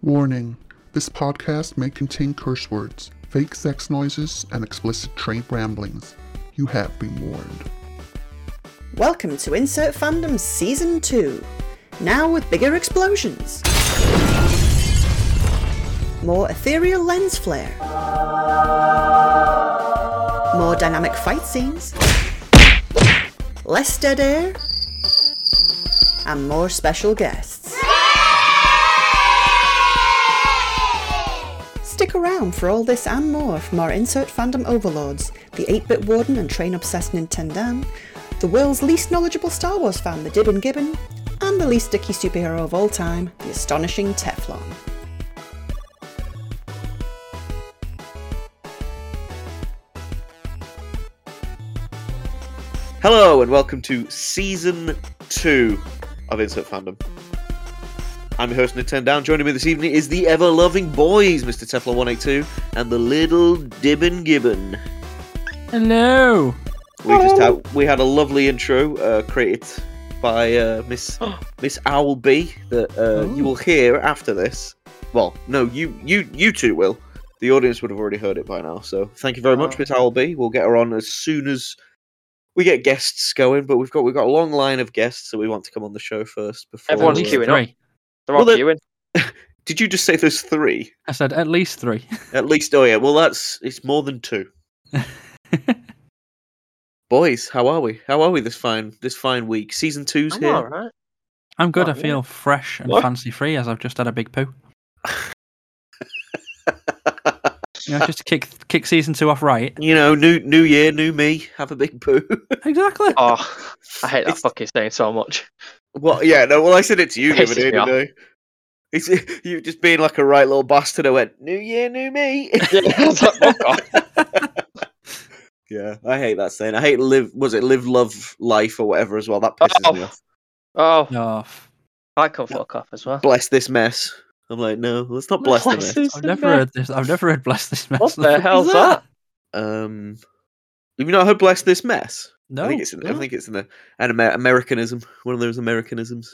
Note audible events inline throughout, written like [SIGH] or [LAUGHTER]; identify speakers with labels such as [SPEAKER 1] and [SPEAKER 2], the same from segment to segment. [SPEAKER 1] Warning This podcast may contain curse words, fake sex noises, and explicit train ramblings. You have been warned.
[SPEAKER 2] Welcome to Insert Fandom Season 2. Now with bigger explosions, more ethereal lens flare, more dynamic fight scenes, less dead air, and more special guests. Stick around for all this and more from our insert fandom overlords, the 8 bit warden and train obsessed Nintendan, the world's least knowledgeable Star Wars fan, the Dibbon Gibbon, and the least dicky superhero of all time, the astonishing Teflon.
[SPEAKER 3] Hello and welcome to season two of Insert Fandom. I'm your host Nintendown. Joining me this evening is the ever-loving boys, Mr. Teflon182 and the little Dibbon Gibbon.
[SPEAKER 4] Hello.
[SPEAKER 3] We just had we had a lovely intro uh, created by uh, Miss Miss Owl B that uh, you will hear after this. Well, no, you you you two will. The audience would have already heard it by now. So thank you very much, Miss Owl B. We'll get her on as soon as we get guests going. But we've got we've got a long line of guests that we want to come on the show first. Before
[SPEAKER 5] Everyone's
[SPEAKER 3] uh,
[SPEAKER 4] At least
[SPEAKER 5] queuing up.
[SPEAKER 4] three.
[SPEAKER 5] They're all
[SPEAKER 3] Well, the-
[SPEAKER 5] queuing.
[SPEAKER 3] Did you just say there's three?
[SPEAKER 4] I said at least three. [LAUGHS]
[SPEAKER 3] At least, oh yeah. Well, that's it's more than
[SPEAKER 5] [LAUGHS]
[SPEAKER 3] two. Boys, how are we? How are we this fine this fine week? Season two's
[SPEAKER 5] I'm
[SPEAKER 3] here.
[SPEAKER 5] all right.
[SPEAKER 4] I'm good. I
[SPEAKER 5] Oh, yeah.
[SPEAKER 4] feel fresh and
[SPEAKER 5] What?
[SPEAKER 4] fancy free as I've just had a big poo. You know, just to kick kick season two off right.
[SPEAKER 3] You know, new new year, new me. Have a big [LAUGHS] poo.
[SPEAKER 4] Exactly.
[SPEAKER 5] [LAUGHS] Oh, I hate that
[SPEAKER 3] It's-
[SPEAKER 5] fucking saying
[SPEAKER 3] [LAUGHS]
[SPEAKER 5] so much.
[SPEAKER 3] Well, yeah, no. Well, I said it to you the other
[SPEAKER 5] Pisses
[SPEAKER 3] day,
[SPEAKER 5] me
[SPEAKER 3] didn't
[SPEAKER 5] off.
[SPEAKER 3] I? It's, [LAUGHS] you just being like a right little bastard. I went, new year, new me. [LAUGHS]
[SPEAKER 5] Yeah, it's like, fuck off.
[SPEAKER 3] yeah, I hate that saying. I hate live. Was it live, love, life, or whatever as well? That pisses
[SPEAKER 5] Oh.
[SPEAKER 3] me off.
[SPEAKER 5] [LAUGHS] Oh,
[SPEAKER 4] No, f-
[SPEAKER 5] I can fuck off as well.
[SPEAKER 3] Bless this mess. I'm like, no, let's not bless the mess.
[SPEAKER 4] I've never heard this. I've never heard bless this mess.
[SPEAKER 5] What the
[SPEAKER 4] fuck is
[SPEAKER 5] hell's that?
[SPEAKER 3] Um, have you not heard "Bless This Mess"?
[SPEAKER 4] No.
[SPEAKER 3] I
[SPEAKER 5] Oh,
[SPEAKER 3] think it's in, I
[SPEAKER 4] no.
[SPEAKER 3] think it's in the an Amer- Americanism, one of those Americanisms.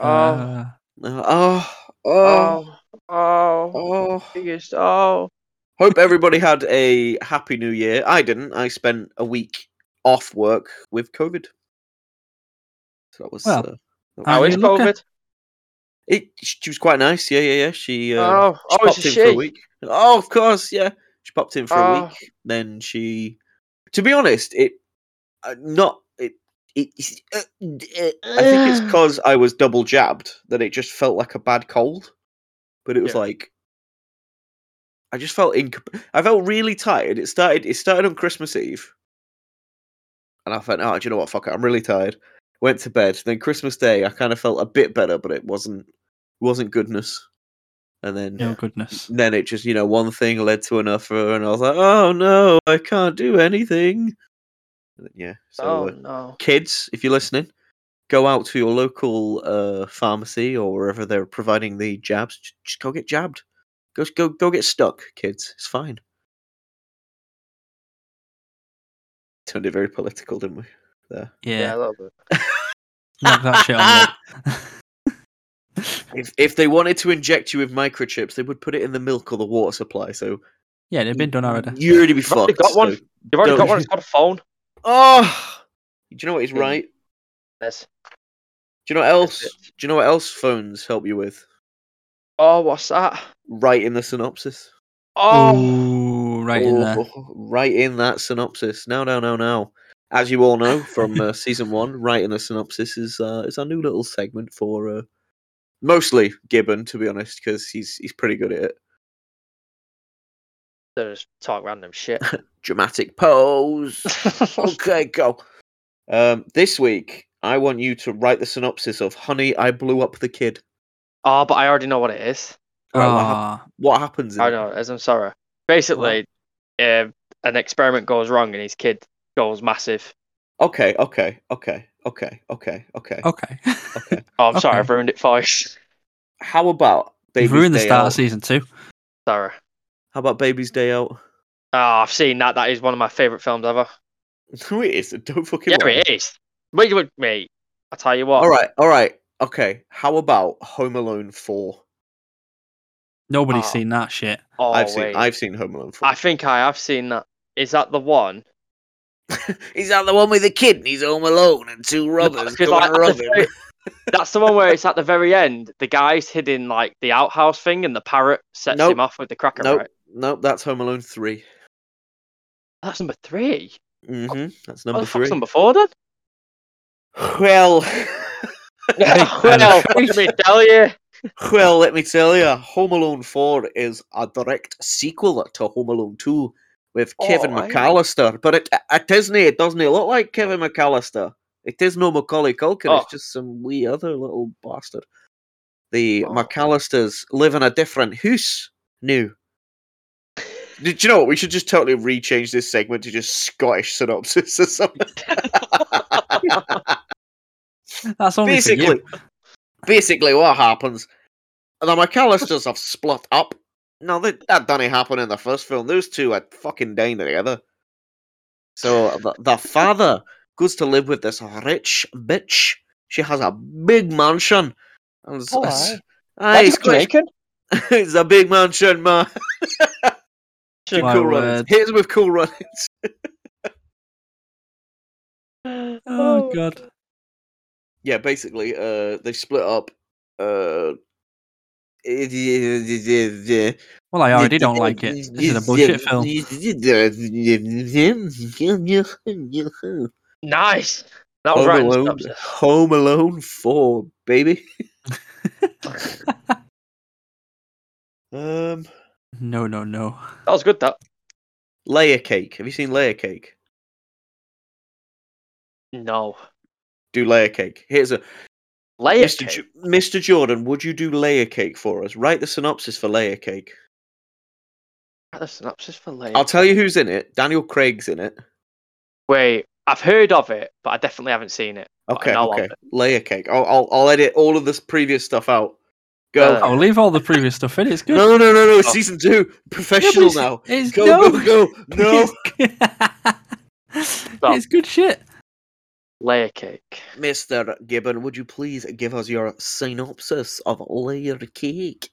[SPEAKER 4] Uh,
[SPEAKER 3] Uh, oh, oh,
[SPEAKER 5] Oh, oh,
[SPEAKER 3] oh,
[SPEAKER 5] biggest, oh.
[SPEAKER 3] Hope everybody had a happy New Year. I didn't. I spent a week off work with COVID, so that was.
[SPEAKER 4] Well,
[SPEAKER 3] uh, that
[SPEAKER 4] I
[SPEAKER 5] How
[SPEAKER 3] was-
[SPEAKER 4] mean,
[SPEAKER 5] is
[SPEAKER 4] look at-
[SPEAKER 5] COVID?
[SPEAKER 3] it, she was quite nice. Yeah, yeah, yeah. She. Uh,
[SPEAKER 5] Oh,
[SPEAKER 3] She
[SPEAKER 5] oh,
[SPEAKER 3] popped
[SPEAKER 5] it's a
[SPEAKER 3] in for a
[SPEAKER 5] she.
[SPEAKER 3] week. Oh, of course, yeah. She popped in for a
[SPEAKER 5] Oh.
[SPEAKER 3] week. Then she, to be honest, it uh, not it. it it's- uh, uh, I think
[SPEAKER 5] [SIGHS]
[SPEAKER 3] it's because I was double jabbed that it just felt like a bad cold. But it was
[SPEAKER 5] Yeah.
[SPEAKER 3] like I just felt incap- I felt really tired. It started. It started on Christmas Eve, and I thought, oh, do you know what? Fuck it. I'm really tired. Went to bed. Then Christmas Day, I kind of felt a bit better, but it wasn't wasn't goodness. And then
[SPEAKER 4] no goodness.
[SPEAKER 3] then it just you know one thing led to another and i was like oh no i can't do anything And then, yeah so
[SPEAKER 5] Oh,
[SPEAKER 3] uh,
[SPEAKER 5] no.
[SPEAKER 3] kids if you're listening go out to your local uh, pharmacy or wherever they're providing the jabs j- just go get jabbed go s- go go get stuck kids it's fine turned it very political didn't we
[SPEAKER 5] Yeah,
[SPEAKER 4] Yeah.
[SPEAKER 5] a little bit.
[SPEAKER 4] knock that shit on. the head.
[SPEAKER 3] if, if they wanted to inject you with microchips they would put it in the milk or the water supply so
[SPEAKER 4] yeah, they've been done already.
[SPEAKER 3] you're already be
[SPEAKER 5] You've already
[SPEAKER 3] fucked
[SPEAKER 5] got one.
[SPEAKER 3] so-
[SPEAKER 5] You've already
[SPEAKER 3] Don't-
[SPEAKER 5] got one. It's got a phone.
[SPEAKER 3] [LAUGHS] Oh, do you know what is
[SPEAKER 5] Yeah.
[SPEAKER 3] right?
[SPEAKER 5] Yes.
[SPEAKER 3] Do you know what
[SPEAKER 5] That's
[SPEAKER 3] else?
[SPEAKER 5] it.
[SPEAKER 3] Do you know what else phones help you with?
[SPEAKER 5] Oh, what's that?
[SPEAKER 3] Writing the synopsis.
[SPEAKER 5] Oh,
[SPEAKER 4] Ooh, right in there.
[SPEAKER 3] Oh, Right in that synopsis. No, no, no, no. As you all know from uh, season one, writing the synopsis is uh, is our new little segment for uh, mostly Gibbon, to be honest, because he's he's pretty good at it.
[SPEAKER 5] they just talk random
[SPEAKER 3] [LAUGHS]
[SPEAKER 5] shit. [LAUGHS]
[SPEAKER 3] Dramatic pose. okay, go. Um, this week, I want you to write the synopsis of "Honey, I blew up the kid."
[SPEAKER 5] oh, but I already know what it is.
[SPEAKER 3] Right, what, hap-
[SPEAKER 4] Ah,
[SPEAKER 3] what happens? In
[SPEAKER 5] I
[SPEAKER 3] it?
[SPEAKER 5] know, as I'm sorry. Basically, um an experiment goes wrong and his kid goes massive.
[SPEAKER 3] Okay, okay, okay, okay, okay, okay.
[SPEAKER 4] okay. [LAUGHS]
[SPEAKER 5] Oh, I'm sorry,
[SPEAKER 4] Okay.
[SPEAKER 5] I've ruined it for you. [LAUGHS]
[SPEAKER 3] How about
[SPEAKER 4] You've
[SPEAKER 3] Baby's
[SPEAKER 4] ruined the
[SPEAKER 3] Day
[SPEAKER 4] start
[SPEAKER 3] Out?
[SPEAKER 4] of season two.
[SPEAKER 5] Sorry.
[SPEAKER 3] How about Baby's Day Out? [LAUGHS]
[SPEAKER 5] Oh, I've seen that. That is one of my favourite films ever.
[SPEAKER 3] No, it isn't. Don't fucking
[SPEAKER 5] Yeah,
[SPEAKER 3] lie.
[SPEAKER 5] it is. Wait, wait, mate. I tell you what.
[SPEAKER 3] All right, all right, okay. How about Home Alone Four?
[SPEAKER 4] Nobody's
[SPEAKER 5] Oh.
[SPEAKER 4] seen that shit.
[SPEAKER 5] Oh,
[SPEAKER 3] I've seen
[SPEAKER 5] wait.
[SPEAKER 3] I've seen Home Alone. 4.
[SPEAKER 5] I think I have seen that. Is that the one?
[SPEAKER 3] [LAUGHS] Is that the one with the kid and he's home alone and two
[SPEAKER 5] [LAUGHS]
[SPEAKER 3] robbers
[SPEAKER 5] Because,
[SPEAKER 3] go
[SPEAKER 5] like,
[SPEAKER 3] and rob
[SPEAKER 5] that's, the
[SPEAKER 3] him?
[SPEAKER 5] very- that's the one where it's at the very end. The guy's hid in like the outhouse thing, and the parrot sets
[SPEAKER 3] Nope.
[SPEAKER 5] him off with the cracker.
[SPEAKER 3] Nope.
[SPEAKER 5] Right?
[SPEAKER 3] Nope, that's Home Alone 3.
[SPEAKER 5] That's number three.
[SPEAKER 3] Mm-hmm. That's
[SPEAKER 5] What
[SPEAKER 3] number
[SPEAKER 5] the fuck's
[SPEAKER 3] three.
[SPEAKER 5] number four
[SPEAKER 3] [LAUGHS]
[SPEAKER 5] then?
[SPEAKER 3] Well,
[SPEAKER 5] [LAUGHS] well, let me tell you.
[SPEAKER 3] well, let me tell you, Home Alone 4 is a direct sequel to Home Alone 2 with Kevin
[SPEAKER 5] Oh, aye.
[SPEAKER 3] McAllister. But it, it isn't, it doesn't it look like Kevin McAllister. It is no Macaulay Culkin,
[SPEAKER 5] Oh.
[SPEAKER 3] it's just some wee other little bastard. The
[SPEAKER 5] Oh.
[SPEAKER 3] McAllisters live in a different house now. Did you know what? We should just totally rechange this segment to just Scottish synopsis or [LAUGHS] something.
[SPEAKER 5] [LAUGHS]
[SPEAKER 4] That's only for
[SPEAKER 3] basically,
[SPEAKER 4] you.
[SPEAKER 3] basically, what happens? The McAllisters have split up. No, that that didn't happen in the first film. Those two are fucking dying together. So the, the father goes to live with this rich bitch. She has a big mansion. And it's,
[SPEAKER 5] Oh,
[SPEAKER 3] it's-
[SPEAKER 5] aye.
[SPEAKER 3] aye,
[SPEAKER 5] That's
[SPEAKER 3] it's, quite-
[SPEAKER 5] Jamaican.
[SPEAKER 3] [LAUGHS] it's a big mansion, [LAUGHS] man.
[SPEAKER 5] Should
[SPEAKER 4] My
[SPEAKER 3] cool runnings.
[SPEAKER 4] word.
[SPEAKER 3] Here's with cool runnings.
[SPEAKER 4] Oh god.
[SPEAKER 3] yeah, basically, uh, they split up. Uh, I
[SPEAKER 4] Well, I already don't like it. This is a bullshit film.
[SPEAKER 3] film.
[SPEAKER 5] Nice. That was
[SPEAKER 3] Home
[SPEAKER 5] right. in the
[SPEAKER 3] Alone,
[SPEAKER 5] synopsis.
[SPEAKER 3] Home Alone Four, baby.
[SPEAKER 4] [LAUGHS]
[SPEAKER 3] [LAUGHS] um,
[SPEAKER 4] No, no, no.
[SPEAKER 5] That was good. That.
[SPEAKER 3] layer cake. Have you seen layer cake?
[SPEAKER 5] No.
[SPEAKER 3] Do layer cake. Here's a
[SPEAKER 5] Layer
[SPEAKER 3] Mr.
[SPEAKER 5] cake.
[SPEAKER 3] Ju- Mr. Jordan. Would you do layer cake for us? Write the synopsis for layer cake.
[SPEAKER 5] the synopsis for layer.
[SPEAKER 3] I'll tell you who's in it. Daniel Craig's in it.
[SPEAKER 5] Wait, I've heard of it, but I definitely haven't seen it. I
[SPEAKER 3] Okay,
[SPEAKER 5] know of
[SPEAKER 3] okay.
[SPEAKER 5] it.
[SPEAKER 3] Layer cake. I'll, I'll I'll edit all of this previous stuff out. Go.
[SPEAKER 5] Uh,
[SPEAKER 4] Oh, leave all the previous stuff in. It's good.
[SPEAKER 3] no, no, no, no.
[SPEAKER 5] Oh.
[SPEAKER 3] Season two.
[SPEAKER 4] Yeah, but
[SPEAKER 3] Professional
[SPEAKER 4] it's-
[SPEAKER 3] now.
[SPEAKER 4] It's
[SPEAKER 3] Go,
[SPEAKER 4] no. [LAUGHS]
[SPEAKER 3] go, go. No,
[SPEAKER 4] It's, good [LAUGHS] shit.
[SPEAKER 5] Layer cake.
[SPEAKER 3] Mister Gibbon, would you please give us your synopsis of layer cake?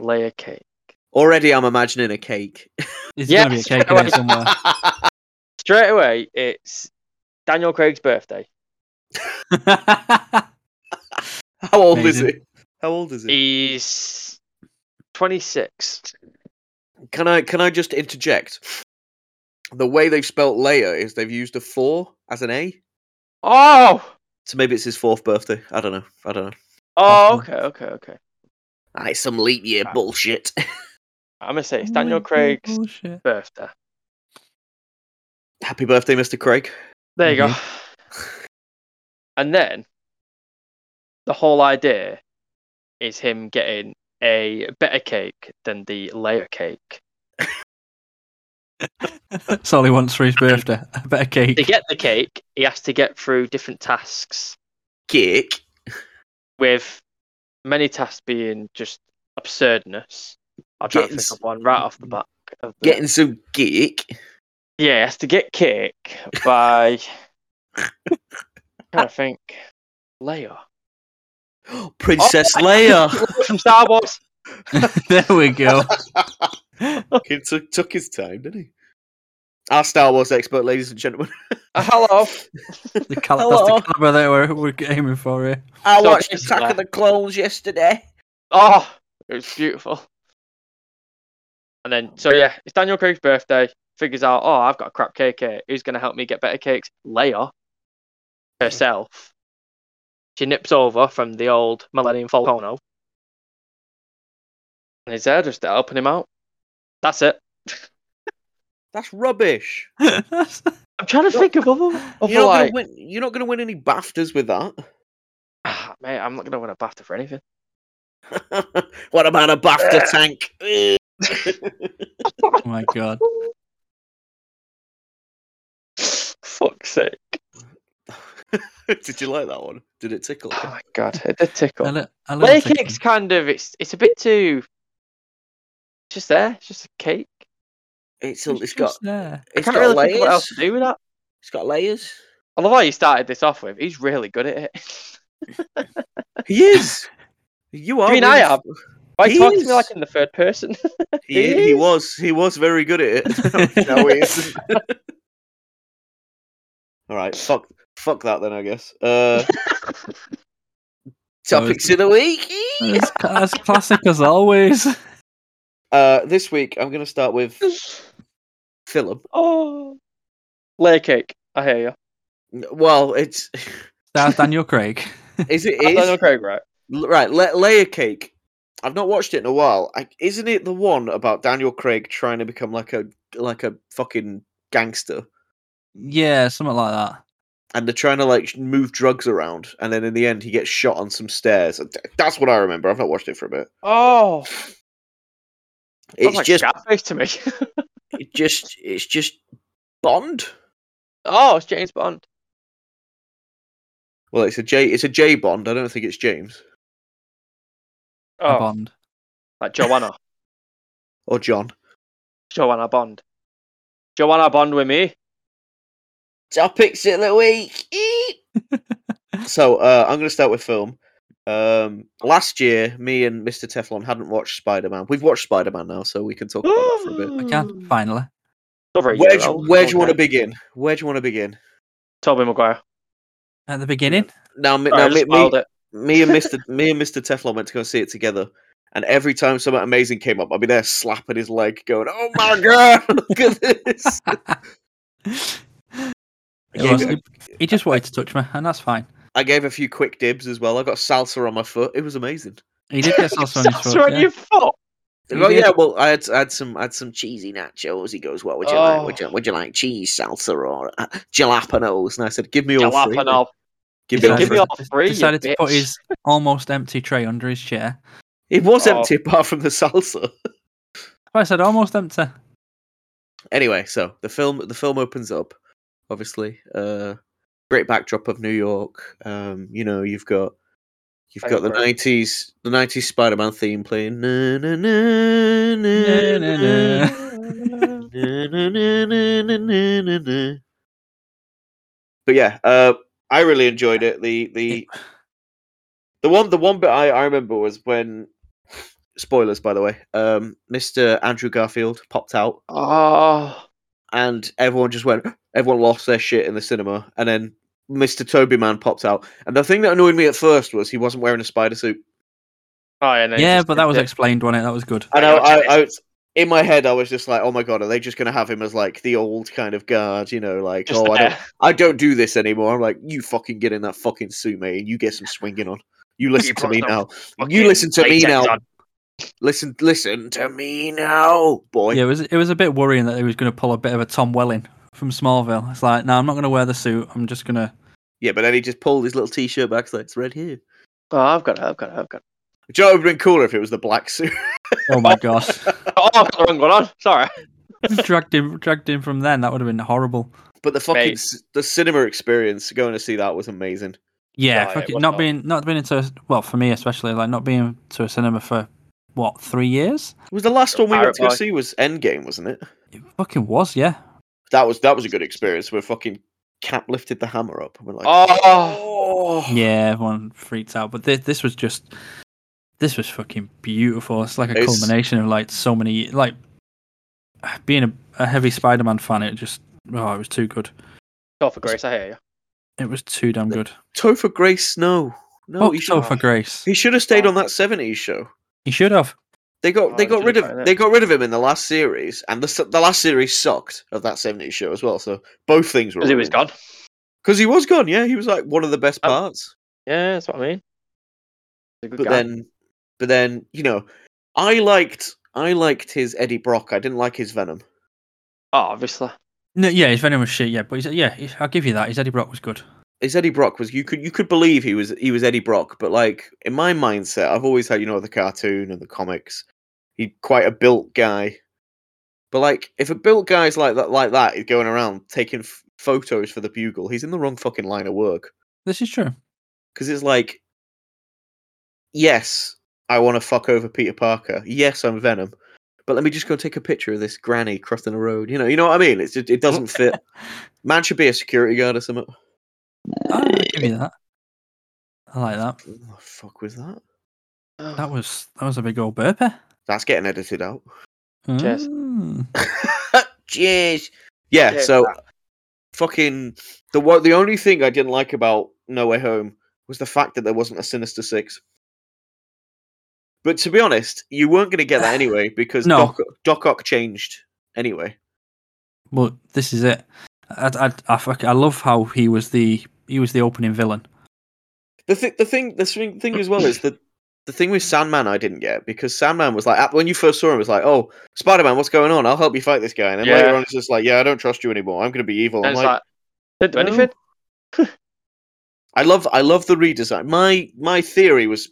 [SPEAKER 5] Layer cake.
[SPEAKER 3] Already, I'm imagining a cake.
[SPEAKER 4] There's
[SPEAKER 5] Yeah,
[SPEAKER 4] gonna be a
[SPEAKER 5] straight
[SPEAKER 4] cake in
[SPEAKER 5] away.
[SPEAKER 4] there somewhere.
[SPEAKER 5] Straight away, it's Daniel Craig's birthday.
[SPEAKER 3] [LAUGHS] [LAUGHS] How old is
[SPEAKER 4] Amazing.
[SPEAKER 3] it? How old is it?
[SPEAKER 5] He's 26.
[SPEAKER 3] Can I can I just interject? The way they've spelt layer is they've used a four as an A,
[SPEAKER 5] Oh!
[SPEAKER 3] so maybe it's his fourth birthday. I don't know. I don't know.
[SPEAKER 5] Oh, okay, okay, okay.
[SPEAKER 3] Ah, it's some leap year bullshit. [LAUGHS]
[SPEAKER 5] I'm going to say it's
[SPEAKER 4] Oh,
[SPEAKER 5] Daniel Craig's
[SPEAKER 4] Bullshit.
[SPEAKER 5] birthday.
[SPEAKER 3] Happy birthday, Mr. Craig.
[SPEAKER 5] There you go.
[SPEAKER 3] Mm-hmm.
[SPEAKER 5] [LAUGHS] And then the whole idea is him getting a better cake than the layer cake.
[SPEAKER 4] That's all he wants for his birthday. A better
[SPEAKER 5] To
[SPEAKER 4] cake.
[SPEAKER 5] get the cake, he has to get through different tasks.
[SPEAKER 3] Kick.
[SPEAKER 5] with many tasks being just absurdness. I'll try
[SPEAKER 3] Getting
[SPEAKER 5] and
[SPEAKER 3] s- Mm-hmm.
[SPEAKER 5] think of one right off the back. Of the...
[SPEAKER 3] Getting some geek.
[SPEAKER 5] Yeah, it has to get cake
[SPEAKER 3] [LAUGHS]
[SPEAKER 5] by. trying to think. Leia. Oh,
[SPEAKER 3] Princess
[SPEAKER 5] [LAUGHS]
[SPEAKER 3] Leia.
[SPEAKER 5] From Star Wars.
[SPEAKER 4] [LAUGHS] there
[SPEAKER 3] [LAUGHS]
[SPEAKER 4] we go.
[SPEAKER 3] he took, took his time, didn't he? Our Star Wars expert, ladies and gentlemen. [LAUGHS]
[SPEAKER 5] Uh, hello.
[SPEAKER 4] The cal- that's
[SPEAKER 3] Hello.
[SPEAKER 4] the caliber that we're, we're aiming for here. [LAUGHS]
[SPEAKER 3] I
[SPEAKER 5] So
[SPEAKER 3] watched
[SPEAKER 5] Princess
[SPEAKER 3] Attack of
[SPEAKER 5] Leia.
[SPEAKER 3] the Clones yesterday.
[SPEAKER 5] Oh, it was beautiful. And then, so yeah, it's Daniel Craig's birthday. Figures out, oh, I've got a crap cake here. Who's going to help me get better cakes? Leia herself. She nips over from the old Millennium Falcono. And he's there just helping him out. That's it.
[SPEAKER 3] That's rubbish.
[SPEAKER 4] Oh
[SPEAKER 5] I'm trying to
[SPEAKER 3] No.
[SPEAKER 5] think of other. other
[SPEAKER 3] You're not,
[SPEAKER 5] like,
[SPEAKER 3] gonna win, you're not going to win any BAFTAs with that. [LAUGHS]
[SPEAKER 5] ah, [SIGHS] mate, I'm not going to win a BAFTA for anything. [LAUGHS]
[SPEAKER 3] what about a BAFTA tank? [LAUGHS]
[SPEAKER 4] oh my god.
[SPEAKER 5] Fuck's sake.
[SPEAKER 3] Did you like that one? Did it
[SPEAKER 5] [SIGHS]
[SPEAKER 3] tickle?
[SPEAKER 5] Oh
[SPEAKER 3] you?
[SPEAKER 5] my god, it did tickle.
[SPEAKER 4] I don't- I don't
[SPEAKER 5] Layer
[SPEAKER 4] think-
[SPEAKER 5] cake's kind of it's it's a bit too it's just there, it's just a cake.
[SPEAKER 3] It's,
[SPEAKER 4] It's
[SPEAKER 3] it's got
[SPEAKER 4] just there.
[SPEAKER 5] I
[SPEAKER 3] it's
[SPEAKER 5] can't
[SPEAKER 3] got
[SPEAKER 5] really think of what else
[SPEAKER 3] layers.
[SPEAKER 5] to do with that.
[SPEAKER 3] It's got layers.
[SPEAKER 5] I love how you started this off with. He's really good at it. [LAUGHS]
[SPEAKER 3] He is. [LAUGHS] You are.
[SPEAKER 5] mean I
[SPEAKER 3] really f-
[SPEAKER 5] am? Why
[SPEAKER 3] He
[SPEAKER 5] talk to
[SPEAKER 3] is-
[SPEAKER 5] me like in the third person? [LAUGHS]
[SPEAKER 3] He, he was he was very good at
[SPEAKER 5] [LAUGHS]
[SPEAKER 3] it. [LAUGHS] no, he isn't. All right, fuck fuck that then, I guess. Uh, [LAUGHS] topics of the week.
[SPEAKER 4] It's cla- As classic as always.
[SPEAKER 3] [LAUGHS] Uh, this week I'm gonna start with Philip.
[SPEAKER 5] oh, layer cake. I hear you.
[SPEAKER 3] Well, it's
[SPEAKER 4] That's Daniel Craig.
[SPEAKER 3] is it
[SPEAKER 5] [LAUGHS] I
[SPEAKER 3] is
[SPEAKER 5] don't know Craig, right?
[SPEAKER 3] L- Right, la- Layer Cake. I've not watched it in a while. I, isn't it the one about Daniel Craig trying to become like a like a fucking gangster,
[SPEAKER 4] Yeah, something like that.
[SPEAKER 3] and they're trying to like sh- move drugs around, and then in the end he gets shot on some stairs. Uh, th- That's what I remember. I've not watched it for a bit.
[SPEAKER 5] Oh,
[SPEAKER 3] It's
[SPEAKER 5] like
[SPEAKER 3] just
[SPEAKER 5] Scarface to me. [LAUGHS]
[SPEAKER 3] it just it's just Bond.
[SPEAKER 5] oh, it's James Bond.
[SPEAKER 3] Well, it's a J it's a J Bond. I don't think it's James
[SPEAKER 4] A
[SPEAKER 5] Oh,
[SPEAKER 4] Bond.
[SPEAKER 5] like Joanna.
[SPEAKER 3] or John.
[SPEAKER 5] Joanna Bond. Joanna Bond with me.
[SPEAKER 3] Topics of the week. Eek. so uh, I'm going to start with film. Um, last year, me and Mr. Teflon hadn't watched Spider Man. We've watched Spider Man now, so we can talk about that for a [GASPS] bit.
[SPEAKER 4] I can, finally.
[SPEAKER 5] Over a
[SPEAKER 3] Where
[SPEAKER 5] year
[SPEAKER 3] do,
[SPEAKER 5] old,
[SPEAKER 3] where do you want to
[SPEAKER 5] okay.
[SPEAKER 3] begin? Where do you want to begin?
[SPEAKER 5] Toby Maguire.
[SPEAKER 4] At the
[SPEAKER 5] [LAUGHS]
[SPEAKER 4] beginning.
[SPEAKER 3] Now, mi-
[SPEAKER 5] Sorry, I
[SPEAKER 3] now
[SPEAKER 5] just
[SPEAKER 3] me, me,
[SPEAKER 5] smiled it.
[SPEAKER 3] me and Mr. me and Mr. Teflon went to go see it together, and every time something amazing came up, I'd be there slapping his leg, going, "Oh my god, [LAUGHS] look at this!"
[SPEAKER 4] [LAUGHS] It was- he just wanted to touch me, and that's fine.
[SPEAKER 3] I gave a few quick dibs as well. I got salsa on my foot. It was amazing.
[SPEAKER 4] He did get
[SPEAKER 5] [LAUGHS]
[SPEAKER 4] salsa on his
[SPEAKER 5] That's
[SPEAKER 4] foot.
[SPEAKER 5] on
[SPEAKER 4] Yeah.
[SPEAKER 5] your foot.
[SPEAKER 4] He
[SPEAKER 3] Well,
[SPEAKER 4] did.
[SPEAKER 3] yeah. Well, I had, I had some I had some cheesy nachos. He goes, "What would you like? Would
[SPEAKER 5] Oh.
[SPEAKER 3] you, would you like cheese salsa or uh, jalapenos?" And I said, "Give me all three.
[SPEAKER 5] Jalapeno.
[SPEAKER 3] Give me
[SPEAKER 5] Give
[SPEAKER 3] all
[SPEAKER 5] me
[SPEAKER 3] three.
[SPEAKER 5] all three, you
[SPEAKER 4] decided to put
[SPEAKER 5] bitch.
[SPEAKER 4] his almost empty tray under his chair.
[SPEAKER 3] It was
[SPEAKER 5] Oh.
[SPEAKER 3] empty apart from the salsa.
[SPEAKER 4] Well, I said almost empty.
[SPEAKER 3] Anyway, so the film the film opens up. Obviously, uh, great backdrop of New York. Um, you know, you've got you've got the
[SPEAKER 5] Favorite.
[SPEAKER 3] nineties the nineties Spider Man theme playing. Na, na, na, na,
[SPEAKER 4] Na, na,
[SPEAKER 3] na. Na, [LAUGHS] na, na, na, na, na, na, na. But yeah, uh, I really enjoyed it. The the the one the one bit I, I remember was when spoilers by the way, um, Mr. Andrew Garfield popped out
[SPEAKER 5] Oh,
[SPEAKER 3] and everyone just went [GASPS] everyone lost their shit in the cinema and then Mr. Toby Man popped out. And the thing that annoyed me at first was he wasn't wearing a spider suit.
[SPEAKER 5] oh yeah, no,
[SPEAKER 4] Yeah,
[SPEAKER 5] just
[SPEAKER 4] but that was
[SPEAKER 5] did it.
[SPEAKER 4] explained, wasn't it? That was good.
[SPEAKER 3] I
[SPEAKER 5] I
[SPEAKER 3] know.
[SPEAKER 5] got you.
[SPEAKER 3] I, I was, in my head, I was just like, "Oh my god, are they just going to have him as like the old kind of guard?" You know, like,
[SPEAKER 5] Just
[SPEAKER 3] "Oh, I don't,
[SPEAKER 5] there.
[SPEAKER 3] I don't do this anymore." I'm like, "You fucking get in that fucking suit, mate, and you get some swinging on. You listen to
[SPEAKER 5] put
[SPEAKER 3] me
[SPEAKER 5] some
[SPEAKER 3] now. You
[SPEAKER 5] Fucking
[SPEAKER 3] listen to me
[SPEAKER 5] latex
[SPEAKER 3] now.
[SPEAKER 5] on.
[SPEAKER 3] Listen, listen to me now, boy."
[SPEAKER 4] Yeah, it was it was a bit worrying that he was going to pull a bit of a Tom Welling from Smallville. It's like, no, I'm not going to wear the suit. I'm just going to.
[SPEAKER 3] Yeah, but then he just pulled his little t-shirt back. So it's red here.
[SPEAKER 5] Oh, I've got it. I've got it. I've got it.
[SPEAKER 3] Do you know what would have been cooler if it was the black suit?
[SPEAKER 4] Oh my gosh!
[SPEAKER 5] [LAUGHS] Oh, I've got the wrong one on. Sorry.
[SPEAKER 4] dragged him, dragged him from then. That would have been horrible.
[SPEAKER 3] But the fucking
[SPEAKER 5] Mate.
[SPEAKER 3] s- the cinema experience going to see that was amazing.
[SPEAKER 4] Yeah,
[SPEAKER 5] No, it
[SPEAKER 4] fuck it,
[SPEAKER 5] was
[SPEAKER 4] not
[SPEAKER 5] not.
[SPEAKER 4] being not being into a- well for me especially like not being to a cinema for what three years?
[SPEAKER 3] It was the last one we went to go
[SPEAKER 5] Pirate Bay.
[SPEAKER 3] see was Endgame, wasn't it?
[SPEAKER 4] It fucking was, yeah.
[SPEAKER 3] That was that was a good experience. Where fucking Cap lifted the hammer up. and We're like,
[SPEAKER 5] Oh,
[SPEAKER 3] Oh.
[SPEAKER 4] Yeah, everyone freaked out. But this, this was just, this was fucking beautiful. It's like a
[SPEAKER 3] It's-
[SPEAKER 4] culmination of like so many, like being a, a heavy Spider-Man fan. It just, oh, it was too good.
[SPEAKER 5] God for grace. I hear you.
[SPEAKER 4] It was too damn good.
[SPEAKER 3] Topher Grace, no, no,
[SPEAKER 4] Oh,
[SPEAKER 3] he,
[SPEAKER 4] so
[SPEAKER 3] should,
[SPEAKER 4] for Grace,
[SPEAKER 3] he should have stayed on that '70s show.
[SPEAKER 4] he should have.
[SPEAKER 3] They got
[SPEAKER 5] Oh,
[SPEAKER 3] they
[SPEAKER 5] he
[SPEAKER 3] got
[SPEAKER 5] should
[SPEAKER 3] rid
[SPEAKER 5] have gotten
[SPEAKER 3] of
[SPEAKER 5] it.
[SPEAKER 3] they got rid of him in the last series, and the s- the last series sucked of that '70s show as well. So both things were
[SPEAKER 5] Because he was gone.
[SPEAKER 3] because he was gone. Yeah, he was like one of the best
[SPEAKER 5] Oh.
[SPEAKER 3] parts.
[SPEAKER 5] Yeah, that's what I mean. He's a good
[SPEAKER 3] but
[SPEAKER 5] guy.
[SPEAKER 3] then but then you know i liked i liked his eddie brock i didn't like his venom
[SPEAKER 5] oh, obviously.
[SPEAKER 4] No, yeah, his Venom was shit. Yeah, but he's, yeah, he's, I'll give you that. His Eddie Brock was good.
[SPEAKER 3] his eddie brock was you could you could believe he was he was eddie brock but like in my mindset i've always had you know the cartoon and the comics he's quite a built guy but like if a built guy's like that like that is going around taking f- photos for the bugle he's in the wrong fucking line of work
[SPEAKER 4] This is true.
[SPEAKER 3] because it's like yes i want to fuck over peter parker yes i'm venom but let me just go take a picture of this granny crossing the road you know you know what i mean it's just, it doesn't fit man should be a security guard or something
[SPEAKER 4] Ah,
[SPEAKER 5] Uh,
[SPEAKER 4] I'll give you that. I like that.
[SPEAKER 3] what the fuck was that
[SPEAKER 4] That was that was a big old burpee.
[SPEAKER 3] That's getting edited out.
[SPEAKER 5] Cheers.
[SPEAKER 4] Mm.
[SPEAKER 3] Jeez. Yeah,
[SPEAKER 5] Yeah.
[SPEAKER 3] so fucking the what the only thing I didn't like about No Way Home was the fact that there wasn't a Sinister Six. But to be honest, you weren't going to get that anyway because
[SPEAKER 4] No.
[SPEAKER 3] Doc, Doc Ock changed anyway.
[SPEAKER 4] Well, this is it. I, I, I, fuck- I love how he was the he was the opening villain.
[SPEAKER 3] The thing, the thing, the thing, thing as well is that the thing with Sandman I didn't get because Sandman was like at- when you first saw him it was like, oh, Spider Man, what's going on? I'll help you fight this guy, and then
[SPEAKER 5] Yeah.
[SPEAKER 3] later on it's just like, yeah, I don't trust you anymore. I'm going to be evil.
[SPEAKER 5] And
[SPEAKER 3] I'm
[SPEAKER 5] it's
[SPEAKER 3] like,
[SPEAKER 5] like, didn't do
[SPEAKER 3] no.
[SPEAKER 5] anything.
[SPEAKER 3] I love, I love the redesign. My my theory was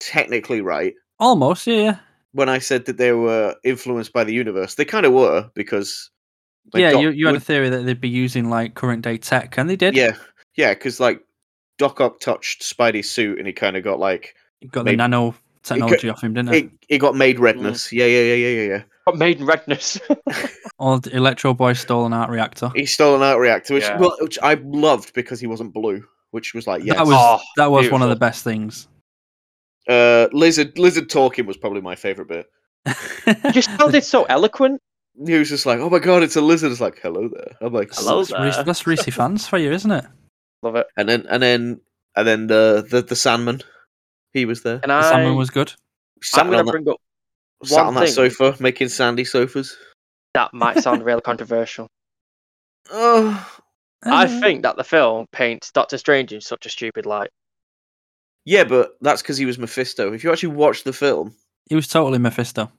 [SPEAKER 3] technically right
[SPEAKER 4] Almost, yeah, yeah.
[SPEAKER 3] when I said that they were influenced by the universe. They kind of were because like,
[SPEAKER 4] yeah,
[SPEAKER 3] Doc-
[SPEAKER 4] you, you had a
[SPEAKER 3] when-
[SPEAKER 4] theory that they'd be using like current day tech, and they did.
[SPEAKER 3] yeah, yeah, because like Doc Ock touched Spidey's suit and he kind of got like
[SPEAKER 4] You got
[SPEAKER 3] Maybe-
[SPEAKER 4] the nano technology off him, didn't it?
[SPEAKER 3] it, it got made redness.
[SPEAKER 5] Mm.
[SPEAKER 3] Yeah, yeah, yeah, yeah, yeah, yeah.
[SPEAKER 5] Got made in redness. [LAUGHS]
[SPEAKER 4] Or the Electro Boy stole an art reactor.
[SPEAKER 3] He stole an art reactor, which,
[SPEAKER 5] Yeah.
[SPEAKER 3] well, which I loved because he wasn't blue, which was like yes.
[SPEAKER 4] That was
[SPEAKER 5] Oh,
[SPEAKER 4] that was one
[SPEAKER 5] beautiful.
[SPEAKER 4] of the best things.
[SPEAKER 3] uh, lizard lizard talking was probably my favorite bit.
[SPEAKER 5] you sounded so eloquent.
[SPEAKER 3] He was just like, "Oh my god, it's a lizard!" It's like, "Hello there." I'm like,
[SPEAKER 4] [LAUGHS]
[SPEAKER 5] Hello
[SPEAKER 4] that's, Reese-
[SPEAKER 5] there.
[SPEAKER 4] that's Reese fans for you, isn't it?
[SPEAKER 5] Love it.
[SPEAKER 3] and then and then and then the the, the Sandman, he was there,
[SPEAKER 5] And
[SPEAKER 4] The Salmon
[SPEAKER 5] I,
[SPEAKER 4] was good.
[SPEAKER 3] sat
[SPEAKER 5] I'm
[SPEAKER 3] on,
[SPEAKER 5] going to
[SPEAKER 3] that,
[SPEAKER 5] bring up
[SPEAKER 3] sat
[SPEAKER 5] one
[SPEAKER 3] on that
[SPEAKER 5] thing.
[SPEAKER 3] sofa making sandy sofas.
[SPEAKER 5] that might sound really
[SPEAKER 4] [LAUGHS]
[SPEAKER 5] controversial.
[SPEAKER 3] Oh,
[SPEAKER 5] I
[SPEAKER 4] Uh,
[SPEAKER 5] think that the film paints Doctor Strange in such a stupid light.
[SPEAKER 3] yeah, but that's because he was Mephisto. If you actually watch the film, [LAUGHS]
[SPEAKER 4] he was totally Mephisto.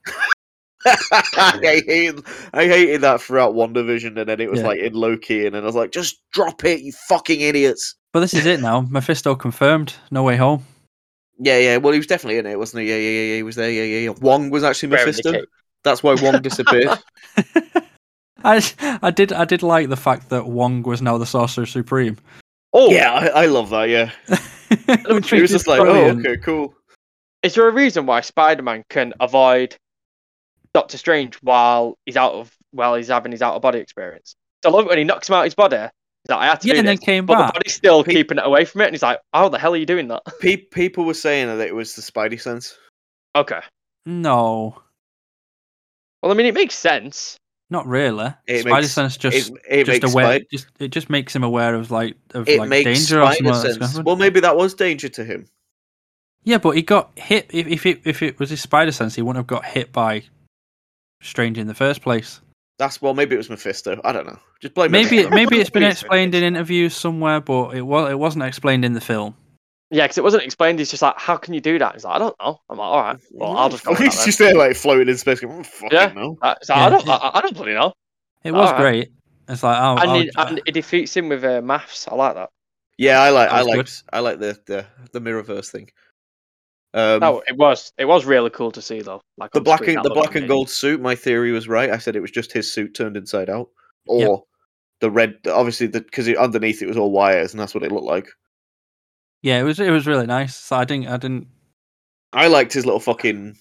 [SPEAKER 3] I hated I hated that throughout WandaVision, and then it was
[SPEAKER 4] Yeah.
[SPEAKER 3] like in Loki, and then I was like, "Just drop it, you fucking idiots."
[SPEAKER 4] But this is it now. Mephisto confirmed. No way home. [LAUGHS]
[SPEAKER 3] Yeah, yeah. Well, he was definitely in it, wasn't he? Yeah, yeah, yeah. yeah he was there. Yeah, yeah, yeah. Wong was actually
[SPEAKER 5] Wearing the
[SPEAKER 3] Mephisto.
[SPEAKER 5] cape.
[SPEAKER 3] That's why Wong
[SPEAKER 4] [LAUGHS]
[SPEAKER 5] [LAUGHS]
[SPEAKER 3] disappeared.
[SPEAKER 4] I, I did I did like the fact that Wong was now the Sorcerer Supreme.
[SPEAKER 5] Oh,
[SPEAKER 3] yeah, I, I love that. Yeah,
[SPEAKER 4] [LAUGHS]
[SPEAKER 3] [LAUGHS]
[SPEAKER 4] Which
[SPEAKER 3] he was just like,
[SPEAKER 4] brilliant.
[SPEAKER 3] "Oh, okay, cool."
[SPEAKER 5] is there a reason why Spider-Man can avoid Doctor Strange while he's out of while he's having his out of body experience? So I love it when he knocks him out of his body. He's like, I had to
[SPEAKER 4] Yeah,
[SPEAKER 5] do
[SPEAKER 4] and then
[SPEAKER 5] this,
[SPEAKER 4] came
[SPEAKER 5] but
[SPEAKER 4] back.
[SPEAKER 5] the body's still
[SPEAKER 3] He-
[SPEAKER 5] keeping it away from it. And he's like, How the hell are you doing that? [LAUGHS]
[SPEAKER 3] Pe- people were saying that it was the Spidey sense.
[SPEAKER 5] Okay.
[SPEAKER 4] No,
[SPEAKER 5] Well, I mean, it makes sense.
[SPEAKER 4] not really.
[SPEAKER 3] It
[SPEAKER 4] Spider
[SPEAKER 3] makes-
[SPEAKER 4] sense just
[SPEAKER 3] It, it
[SPEAKER 4] just
[SPEAKER 3] makes
[SPEAKER 4] aware.
[SPEAKER 3] Spidey.
[SPEAKER 4] Just it just makes him aware of like of
[SPEAKER 3] It
[SPEAKER 4] like
[SPEAKER 3] makes
[SPEAKER 4] danger or something.
[SPEAKER 3] spider
[SPEAKER 4] like that's
[SPEAKER 3] sense.
[SPEAKER 4] going on.
[SPEAKER 3] Well, maybe that was danger to him.
[SPEAKER 4] Yeah, but he got hit. If if it, if it was his spider sense, he wouldn't have got hit by Strange in the first place.
[SPEAKER 3] That's well, maybe it was Mephisto. I don't know. Just blame [LAUGHS]
[SPEAKER 4] Maybe
[SPEAKER 3] Mephisto.
[SPEAKER 4] it, maybe it's been
[SPEAKER 5] Please,
[SPEAKER 4] explained in interviews somewhere, but it was it wasn't explained in the film.
[SPEAKER 5] Yeah, because it wasn't explained. He's just like, How can you do that? He's like, I don't know. I'm like, All right. [LAUGHS] Well, I'll just go. With that
[SPEAKER 3] [LAUGHS] He's
[SPEAKER 5] then."
[SPEAKER 3] just there, like floating in space. Going, "I don't fucking
[SPEAKER 5] Yeah.
[SPEAKER 3] know.
[SPEAKER 5] Uh, so I
[SPEAKER 4] Yeah.
[SPEAKER 5] don't. I, I don't bloody know.
[SPEAKER 4] It was
[SPEAKER 5] Alright.
[SPEAKER 4] great. It's like oh,
[SPEAKER 5] Oh, And
[SPEAKER 4] I'll-
[SPEAKER 5] it, and it defeats him with uh, maths. I like that.
[SPEAKER 3] Yeah, I like.
[SPEAKER 4] That
[SPEAKER 3] I
[SPEAKER 4] was
[SPEAKER 3] like.
[SPEAKER 4] good.
[SPEAKER 3] I like the the the mirrorverse thing. Um,
[SPEAKER 5] No, it was. It was really cool to see though. Like
[SPEAKER 3] the
[SPEAKER 5] on
[SPEAKER 3] black
[SPEAKER 5] screen,
[SPEAKER 3] and
[SPEAKER 5] that
[SPEAKER 3] the
[SPEAKER 5] looked
[SPEAKER 3] black and
[SPEAKER 5] amazing.
[SPEAKER 3] gold suit. My theory was right. I said it was just his suit turned inside out, or
[SPEAKER 4] Yep.
[SPEAKER 3] the red. Obviously, because underneath it was all wires, and that's what it looked like.
[SPEAKER 4] yeah, it was it was really nice. So I didn't I didn't
[SPEAKER 3] I liked his little fucking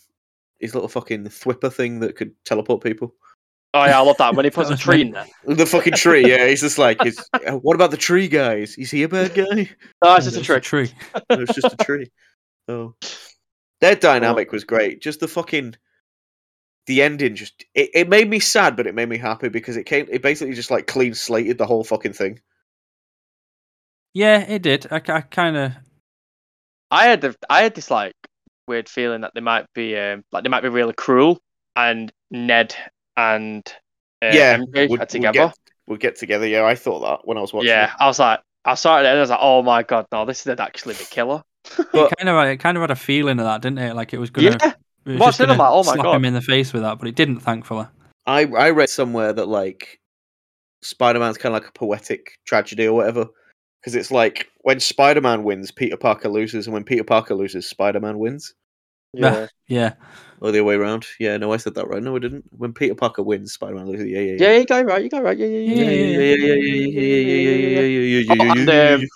[SPEAKER 3] his little fucking thwipper thing that could teleport people.
[SPEAKER 5] Oh yeah, I love that when
[SPEAKER 4] [LAUGHS]
[SPEAKER 5] he puts
[SPEAKER 4] That
[SPEAKER 5] a
[SPEAKER 4] was
[SPEAKER 5] tree
[SPEAKER 4] really-
[SPEAKER 5] in there.
[SPEAKER 3] The fucking tree. yeah, he's just like, it's, "Uh, what about the tree guys? Is he a bad guy?
[SPEAKER 5] No, Oh, it's just a
[SPEAKER 4] it's
[SPEAKER 5] trick.
[SPEAKER 4] tree.
[SPEAKER 3] No, it's just a tree. Oh, their dynamic was great. Just the fucking the ending. Just it, it made me sad, but it made me happy because it came. It basically just like clean slated the whole fucking thing.
[SPEAKER 4] Yeah, it did. I, kind of
[SPEAKER 5] I had the, I had this like weird feeling that they might be um, like they might be really cruel and Ned and uh,
[SPEAKER 3] Yeah,
[SPEAKER 5] MJ
[SPEAKER 3] We'd-
[SPEAKER 5] are
[SPEAKER 3] we'd
[SPEAKER 5] together.
[SPEAKER 3] get- We'll get together. Yeah, I thought that when I was watching. it.
[SPEAKER 5] yeah, I was like, I saw it and I was like, oh my god, no, this is actually the killer.
[SPEAKER 3] But-
[SPEAKER 4] kind of it kind of had a feeling of that, didn't it? Like it was gonna.
[SPEAKER 5] yeah,
[SPEAKER 4] it was
[SPEAKER 5] Watch
[SPEAKER 4] just
[SPEAKER 5] it, I'm
[SPEAKER 4] gonna
[SPEAKER 5] like, oh my
[SPEAKER 4] slap
[SPEAKER 5] God.
[SPEAKER 4] him in the face with that, but it didn't, thankfully.
[SPEAKER 3] I I read somewhere that like Spider Man's kind of like a poetic tragedy or whatever, because it's like when Spider Man wins, Peter Parker loses, and when Peter Parker loses, Spider Man wins,
[SPEAKER 5] yeah,
[SPEAKER 4] Yeah, [LAUGHS]
[SPEAKER 3] or the other way around. Yeah, no, I said that right. No, I didn't. When Peter Parker wins, Spider Man loses. Yeah, yeah,
[SPEAKER 5] yeah, you got it right, you got it right, yeah, yeah, yeah.
[SPEAKER 4] Yeah, yeah,
[SPEAKER 3] yeah,
[SPEAKER 4] yeah,
[SPEAKER 3] yeah, yeah, yeah, yeah, yeah, yeah, yeah, yeah,
[SPEAKER 5] Oh,
[SPEAKER 3] yeah,
[SPEAKER 5] and,
[SPEAKER 3] yeah,
[SPEAKER 5] um,
[SPEAKER 3] yeah.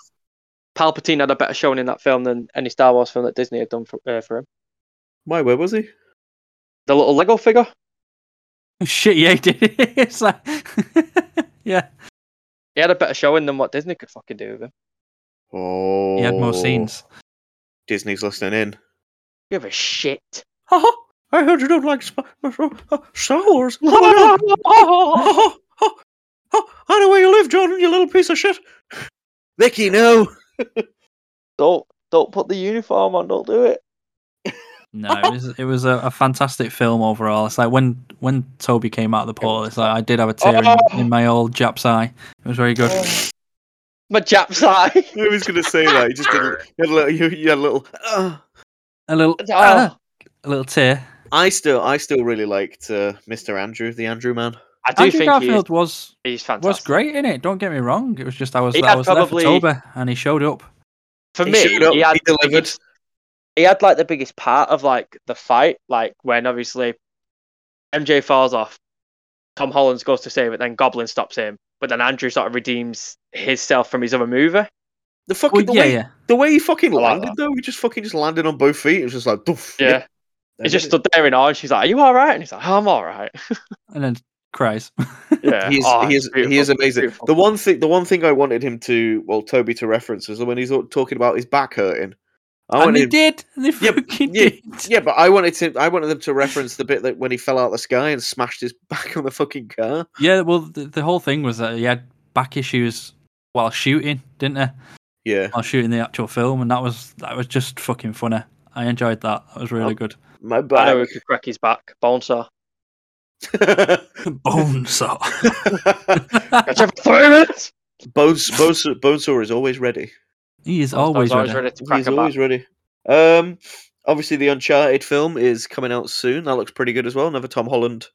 [SPEAKER 5] Palpatine had a better showing in that film than any Star Wars film that Disney had done for, uh, for him.
[SPEAKER 3] Why? Where was he?
[SPEAKER 5] The little Lego figure.
[SPEAKER 4] shit. Yeah, he did. [LAUGHS] it's like, yeah,
[SPEAKER 5] He had a better showing than what Disney could fucking do with him.
[SPEAKER 3] Oh,
[SPEAKER 4] he had more scenes.
[SPEAKER 3] Disney's listening in.
[SPEAKER 5] Give a shit.
[SPEAKER 3] Ha ha! Uh-huh. I heard you don't like sp- uh, Star [LAUGHS] Wars. Ha, ha,
[SPEAKER 5] oh,
[SPEAKER 3] ha, ha, ha, ha. Uh-huh. I know where you live, Jordan, you little piece of shit. Vicky, no.
[SPEAKER 5] don't don't put the uniform on. Don't do it.
[SPEAKER 4] No, it was it was a, a fantastic film overall. It's like when when Toby came out of the portal, it's like I did
[SPEAKER 5] Oh!
[SPEAKER 4] have a tear in, in my old Jap's eye. It was very good.
[SPEAKER 5] My Jap's eye.
[SPEAKER 3] [LAUGHS] I was going to say that. You just didn't. You had a little. You, you had a little uh.
[SPEAKER 4] A little uh,
[SPEAKER 5] Oh,
[SPEAKER 4] a little tear.
[SPEAKER 3] I still, I still really liked uh, Mr. Andrew, the Andrew man.
[SPEAKER 5] I do
[SPEAKER 4] Andrew
[SPEAKER 5] think he's,
[SPEAKER 4] Garfield was
[SPEAKER 5] he's
[SPEAKER 4] was
[SPEAKER 5] fantastic.
[SPEAKER 4] great in it. Don't get me wrong. It was just I was
[SPEAKER 5] He
[SPEAKER 4] I
[SPEAKER 5] had
[SPEAKER 4] was
[SPEAKER 5] probably-
[SPEAKER 4] there for Toby and he showed up.
[SPEAKER 5] For
[SPEAKER 3] He
[SPEAKER 5] me,
[SPEAKER 3] showed up,
[SPEAKER 5] he had
[SPEAKER 3] he
[SPEAKER 5] the
[SPEAKER 3] delivered.
[SPEAKER 5] biggest- he had like the biggest part of like the fight, like when obviously MJ falls off, Tom Holland goes to save it, then Goblin stops him, but then Andrew sort of redeems himself from his other mover.
[SPEAKER 3] The fucking
[SPEAKER 4] Well,
[SPEAKER 3] the
[SPEAKER 4] yeah,
[SPEAKER 3] way,
[SPEAKER 4] yeah.
[SPEAKER 3] the way he fucking
[SPEAKER 5] I like
[SPEAKER 3] landed
[SPEAKER 5] that.
[SPEAKER 3] though, he just fucking just landed on both feet. It was just like, doof.
[SPEAKER 5] Yeah, he just stood there in awe, and she's like, "Are you all right?" And he's like, "I'm all right."
[SPEAKER 4] And then cries.
[SPEAKER 5] yeah,
[SPEAKER 3] He's, [LAUGHS]
[SPEAKER 5] oh,
[SPEAKER 3] he is,
[SPEAKER 5] beautiful,
[SPEAKER 3] he is amazing.
[SPEAKER 5] beautiful.
[SPEAKER 3] The one thing, the one thing I wanted him to, well, Toby to reference was when he's all- talking about his back hurting. I
[SPEAKER 4] and
[SPEAKER 3] wanted
[SPEAKER 4] they
[SPEAKER 3] him-
[SPEAKER 4] did. They
[SPEAKER 5] [LAUGHS]
[SPEAKER 3] Yeah,
[SPEAKER 4] fucking
[SPEAKER 3] yeah,
[SPEAKER 4] did.
[SPEAKER 3] yeah, but I wanted to, I wanted them to reference the bit that when he fell out the sky and smashed his [LAUGHS] back on the fucking car.
[SPEAKER 4] Yeah, well, the, the whole thing was that he had back issues while shooting, didn't he?
[SPEAKER 3] Yeah,
[SPEAKER 4] While shooting the actual film, and that was that was just fucking funny. I enjoyed that. That was really
[SPEAKER 3] Oh.
[SPEAKER 4] good. [LAUGHS]
[SPEAKER 3] my
[SPEAKER 5] I know we
[SPEAKER 3] back.
[SPEAKER 5] could crack his back,
[SPEAKER 3] [LAUGHS]
[SPEAKER 5] bonesaw. [LAUGHS]
[SPEAKER 4] Bonesaw.
[SPEAKER 5] Catch up for three minutes.
[SPEAKER 3] Bones, Bones, Bonesaw is always ready.
[SPEAKER 4] [LAUGHS] he is
[SPEAKER 5] I was
[SPEAKER 4] always ready.
[SPEAKER 5] to crack
[SPEAKER 3] He's
[SPEAKER 5] a back.
[SPEAKER 3] always ready. Um, obviously the Uncharted film is coming out soon. That looks pretty good as well. Another Tom Holland.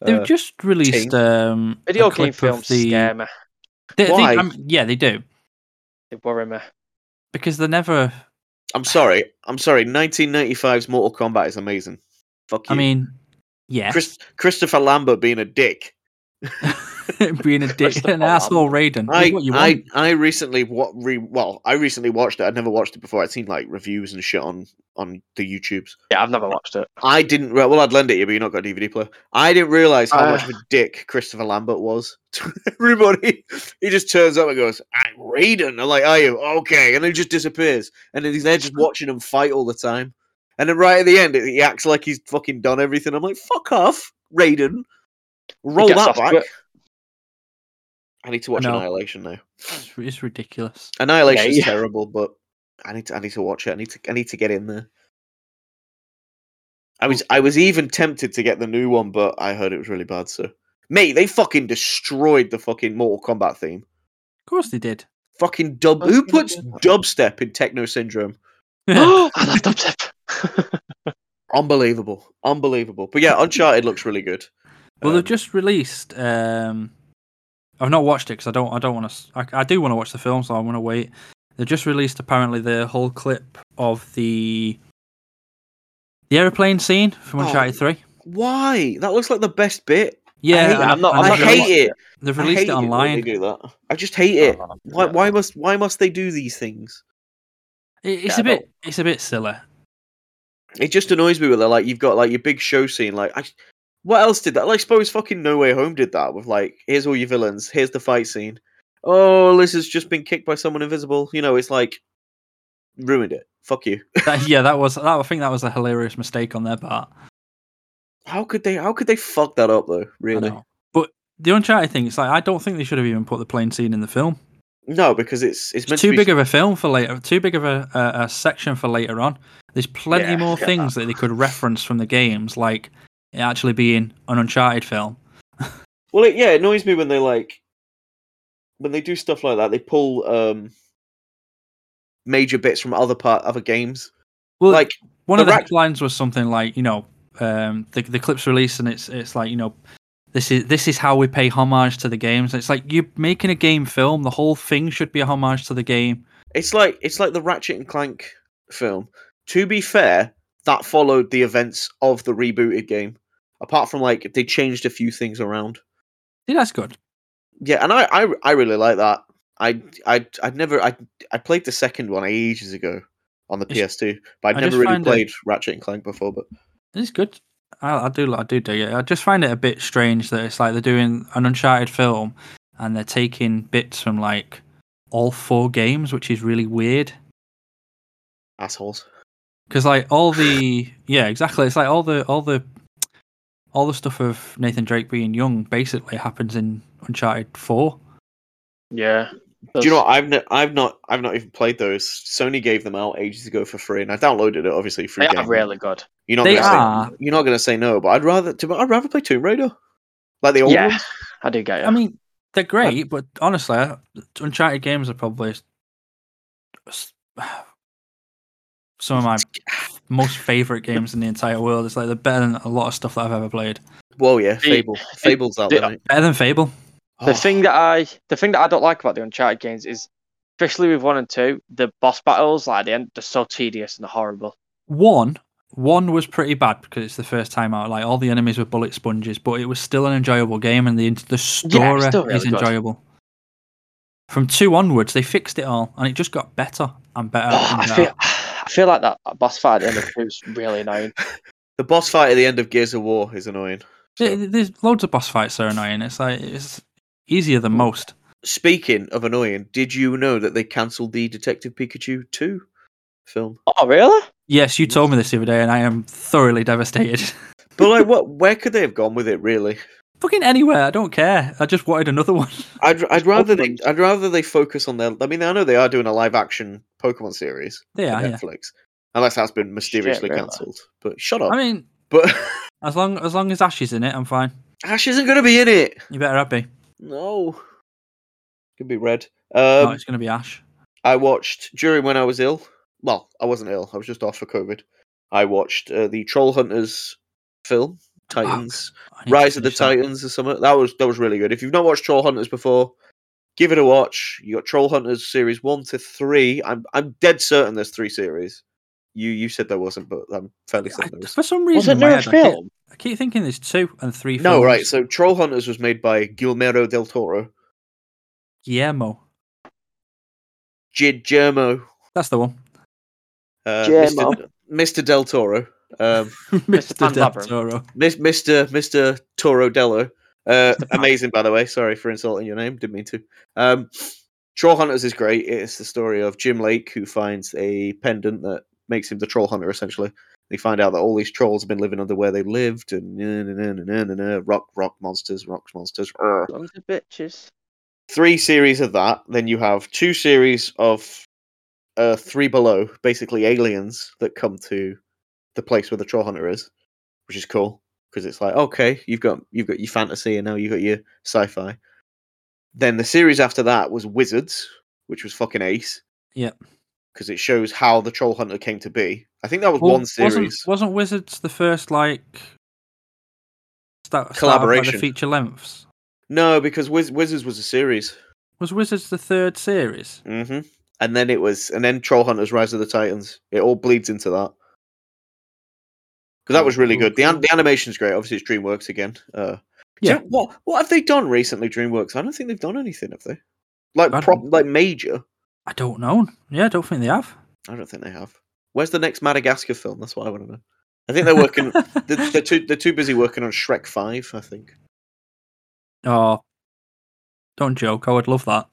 [SPEAKER 4] They've
[SPEAKER 3] uh,
[SPEAKER 4] just released um, a
[SPEAKER 5] Video game
[SPEAKER 4] clip of
[SPEAKER 5] films
[SPEAKER 4] the.
[SPEAKER 5] scare me.
[SPEAKER 4] They- they-
[SPEAKER 3] Why?
[SPEAKER 4] um, yeah, they do
[SPEAKER 5] They worry me.
[SPEAKER 4] because they're never.
[SPEAKER 3] I'm sorry. I'm sorry. 1995's Mortal Kombat is amazing. Fuck you.
[SPEAKER 4] I mean, yeah,
[SPEAKER 3] Chris, Christopher Lambert being a dick.
[SPEAKER 4] [LAUGHS] being a dick,
[SPEAKER 5] Christopher
[SPEAKER 4] an asshole, Raiden.
[SPEAKER 3] I,
[SPEAKER 4] is what you
[SPEAKER 3] I,
[SPEAKER 4] want.
[SPEAKER 3] I recently what re well I recently watched it. I'd never watched it before. I'd seen like reviews and shit on on the YouTubes.
[SPEAKER 5] Yeah, I've never watched it.
[SPEAKER 3] I didn't re- well I'd lend it to you, but you're not got a DVD player. I didn't realize how much of
[SPEAKER 5] Ah.
[SPEAKER 3] a dick Christopher Lambert was. to [LAUGHS] Everybody, he just turns up and goes, "I'm Raiden." I'm like, "Are you okay?" And he just disappears. And then he's there just watching him fight all the time. And then right at the end, he acts like he's fucking done everything. I'm like, "Fuck off, Raiden." Roll
[SPEAKER 5] gets
[SPEAKER 3] that
[SPEAKER 5] off to
[SPEAKER 3] back.
[SPEAKER 5] it.
[SPEAKER 3] I need to watch
[SPEAKER 4] No.
[SPEAKER 3] Annihilation now.
[SPEAKER 4] It's, it's ridiculous.
[SPEAKER 3] Annihilation's
[SPEAKER 5] yeah.
[SPEAKER 3] terrible, but I need to I need to watch it. I need to I need to get in there. I was I was even tempted to get the new one, but I heard it was really bad. So, mate, they fucking destroyed the fucking Mortal Kombat theme.
[SPEAKER 4] Of course, they did. [LAUGHS]
[SPEAKER 3] Fucking dub. Who puts dubstep in Techno Syndrome?
[SPEAKER 5] [GASPS] I left upset. [LAUGHS]
[SPEAKER 3] Unbelievable, unbelievable. But yeah,
[SPEAKER 5] [LAUGHS]
[SPEAKER 3] Uncharted looks really good.
[SPEAKER 4] Well,
[SPEAKER 3] Um,
[SPEAKER 4] they've just released. Um, I've not watched it because I don't. I don't want to. I, I do want to watch the film, so I want to wait. They've just released apparently the whole clip of the the airplane scene from
[SPEAKER 3] Oh.
[SPEAKER 4] Uncharted Three.
[SPEAKER 3] why? That looks like the best bit. I
[SPEAKER 4] Yeah,
[SPEAKER 3] hate it.
[SPEAKER 4] and-
[SPEAKER 5] I'm not-
[SPEAKER 4] and
[SPEAKER 3] I
[SPEAKER 5] I'm
[SPEAKER 4] they've
[SPEAKER 5] not-
[SPEAKER 4] released,
[SPEAKER 3] hate it.
[SPEAKER 4] they've
[SPEAKER 3] I
[SPEAKER 4] released
[SPEAKER 3] hate
[SPEAKER 4] it
[SPEAKER 3] when
[SPEAKER 4] online.
[SPEAKER 3] They do that. I just hate it. Why?
[SPEAKER 5] Oh, Yeah.
[SPEAKER 3] Why must? Why must they do these things?
[SPEAKER 4] It- it's
[SPEAKER 5] Yeah,
[SPEAKER 4] a
[SPEAKER 5] I don't-
[SPEAKER 4] bit. It's a bit silly.
[SPEAKER 3] It just annoys me with it. Like you've got like your big show scene. Like, I, what else did that? Like, suppose fucking No Way Home did that with like, here's all your villains. Here's the fight scene. Oh, Liz has just been kicked by someone invisible. You know, it's like ruined it. Fuck you.
[SPEAKER 4] That- yeah, that was. That, I think that was a hilarious mistake on their part.
[SPEAKER 3] How could they? How could they fuck that up though?
[SPEAKER 4] I
[SPEAKER 3] Really?
[SPEAKER 4] know. But the Uncharted thing, it's like I don't think they should have even put the plane scene in the film.
[SPEAKER 3] No, because it's it's meant
[SPEAKER 4] It's too
[SPEAKER 3] to be
[SPEAKER 4] big of a film for later. Too big of a, a, a section for later on. There's plenty
[SPEAKER 5] Yeah,
[SPEAKER 4] more
[SPEAKER 5] get
[SPEAKER 4] things that. they could reference from the games, like it actually being an Uncharted film.
[SPEAKER 3] Well, it, yeah, it annoys me when they like when they do stuff like that. They pull um major bits from other part other games.
[SPEAKER 4] Well,
[SPEAKER 3] like
[SPEAKER 4] one
[SPEAKER 3] the
[SPEAKER 4] of the
[SPEAKER 3] rac-
[SPEAKER 4] headlines was something like, you know, um, the the clips released, and it's it's like, you know, this is this is how we pay homage to the games. It's like you're making a game film. The whole thing should be a homage to the game.
[SPEAKER 3] It's like it's like the Ratchet and Clank film. To be fair, that followed the events of the rebooted game. Apart from like they changed a few things around.
[SPEAKER 4] Yeah, that's good.
[SPEAKER 3] Yeah, and I I, I really like that. I I I never I I played the second one ages ago on the
[SPEAKER 4] It's-
[SPEAKER 3] PS2, but I'd
[SPEAKER 4] I
[SPEAKER 3] never
[SPEAKER 4] just
[SPEAKER 3] really
[SPEAKER 4] find it-
[SPEAKER 3] played Ratchet and Clank before. But
[SPEAKER 4] It's good. I, I do I do dig it. I just find it a bit strange that it's like they're doing an Uncharted film and they're taking bits from like all four games, which is really weird.
[SPEAKER 3] assholes.
[SPEAKER 4] because like all the yeah exactly it's like all the all the all the stuff of Nathan Drake being young basically happens in Uncharted Four.
[SPEAKER 5] Yeah.
[SPEAKER 3] Do you know what? I've not, I've not, I've not even played those. Sony gave them out ages ago for free, and I downloaded it obviously free.
[SPEAKER 5] They
[SPEAKER 3] game.
[SPEAKER 5] are really good.
[SPEAKER 3] You're not
[SPEAKER 4] They
[SPEAKER 3] gonna
[SPEAKER 4] are.
[SPEAKER 3] Say, you're not gonna say no, but I'd rather. To, I'd rather play Tomb Raider, like the old
[SPEAKER 5] Yeah. Uh,
[SPEAKER 3] ones.
[SPEAKER 5] I do get it.
[SPEAKER 4] I mean, they're great, but honestly, I- Uncharted games are probably s- some of my most favorite games in the entire world. It's like they're better than a lot of stuff that I've ever played.
[SPEAKER 3] Well, yeah,
[SPEAKER 5] The-
[SPEAKER 3] Fable. Fable's out
[SPEAKER 5] the-
[SPEAKER 3] there. mate.
[SPEAKER 4] Better than Fable.
[SPEAKER 5] the
[SPEAKER 3] Oh,
[SPEAKER 5] thing that I the thing that I don't like about the Uncharted games is, especially with one and two, the boss battles like at the end they're so tedious and horrible.
[SPEAKER 4] One, one was pretty bad because it's the first time out. Like all the enemies were bullet sponges, but it was still an enjoyable game, and the the story
[SPEAKER 5] still
[SPEAKER 4] is
[SPEAKER 5] really good.
[SPEAKER 4] enjoyable. From two onwards, they fixed it all, and it just got better and better.
[SPEAKER 5] Oh,
[SPEAKER 4] and
[SPEAKER 5] [SIGHS] I
[SPEAKER 4] better.
[SPEAKER 5] feel I feel like that boss fight at the end of two is really annoying.
[SPEAKER 3] the boss fight at the end of Gears of War is annoying.
[SPEAKER 4] There- There's loads of boss fights that are annoying. It's like it's easier than most.
[SPEAKER 3] Speaking of annoying, did you know that they cancelled the Detective Pikachu two film?
[SPEAKER 5] Oh really?
[SPEAKER 4] Yes, you told me this the other day, and I am thoroughly devastated. [LAUGHS]
[SPEAKER 3] But like, what? Where could they have gone with it? Really?
[SPEAKER 4] Fucking anywhere, I don't care. I just wanted another one. [LAUGHS]
[SPEAKER 3] I'd, I'd rather they I'd rather they focus on their. I mean, I know they are doing a live action Pokemon series.
[SPEAKER 4] They
[SPEAKER 3] on
[SPEAKER 4] are, yeah.
[SPEAKER 3] Netflix, unless that's been mysteriously
[SPEAKER 5] really?
[SPEAKER 3] cancelled. But shut up.
[SPEAKER 4] I mean,
[SPEAKER 3] but [LAUGHS]
[SPEAKER 4] as long as long as Ash is in it, I'm fine.
[SPEAKER 3] Ash isn't going to be in it.
[SPEAKER 4] You better happy.
[SPEAKER 3] No. Could be red.
[SPEAKER 4] no,
[SPEAKER 3] Um,
[SPEAKER 4] Oh, it's gonna be Ash.
[SPEAKER 3] I watched during when I was ill. Well, I wasn't ill. I was just off for COVID. I watched uh, the Troll Hunters film, Titans,
[SPEAKER 4] Ah, I need to
[SPEAKER 3] Rise of the
[SPEAKER 4] finish that.
[SPEAKER 3] Titans, or something. That was that was really good. If you've not watched Troll Hunters before, give it a watch. You got Troll Hunters series one to three. I'm I'm dead certain there's three series. You you said there wasn't, but I'm fairly certain there
[SPEAKER 4] I,
[SPEAKER 3] was.
[SPEAKER 4] for some
[SPEAKER 5] Was
[SPEAKER 4] reason,
[SPEAKER 5] it
[SPEAKER 4] in my
[SPEAKER 5] no
[SPEAKER 4] head, I, keep,
[SPEAKER 5] film?
[SPEAKER 4] I keep thinking there's two and three.
[SPEAKER 3] No,
[SPEAKER 4] films.
[SPEAKER 3] right. So Troll Hunters was made by Guillermo del Toro.
[SPEAKER 4] Guillermo,
[SPEAKER 3] Jid Germo.
[SPEAKER 4] that's the one. [LAUGHS]
[SPEAKER 3] Uh,
[SPEAKER 5] Guillermo.
[SPEAKER 3] Mr. Mr. Del Toro. Um,
[SPEAKER 4] Mr.
[SPEAKER 5] Pan
[SPEAKER 4] Del
[SPEAKER 5] Labyrinth.
[SPEAKER 4] Toro.
[SPEAKER 3] Mis- Mr. Mr. Toro Dello. Uh,
[SPEAKER 5] Mr. Pan.
[SPEAKER 3] amazing, by the way. Sorry for insulting your name. Didn't mean to. Um, Troll Hunters is great. It's the story of Jim Lake who finds a pendant that makes him the Troll Hunter, essentially. They find out that all these trolls have been living under where they lived and na- na- na- na- na- na- na, rock, rock monsters, rock monsters. Urgh.
[SPEAKER 5] Sons of bitches.
[SPEAKER 3] three series of that. Then you have two series of uh, three below, basically aliens that come to the place where the troll hunter is, which is cool because it's like okay, you've got you've got your fantasy and now you've got your sci-fi. Then the series after that was Wizards, which was fucking ace.
[SPEAKER 4] Yep.
[SPEAKER 3] Because it shows how the troll hunter came to be. I think that was
[SPEAKER 4] Well,
[SPEAKER 3] one series.
[SPEAKER 4] Wasn't, wasn't Wizards the first like start, Start
[SPEAKER 3] Collaboration.
[SPEAKER 4] of, like, the feature lengths.
[SPEAKER 3] No, because Wiz- Wizards was a series.
[SPEAKER 4] Was Wizards the third series?
[SPEAKER 3] hmm And then it was, and then Troll Hunters: Rise of the Titans. It all bleeds into that because that was really
[SPEAKER 4] Cool,
[SPEAKER 3] good. The, an-
[SPEAKER 4] cool.
[SPEAKER 3] the animation's great. Obviously, it's DreamWorks again. Uh, do you
[SPEAKER 4] Yeah.
[SPEAKER 3] know- what What have they done recently? DreamWorks. I don't think they've done anything, have they? Like
[SPEAKER 4] I
[SPEAKER 3] prop,
[SPEAKER 4] don't-
[SPEAKER 3] like major.
[SPEAKER 4] I don't know. Yeah, I don't think they have.
[SPEAKER 3] I don't think they have. Where's the next Madagascar film? That's what I want to know. I think they're
[SPEAKER 4] [LAUGHS]
[SPEAKER 3] working. they're, they're too. They're too busy working on Shrek Five. I think.
[SPEAKER 4] Oh, don't joke. I would love that.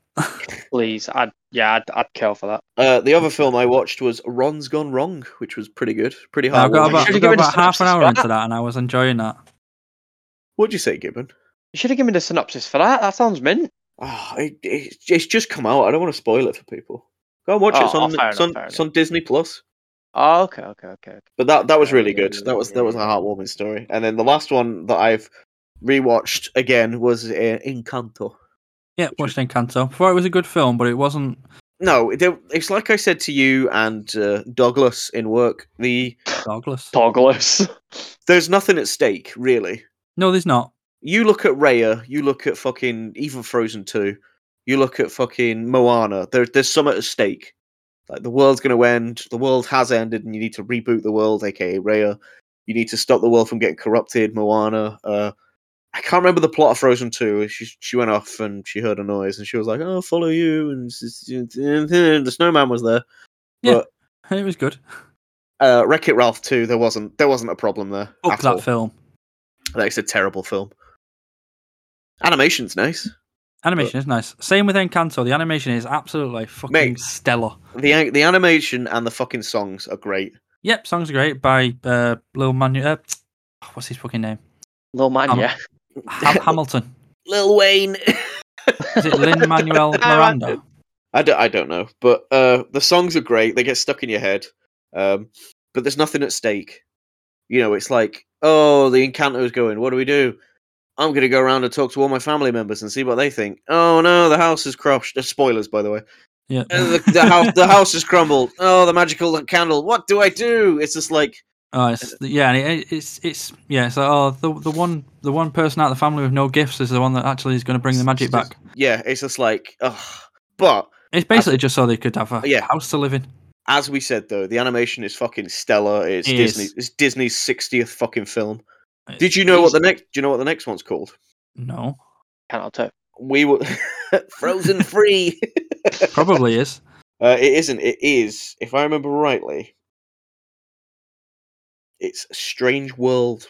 [SPEAKER 5] Please, I'd yeah, I'd, I'd kill for that.
[SPEAKER 3] Uh, the other film I watched was Ron's Gone Wrong, which was pretty good. Pretty hard.
[SPEAKER 4] I've got about,
[SPEAKER 5] should've
[SPEAKER 4] I've got
[SPEAKER 5] given a
[SPEAKER 4] about half an
[SPEAKER 5] synopsis
[SPEAKER 4] hour
[SPEAKER 5] for
[SPEAKER 4] into
[SPEAKER 5] that.
[SPEAKER 4] that, and I was enjoying that.
[SPEAKER 3] What'd you say, Gibbon?
[SPEAKER 5] You should have given me the synopsis for that. That sounds mint.
[SPEAKER 3] Oh, it, it, it's just come out. I don't want to spoil it for people. Go and watch it. It's
[SPEAKER 5] Oh,
[SPEAKER 3] on,
[SPEAKER 5] fair
[SPEAKER 3] it's
[SPEAKER 5] enough,
[SPEAKER 3] on,
[SPEAKER 5] fair
[SPEAKER 3] it's on Disney Plus.
[SPEAKER 5] Oh, okay, okay, okay. okay.
[SPEAKER 3] But that that was really
[SPEAKER 5] Yeah,
[SPEAKER 3] good.
[SPEAKER 5] yeah,
[SPEAKER 3] That was that was a
[SPEAKER 5] yeah.
[SPEAKER 3] heartwarming story. And then the last one that I've rewatched again was uh, Encanto.
[SPEAKER 4] Yeah, watched Encanto. Before it was a good film, but it wasn't.
[SPEAKER 3] No, it, it's like I said to you and uh, Douglas in work. The
[SPEAKER 4] Douglas.
[SPEAKER 5] Douglas.
[SPEAKER 3] there's nothing at stake really.
[SPEAKER 4] No, there's not.
[SPEAKER 3] You look at Raya. You look at fucking even Frozen Two. You look at fucking Moana. There, there's something at stake. Like the world's going to end. The world has ended, and you need to reboot the world, aka Raya. You need to stop the world from getting corrupted, Moana. Uh, I can't remember the plot of Frozen Two. She she went off and she heard a noise, and she was like, "Oh, follow you." And s- s- [LAUGHS] the snowman was there.
[SPEAKER 4] It was good.
[SPEAKER 3] Uh, Wreck It Ralph Two. There wasn't there wasn't a problem there.
[SPEAKER 4] Up
[SPEAKER 3] at
[SPEAKER 4] that
[SPEAKER 3] all.
[SPEAKER 4] film.
[SPEAKER 3] That's a terrible film. Animation's nice.
[SPEAKER 4] Animation is nice. Same with Encanto. The animation is absolutely fucking
[SPEAKER 3] Mate.
[SPEAKER 4] stellar.
[SPEAKER 3] The an- the animation and the fucking songs are great.
[SPEAKER 4] Yep, songs are great by uh, Lil Manu. Uh, what's his fucking name?
[SPEAKER 5] [LAUGHS] Little man,
[SPEAKER 4] Um,
[SPEAKER 5] yeah.
[SPEAKER 3] [LAUGHS]
[SPEAKER 4] Ham- Hamilton.
[SPEAKER 3] Lil Wayne.
[SPEAKER 4] Is it Lin
[SPEAKER 3] [LAUGHS]
[SPEAKER 4] Manuel Miranda?
[SPEAKER 3] I don't, I don't know, but uh, the songs are great. They get stuck in your head, um, but there's nothing at stake. You know, it's like, oh, the Encanto's going. What do we do? I'm going to go around and talk to all my family members and see what they think. Oh no, the house is crushed. Uh, spoilers, by the way.
[SPEAKER 4] Yeah.
[SPEAKER 3] Uh, the, the house, the house has crumbled. Oh, the magical candle. What do I do? It's just like,
[SPEAKER 4] [LAUGHS] Oh, it's, yeah, and it, it's it's yeah. So oh, the the one the one person out of the family with no gifts is the one that actually is going to bring the magic
[SPEAKER 3] It's just-
[SPEAKER 4] back.
[SPEAKER 3] yeah, it's just like, ugh. But
[SPEAKER 4] It's basically just so they could have a
[SPEAKER 3] Yeah.
[SPEAKER 4] house to live in.
[SPEAKER 3] as we said though, the animation is fucking stellar. It's
[SPEAKER 4] It
[SPEAKER 3] Disney.
[SPEAKER 4] is.
[SPEAKER 3] It's Disney's sixtieth fucking film.
[SPEAKER 4] It's
[SPEAKER 3] Did you know what the next? Do you know what the next one's called?
[SPEAKER 4] No,
[SPEAKER 5] Can't tell.
[SPEAKER 3] We were [LAUGHS] Frozen
[SPEAKER 4] [LAUGHS]
[SPEAKER 3] Free.
[SPEAKER 4] probably is.
[SPEAKER 3] Uh, it isn't. It is. If I remember rightly, it's Strange World.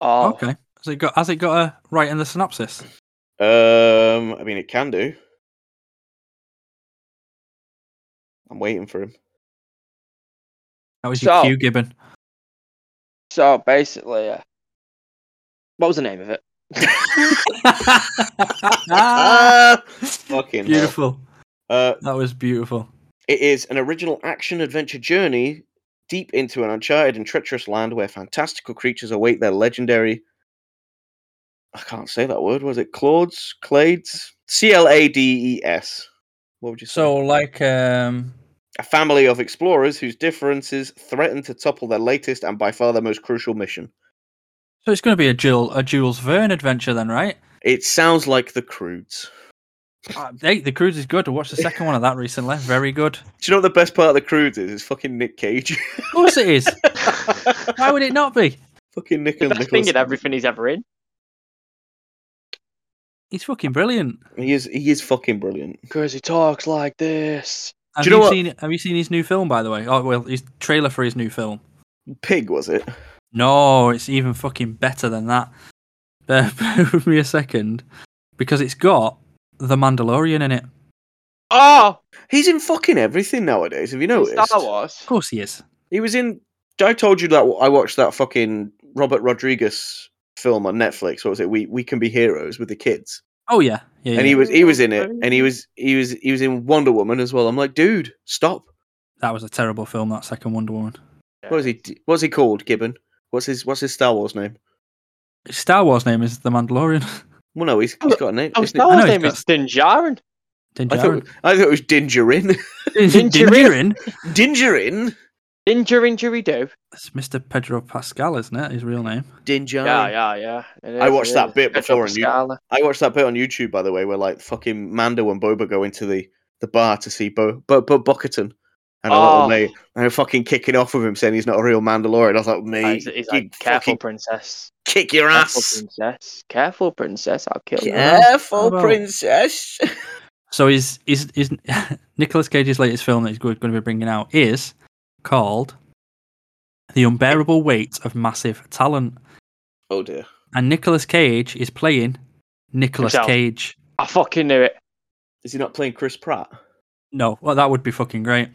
[SPEAKER 5] Oh,
[SPEAKER 4] Okay, has it got has it got a right in the synopsis?
[SPEAKER 3] Um, I mean, it can do. I'm waiting for him.
[SPEAKER 4] That was your
[SPEAKER 5] So-
[SPEAKER 3] [LAUGHS]
[SPEAKER 4] cue, Gibbon.
[SPEAKER 5] so basically, yeah. What was the name
[SPEAKER 3] [LAUGHS]
[SPEAKER 5] of it?
[SPEAKER 4] [LAUGHS]
[SPEAKER 3] Ah, fucking hell.
[SPEAKER 4] beautiful.
[SPEAKER 3] Uh,
[SPEAKER 4] That was beautiful.
[SPEAKER 3] It is an original action adventure journey deep into an uncharted and treacherous land where fantastical creatures await their legendary. I can't say that word. Was it Claudes? Clades? C L A D E S. What would you say?
[SPEAKER 4] So like um
[SPEAKER 3] a family of explorers whose differences threaten to topple their latest and by far their most crucial mission.
[SPEAKER 4] so it's going to be a Jill a Jules Verne adventure then, right?
[SPEAKER 3] It sounds like the Crudes.
[SPEAKER 4] Uh, Hey, the cruise is good. I watched the second one of that recently. Very good.
[SPEAKER 3] Do you know what the best part of the Crudes is? It's fucking Nick Cage. [LAUGHS]
[SPEAKER 4] Of course it is. Why would it not be?
[SPEAKER 3] fucking Nick
[SPEAKER 5] The
[SPEAKER 3] and
[SPEAKER 5] best thing in
[SPEAKER 3] Nicholas.
[SPEAKER 5] everything he's ever in.
[SPEAKER 4] He's fucking brilliant.
[SPEAKER 3] He is he is fucking brilliant.
[SPEAKER 5] Because he talks like this.
[SPEAKER 4] Have
[SPEAKER 3] Do you know what-
[SPEAKER 4] seen Have you seen his new film, by the way? Oh well, his trailer for his new film.
[SPEAKER 3] Pig was it?
[SPEAKER 4] No, it's even fucking better than that. Bear [LAUGHS] bear with me a second, because it's got the Mandalorian in it.
[SPEAKER 5] Oh,
[SPEAKER 3] He's in fucking everything nowadays. Have you noticed?
[SPEAKER 5] Star Wars.
[SPEAKER 4] Of course he is.
[SPEAKER 3] He was in. I told you that I watched that fucking Robert Rodriguez film on Netflix. What was it? We we can be heroes with the kids,
[SPEAKER 4] Oh yeah, yeah. yeah.
[SPEAKER 3] and he was he was in it, and he was he was he was in Wonder Woman as well. I'm like, dude, stop.
[SPEAKER 4] that was a terrible film. That second Wonder Woman.
[SPEAKER 3] What is he? What's he called? Gibbon. What's his What's his Star Wars name?
[SPEAKER 4] His Star Wars name is the Mandalorian. [LAUGHS]
[SPEAKER 3] Well, no, he's, he's got a name.
[SPEAKER 5] Oh,
[SPEAKER 3] isn't he?
[SPEAKER 5] Star
[SPEAKER 4] I
[SPEAKER 5] Wars
[SPEAKER 4] know
[SPEAKER 5] name
[SPEAKER 4] he's
[SPEAKER 5] is Din Djarin.
[SPEAKER 4] Din
[SPEAKER 3] I
[SPEAKER 4] Djarin.
[SPEAKER 3] thought I thought it was Dingerin. [LAUGHS]
[SPEAKER 4] Din
[SPEAKER 5] Dingerin.
[SPEAKER 4] Djarin.
[SPEAKER 3] Dingerin.
[SPEAKER 5] Din Djarin Djiri Do.
[SPEAKER 4] It's Mr. Pedro Pascal, isn't it? His real name.
[SPEAKER 3] Dingerin.
[SPEAKER 5] Yeah, yeah, yeah. It
[SPEAKER 3] I
[SPEAKER 5] is,
[SPEAKER 3] watched
[SPEAKER 5] it
[SPEAKER 3] that
[SPEAKER 5] is.
[SPEAKER 3] bit
[SPEAKER 5] Pedro
[SPEAKER 3] before and you-
[SPEAKER 5] Pascal.
[SPEAKER 3] I watched that bit on YouTube, by the way, where like fucking Mando and Boba go into the, the bar to see Bo Bo, Bo Bucketon and a
[SPEAKER 5] Oh.
[SPEAKER 3] little mate, and they're fucking kicking off with him saying he's not a real Mandalorian. I was like, mate,
[SPEAKER 5] He's, he's like,
[SPEAKER 3] you
[SPEAKER 5] careful,
[SPEAKER 3] fucking
[SPEAKER 5] princess.
[SPEAKER 3] kick your
[SPEAKER 5] Careful,
[SPEAKER 3] ass,
[SPEAKER 5] princess. Careful, princess. I'll kill you.
[SPEAKER 3] careful,
[SPEAKER 4] How about-
[SPEAKER 3] princess.
[SPEAKER 4] So is is is [LAUGHS] Nicolas Cage's latest film that he's going to be bringing out is called The Unbearable Weight of Massive Talent,
[SPEAKER 3] oh dear,
[SPEAKER 4] and Nicolas Cage is playing Nicolas
[SPEAKER 5] Himself.
[SPEAKER 4] Cage.
[SPEAKER 5] I fucking knew it.
[SPEAKER 3] is he not playing Chris Pratt?
[SPEAKER 4] No, well that would be fucking great.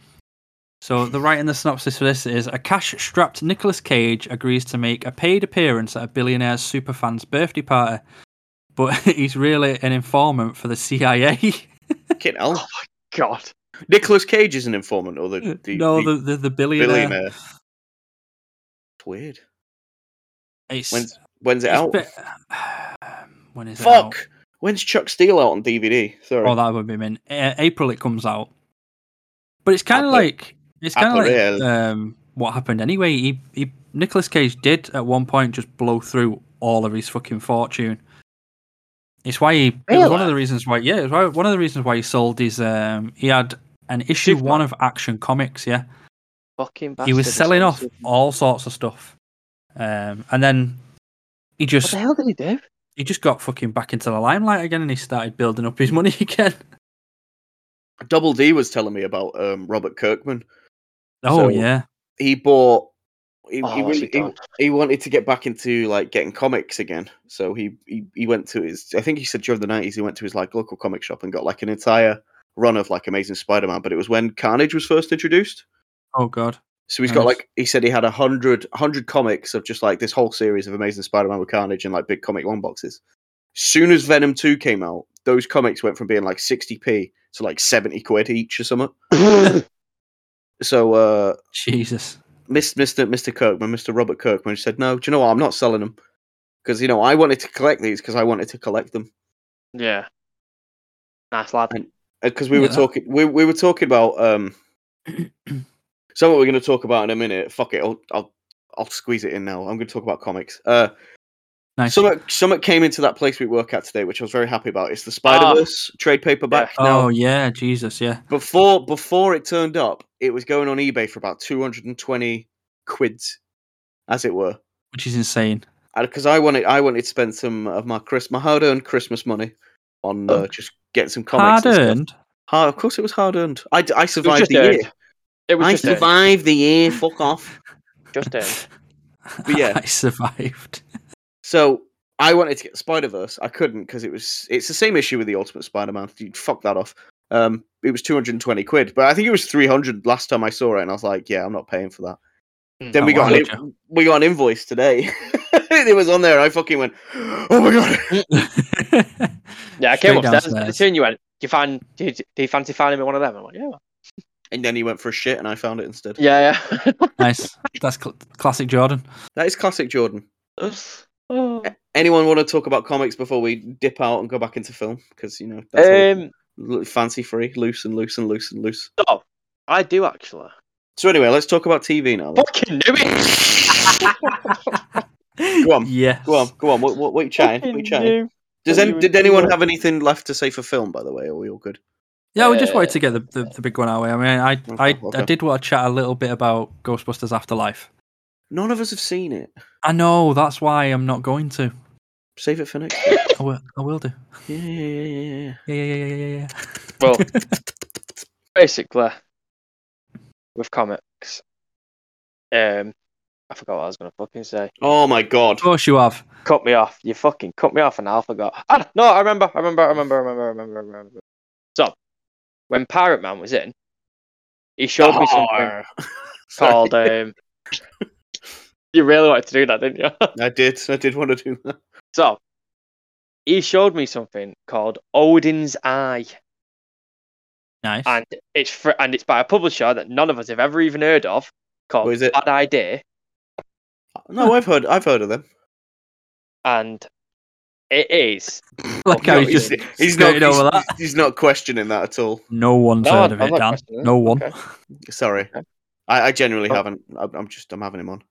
[SPEAKER 4] So the right in the synopsis for this is a cash-strapped Nicolas Cage agrees to make a paid appearance at a billionaire's superfan's birthday party, but [LAUGHS] he's really an informant for the CIA.
[SPEAKER 3] Fucking
[SPEAKER 5] [LAUGHS]
[SPEAKER 3] hell.
[SPEAKER 5] God.
[SPEAKER 3] Nicholas Cage is an informant, or the, the
[SPEAKER 4] [LAUGHS] no,
[SPEAKER 3] Uh, the,
[SPEAKER 4] the the, the billionaire.
[SPEAKER 3] billionaire. It's weird.
[SPEAKER 4] It's-
[SPEAKER 3] When's when's it
[SPEAKER 4] It's
[SPEAKER 3] out?
[SPEAKER 4] bit- [SIGHS] when is it? out?
[SPEAKER 3] Fuck. When's Chuck Steele out on DVD? Sorry,
[SPEAKER 4] Oh, that would have been uh, April. It comes out, but it's kind of
[SPEAKER 3] Apple-
[SPEAKER 4] like it's kind of
[SPEAKER 3] Apparel.
[SPEAKER 4] like um, what happened anyway. He, he Nicholas Cage did at one point just blow through all of his fucking fortune. It's why he it was one of
[SPEAKER 3] Really?
[SPEAKER 4] the reasons why yeah, it was why, one of the reasons why he sold his um he had an issue
[SPEAKER 5] Superman.
[SPEAKER 4] one of Action Comics, yeah.
[SPEAKER 5] Fucking
[SPEAKER 4] He was
[SPEAKER 5] bastard.
[SPEAKER 4] selling off all sorts of stuff. Um and then he
[SPEAKER 5] What
[SPEAKER 4] just
[SPEAKER 5] the hell did he do?
[SPEAKER 4] he just got fucking back into the limelight again and he started building up his money [LAUGHS] again.
[SPEAKER 3] Double D was telling me about um, Robert Kirkman.
[SPEAKER 4] Oh
[SPEAKER 3] So-
[SPEAKER 4] yeah.
[SPEAKER 3] he bought he,
[SPEAKER 5] Oh,
[SPEAKER 3] he,
[SPEAKER 5] what's
[SPEAKER 3] really,
[SPEAKER 5] he
[SPEAKER 3] he,
[SPEAKER 5] done?
[SPEAKER 3] he wanted to get back into like getting comics again so he, he he went to his i think he said during the 90s he went to his like local comic shop and got like an entire run of like amazing spider-man but it was when carnage was first introduced
[SPEAKER 4] Oh god.
[SPEAKER 3] So he's got
[SPEAKER 4] Nice.
[SPEAKER 3] like he said he had a hundred hundred comics of just like this whole series of Amazing Spider-Man with Carnage and like big comic long boxes. Soon as Venom Two came out, those comics went from being like sixty p to like seventy quid each or something. So uh,
[SPEAKER 4] Jesus.
[SPEAKER 3] Mis- Mr. Mr. Kirkman, Mr. Robert Kirkman said, "No, do you know what? I'm not selling them because you know I wanted to collect these because I wanted to collect them."
[SPEAKER 5] yeah. Nice lad.
[SPEAKER 3] because Uh, we
[SPEAKER 4] Yeah,
[SPEAKER 3] were
[SPEAKER 4] that-
[SPEAKER 3] talking we, we were talking about
[SPEAKER 4] [CLEARS THROAT]
[SPEAKER 3] um something we're going to talk about in a minute fuck it I'll, I'll i'll squeeze it in now i'm going to talk about comics uh
[SPEAKER 4] Nice.
[SPEAKER 3] something something came into that place we work at today which i was very happy about it's the spider-verse trade paperback
[SPEAKER 4] oh
[SPEAKER 3] now
[SPEAKER 4] Ah. yeah, Jesus, yeah.
[SPEAKER 3] before before it turned up it was going on ebay for about 220 quids as it were
[SPEAKER 4] Which is insane.
[SPEAKER 3] because i wanted i wanted to spend some of my chris my hard-earned christmas money on uh,
[SPEAKER 4] Oh.
[SPEAKER 3] just getting some comics
[SPEAKER 4] Hard
[SPEAKER 3] and stuff.
[SPEAKER 4] earned.
[SPEAKER 3] Hard- of course it was hard earned i, d- I
[SPEAKER 5] It was
[SPEAKER 3] survived
[SPEAKER 5] just
[SPEAKER 3] the year
[SPEAKER 5] earned. It was
[SPEAKER 3] I
[SPEAKER 5] just earned.
[SPEAKER 3] survived the year. Fuck off.
[SPEAKER 5] Just
[SPEAKER 4] [LAUGHS]
[SPEAKER 5] earned.
[SPEAKER 3] But yeah.
[SPEAKER 4] I
[SPEAKER 3] [LAUGHS]
[SPEAKER 4] survived.
[SPEAKER 3] So I wanted to get Spider Verse. I couldn't because it was. It's the same issue with the Ultimate Spider Man. You fuck that off. Um, it was two hundred and twenty quid, but I think it was three hundred last time I saw it, and I was like, yeah, I'm not paying for that.
[SPEAKER 5] Mm.
[SPEAKER 3] Then we
[SPEAKER 4] Oh,
[SPEAKER 3] got
[SPEAKER 4] wow.
[SPEAKER 3] an, in- we got an invoice today. [LAUGHS] it was on there. And I fucking went, oh my god.
[SPEAKER 5] Yeah, I came
[SPEAKER 4] Straight
[SPEAKER 5] upstairs
[SPEAKER 4] downstairs.
[SPEAKER 5] and soon you went, do you, fan, do, you, do you fancy finding me one of them? I'm like, yeah. man."
[SPEAKER 3] And then he went for a shit, and I found it instead.
[SPEAKER 5] Yeah, [LAUGHS]
[SPEAKER 4] nice. That's cl- classic Jordan.
[SPEAKER 3] That is classic Jordan.
[SPEAKER 5] yeah. oh.
[SPEAKER 3] Anyone want to talk about comics before we dip out and go back into film? Because you know, that's all
[SPEAKER 5] Um,
[SPEAKER 3] l- fancy free, loose and loose and loose and loose.
[SPEAKER 5] so, I do actually.
[SPEAKER 3] So anyway, let's talk about TV now. then.
[SPEAKER 5] Fucking knew
[SPEAKER 3] [LAUGHS]
[SPEAKER 5] it!
[SPEAKER 3] Go on.
[SPEAKER 4] [LAUGHS] Yes.
[SPEAKER 3] Go on, go on. What, what, what are you chatting? What are you
[SPEAKER 5] Fucking
[SPEAKER 3] chatting?
[SPEAKER 5] knew.
[SPEAKER 3] Does
[SPEAKER 5] what
[SPEAKER 3] any,
[SPEAKER 5] you
[SPEAKER 3] did
[SPEAKER 5] were
[SPEAKER 3] anyone
[SPEAKER 5] doing.
[SPEAKER 3] have anything left to say for film? By the way, are we all good?
[SPEAKER 4] Yeah, we just wanted
[SPEAKER 5] Uh,
[SPEAKER 4] to get the, the, the big one out of the way. I mean, I, I,
[SPEAKER 3] Okay,
[SPEAKER 4] I
[SPEAKER 3] okay.
[SPEAKER 4] did want to chat a little bit about Ghostbusters Afterlife.
[SPEAKER 3] None of us have seen it.
[SPEAKER 4] I know, that's why I'm not going to.
[SPEAKER 3] Save it for next. week.
[SPEAKER 4] I will, I will do.
[SPEAKER 3] yeah, yeah, yeah, yeah, yeah.
[SPEAKER 4] Yeah, yeah, yeah, yeah, yeah, yeah.
[SPEAKER 5] Well,
[SPEAKER 4] [LAUGHS]
[SPEAKER 5] basically, with comics, um, I forgot what I was going to fucking say.
[SPEAKER 3] Oh my god!
[SPEAKER 4] Of course you have.
[SPEAKER 5] Cut me off. You fucking cut me off and I forgot. Ah, no, I remember, I remember, I remember, I remember, I remember, I remember. So, when Pirate Man was in, he showed me something
[SPEAKER 3] Arr. Oh, [LAUGHS] Sorry.
[SPEAKER 5] called.
[SPEAKER 3] [LAUGHS]
[SPEAKER 5] Um, you really wanted to do that, didn't you? [LAUGHS]
[SPEAKER 3] I did. I did want to do that.
[SPEAKER 5] So he showed me something called Odin's Eye,
[SPEAKER 4] [LAUGHS] Nice.
[SPEAKER 5] and it's fr- and it's by a publisher that none of us have ever even heard of called
[SPEAKER 3] What is it?
[SPEAKER 5] Bad Idea,
[SPEAKER 3] No, I've heard. I've heard of them.
[SPEAKER 5] and it is.
[SPEAKER 4] like how
[SPEAKER 3] No, he's,
[SPEAKER 4] he's just
[SPEAKER 3] he's not.
[SPEAKER 4] skirted
[SPEAKER 3] He's,
[SPEAKER 4] over that.
[SPEAKER 3] he's- he's not questioning that at all.
[SPEAKER 4] No one's
[SPEAKER 5] No,
[SPEAKER 4] heard of
[SPEAKER 5] I'm
[SPEAKER 4] it,
[SPEAKER 5] not
[SPEAKER 4] Dan.
[SPEAKER 5] questioning it.
[SPEAKER 4] No one.
[SPEAKER 5] Okay.
[SPEAKER 3] Sorry,
[SPEAKER 5] Okay.
[SPEAKER 3] I, I genuinely
[SPEAKER 5] Oh.
[SPEAKER 3] haven't. I'm, I'm just. I'm having him on.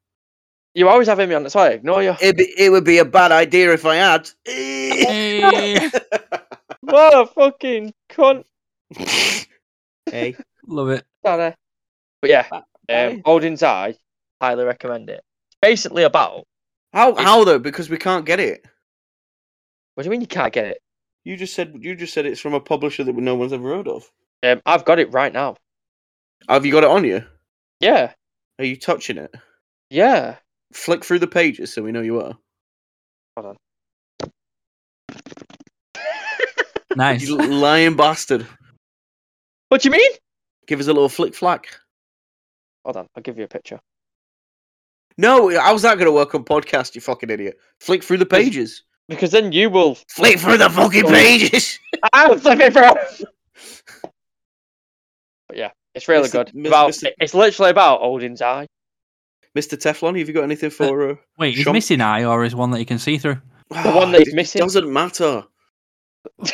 [SPEAKER 5] You always have him on. That's why I ignore you.
[SPEAKER 3] It, it would be a bad idea if I had.
[SPEAKER 4] Hey.
[SPEAKER 5] What a fucking cunt,
[SPEAKER 3] hey.
[SPEAKER 4] Love it.
[SPEAKER 5] Tanner. But yeah,
[SPEAKER 3] Aye.
[SPEAKER 5] um, Odin's Eye. Highly recommend it. It's basically about.
[SPEAKER 3] [LAUGHS] How
[SPEAKER 5] It's-
[SPEAKER 3] how though? Because we can't get it.
[SPEAKER 5] What do you mean you can't get it?
[SPEAKER 3] You just said you just said it's from a publisher that no one's ever heard of.
[SPEAKER 5] Um, I've got it right now.
[SPEAKER 3] Have you got it on you?
[SPEAKER 5] Yeah,
[SPEAKER 3] Are you touching it?
[SPEAKER 5] yeah.
[SPEAKER 3] Flick through the pages so we know you are.
[SPEAKER 4] Nice.
[SPEAKER 3] You lying bastard.
[SPEAKER 5] What do you mean?
[SPEAKER 3] Give us a little flick flack.
[SPEAKER 5] Hold on, I'll give you a picture.
[SPEAKER 3] No, how's that gonna work on podcast, you fucking idiot? Flick through the pages.
[SPEAKER 5] Because then you [LAUGHS] will
[SPEAKER 3] Flick through the fucking
[SPEAKER 5] Oh.
[SPEAKER 3] pages.
[SPEAKER 5] Ah, I'm flipping bro. but yeah, it's really
[SPEAKER 3] Mr.
[SPEAKER 5] good.
[SPEAKER 3] Mr.
[SPEAKER 5] About,
[SPEAKER 3] Mr.
[SPEAKER 5] It's literally about Odin's eye.
[SPEAKER 3] Mr. Teflon, have you got anything [SIGHS] for uh,
[SPEAKER 4] Wait, is
[SPEAKER 3] Shunk.
[SPEAKER 4] missing eye or is one that he can see through?
[SPEAKER 5] the one that he's missing.
[SPEAKER 3] It doesn't matter.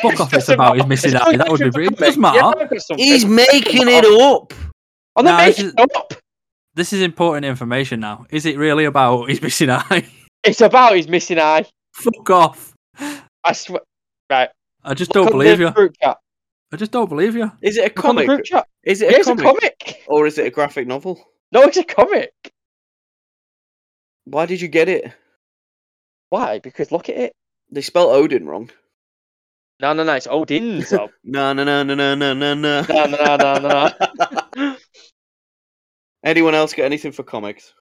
[SPEAKER 4] Fuck off, it's about his
[SPEAKER 5] [LAUGHS]
[SPEAKER 4] missing eye. That would be brilliant. It doesn't matter.
[SPEAKER 3] [LAUGHS] He's making it up.
[SPEAKER 5] I'm not
[SPEAKER 4] Nah, this
[SPEAKER 5] Oh, making
[SPEAKER 4] is-
[SPEAKER 5] it up.
[SPEAKER 4] This is important information now. Is it really about his missing [LAUGHS] eye?
[SPEAKER 5] It's about his missing eye.
[SPEAKER 4] Fuck off.
[SPEAKER 5] I swear. Right.
[SPEAKER 4] I just
[SPEAKER 5] look
[SPEAKER 4] don't
[SPEAKER 5] on
[SPEAKER 4] believe
[SPEAKER 5] the
[SPEAKER 4] you.
[SPEAKER 5] Group chat.
[SPEAKER 4] I just don't believe you.
[SPEAKER 3] Is it a
[SPEAKER 5] Look on the
[SPEAKER 3] comic?
[SPEAKER 5] group chat.
[SPEAKER 3] Is it a
[SPEAKER 5] It's
[SPEAKER 3] comic?
[SPEAKER 5] a comic.
[SPEAKER 3] Or is it a graphic novel?
[SPEAKER 5] No, it's a comic.
[SPEAKER 3] Why did you get it?
[SPEAKER 5] Why? Because look at it.
[SPEAKER 3] They spell Odin wrong.
[SPEAKER 5] No, no, no. It's [LAUGHS] Odin's. up.
[SPEAKER 3] No, no, no, no, no, no, no, no.
[SPEAKER 5] No, no, no, no, no, no.
[SPEAKER 3] [LAUGHS] Anyone else got anything for comics?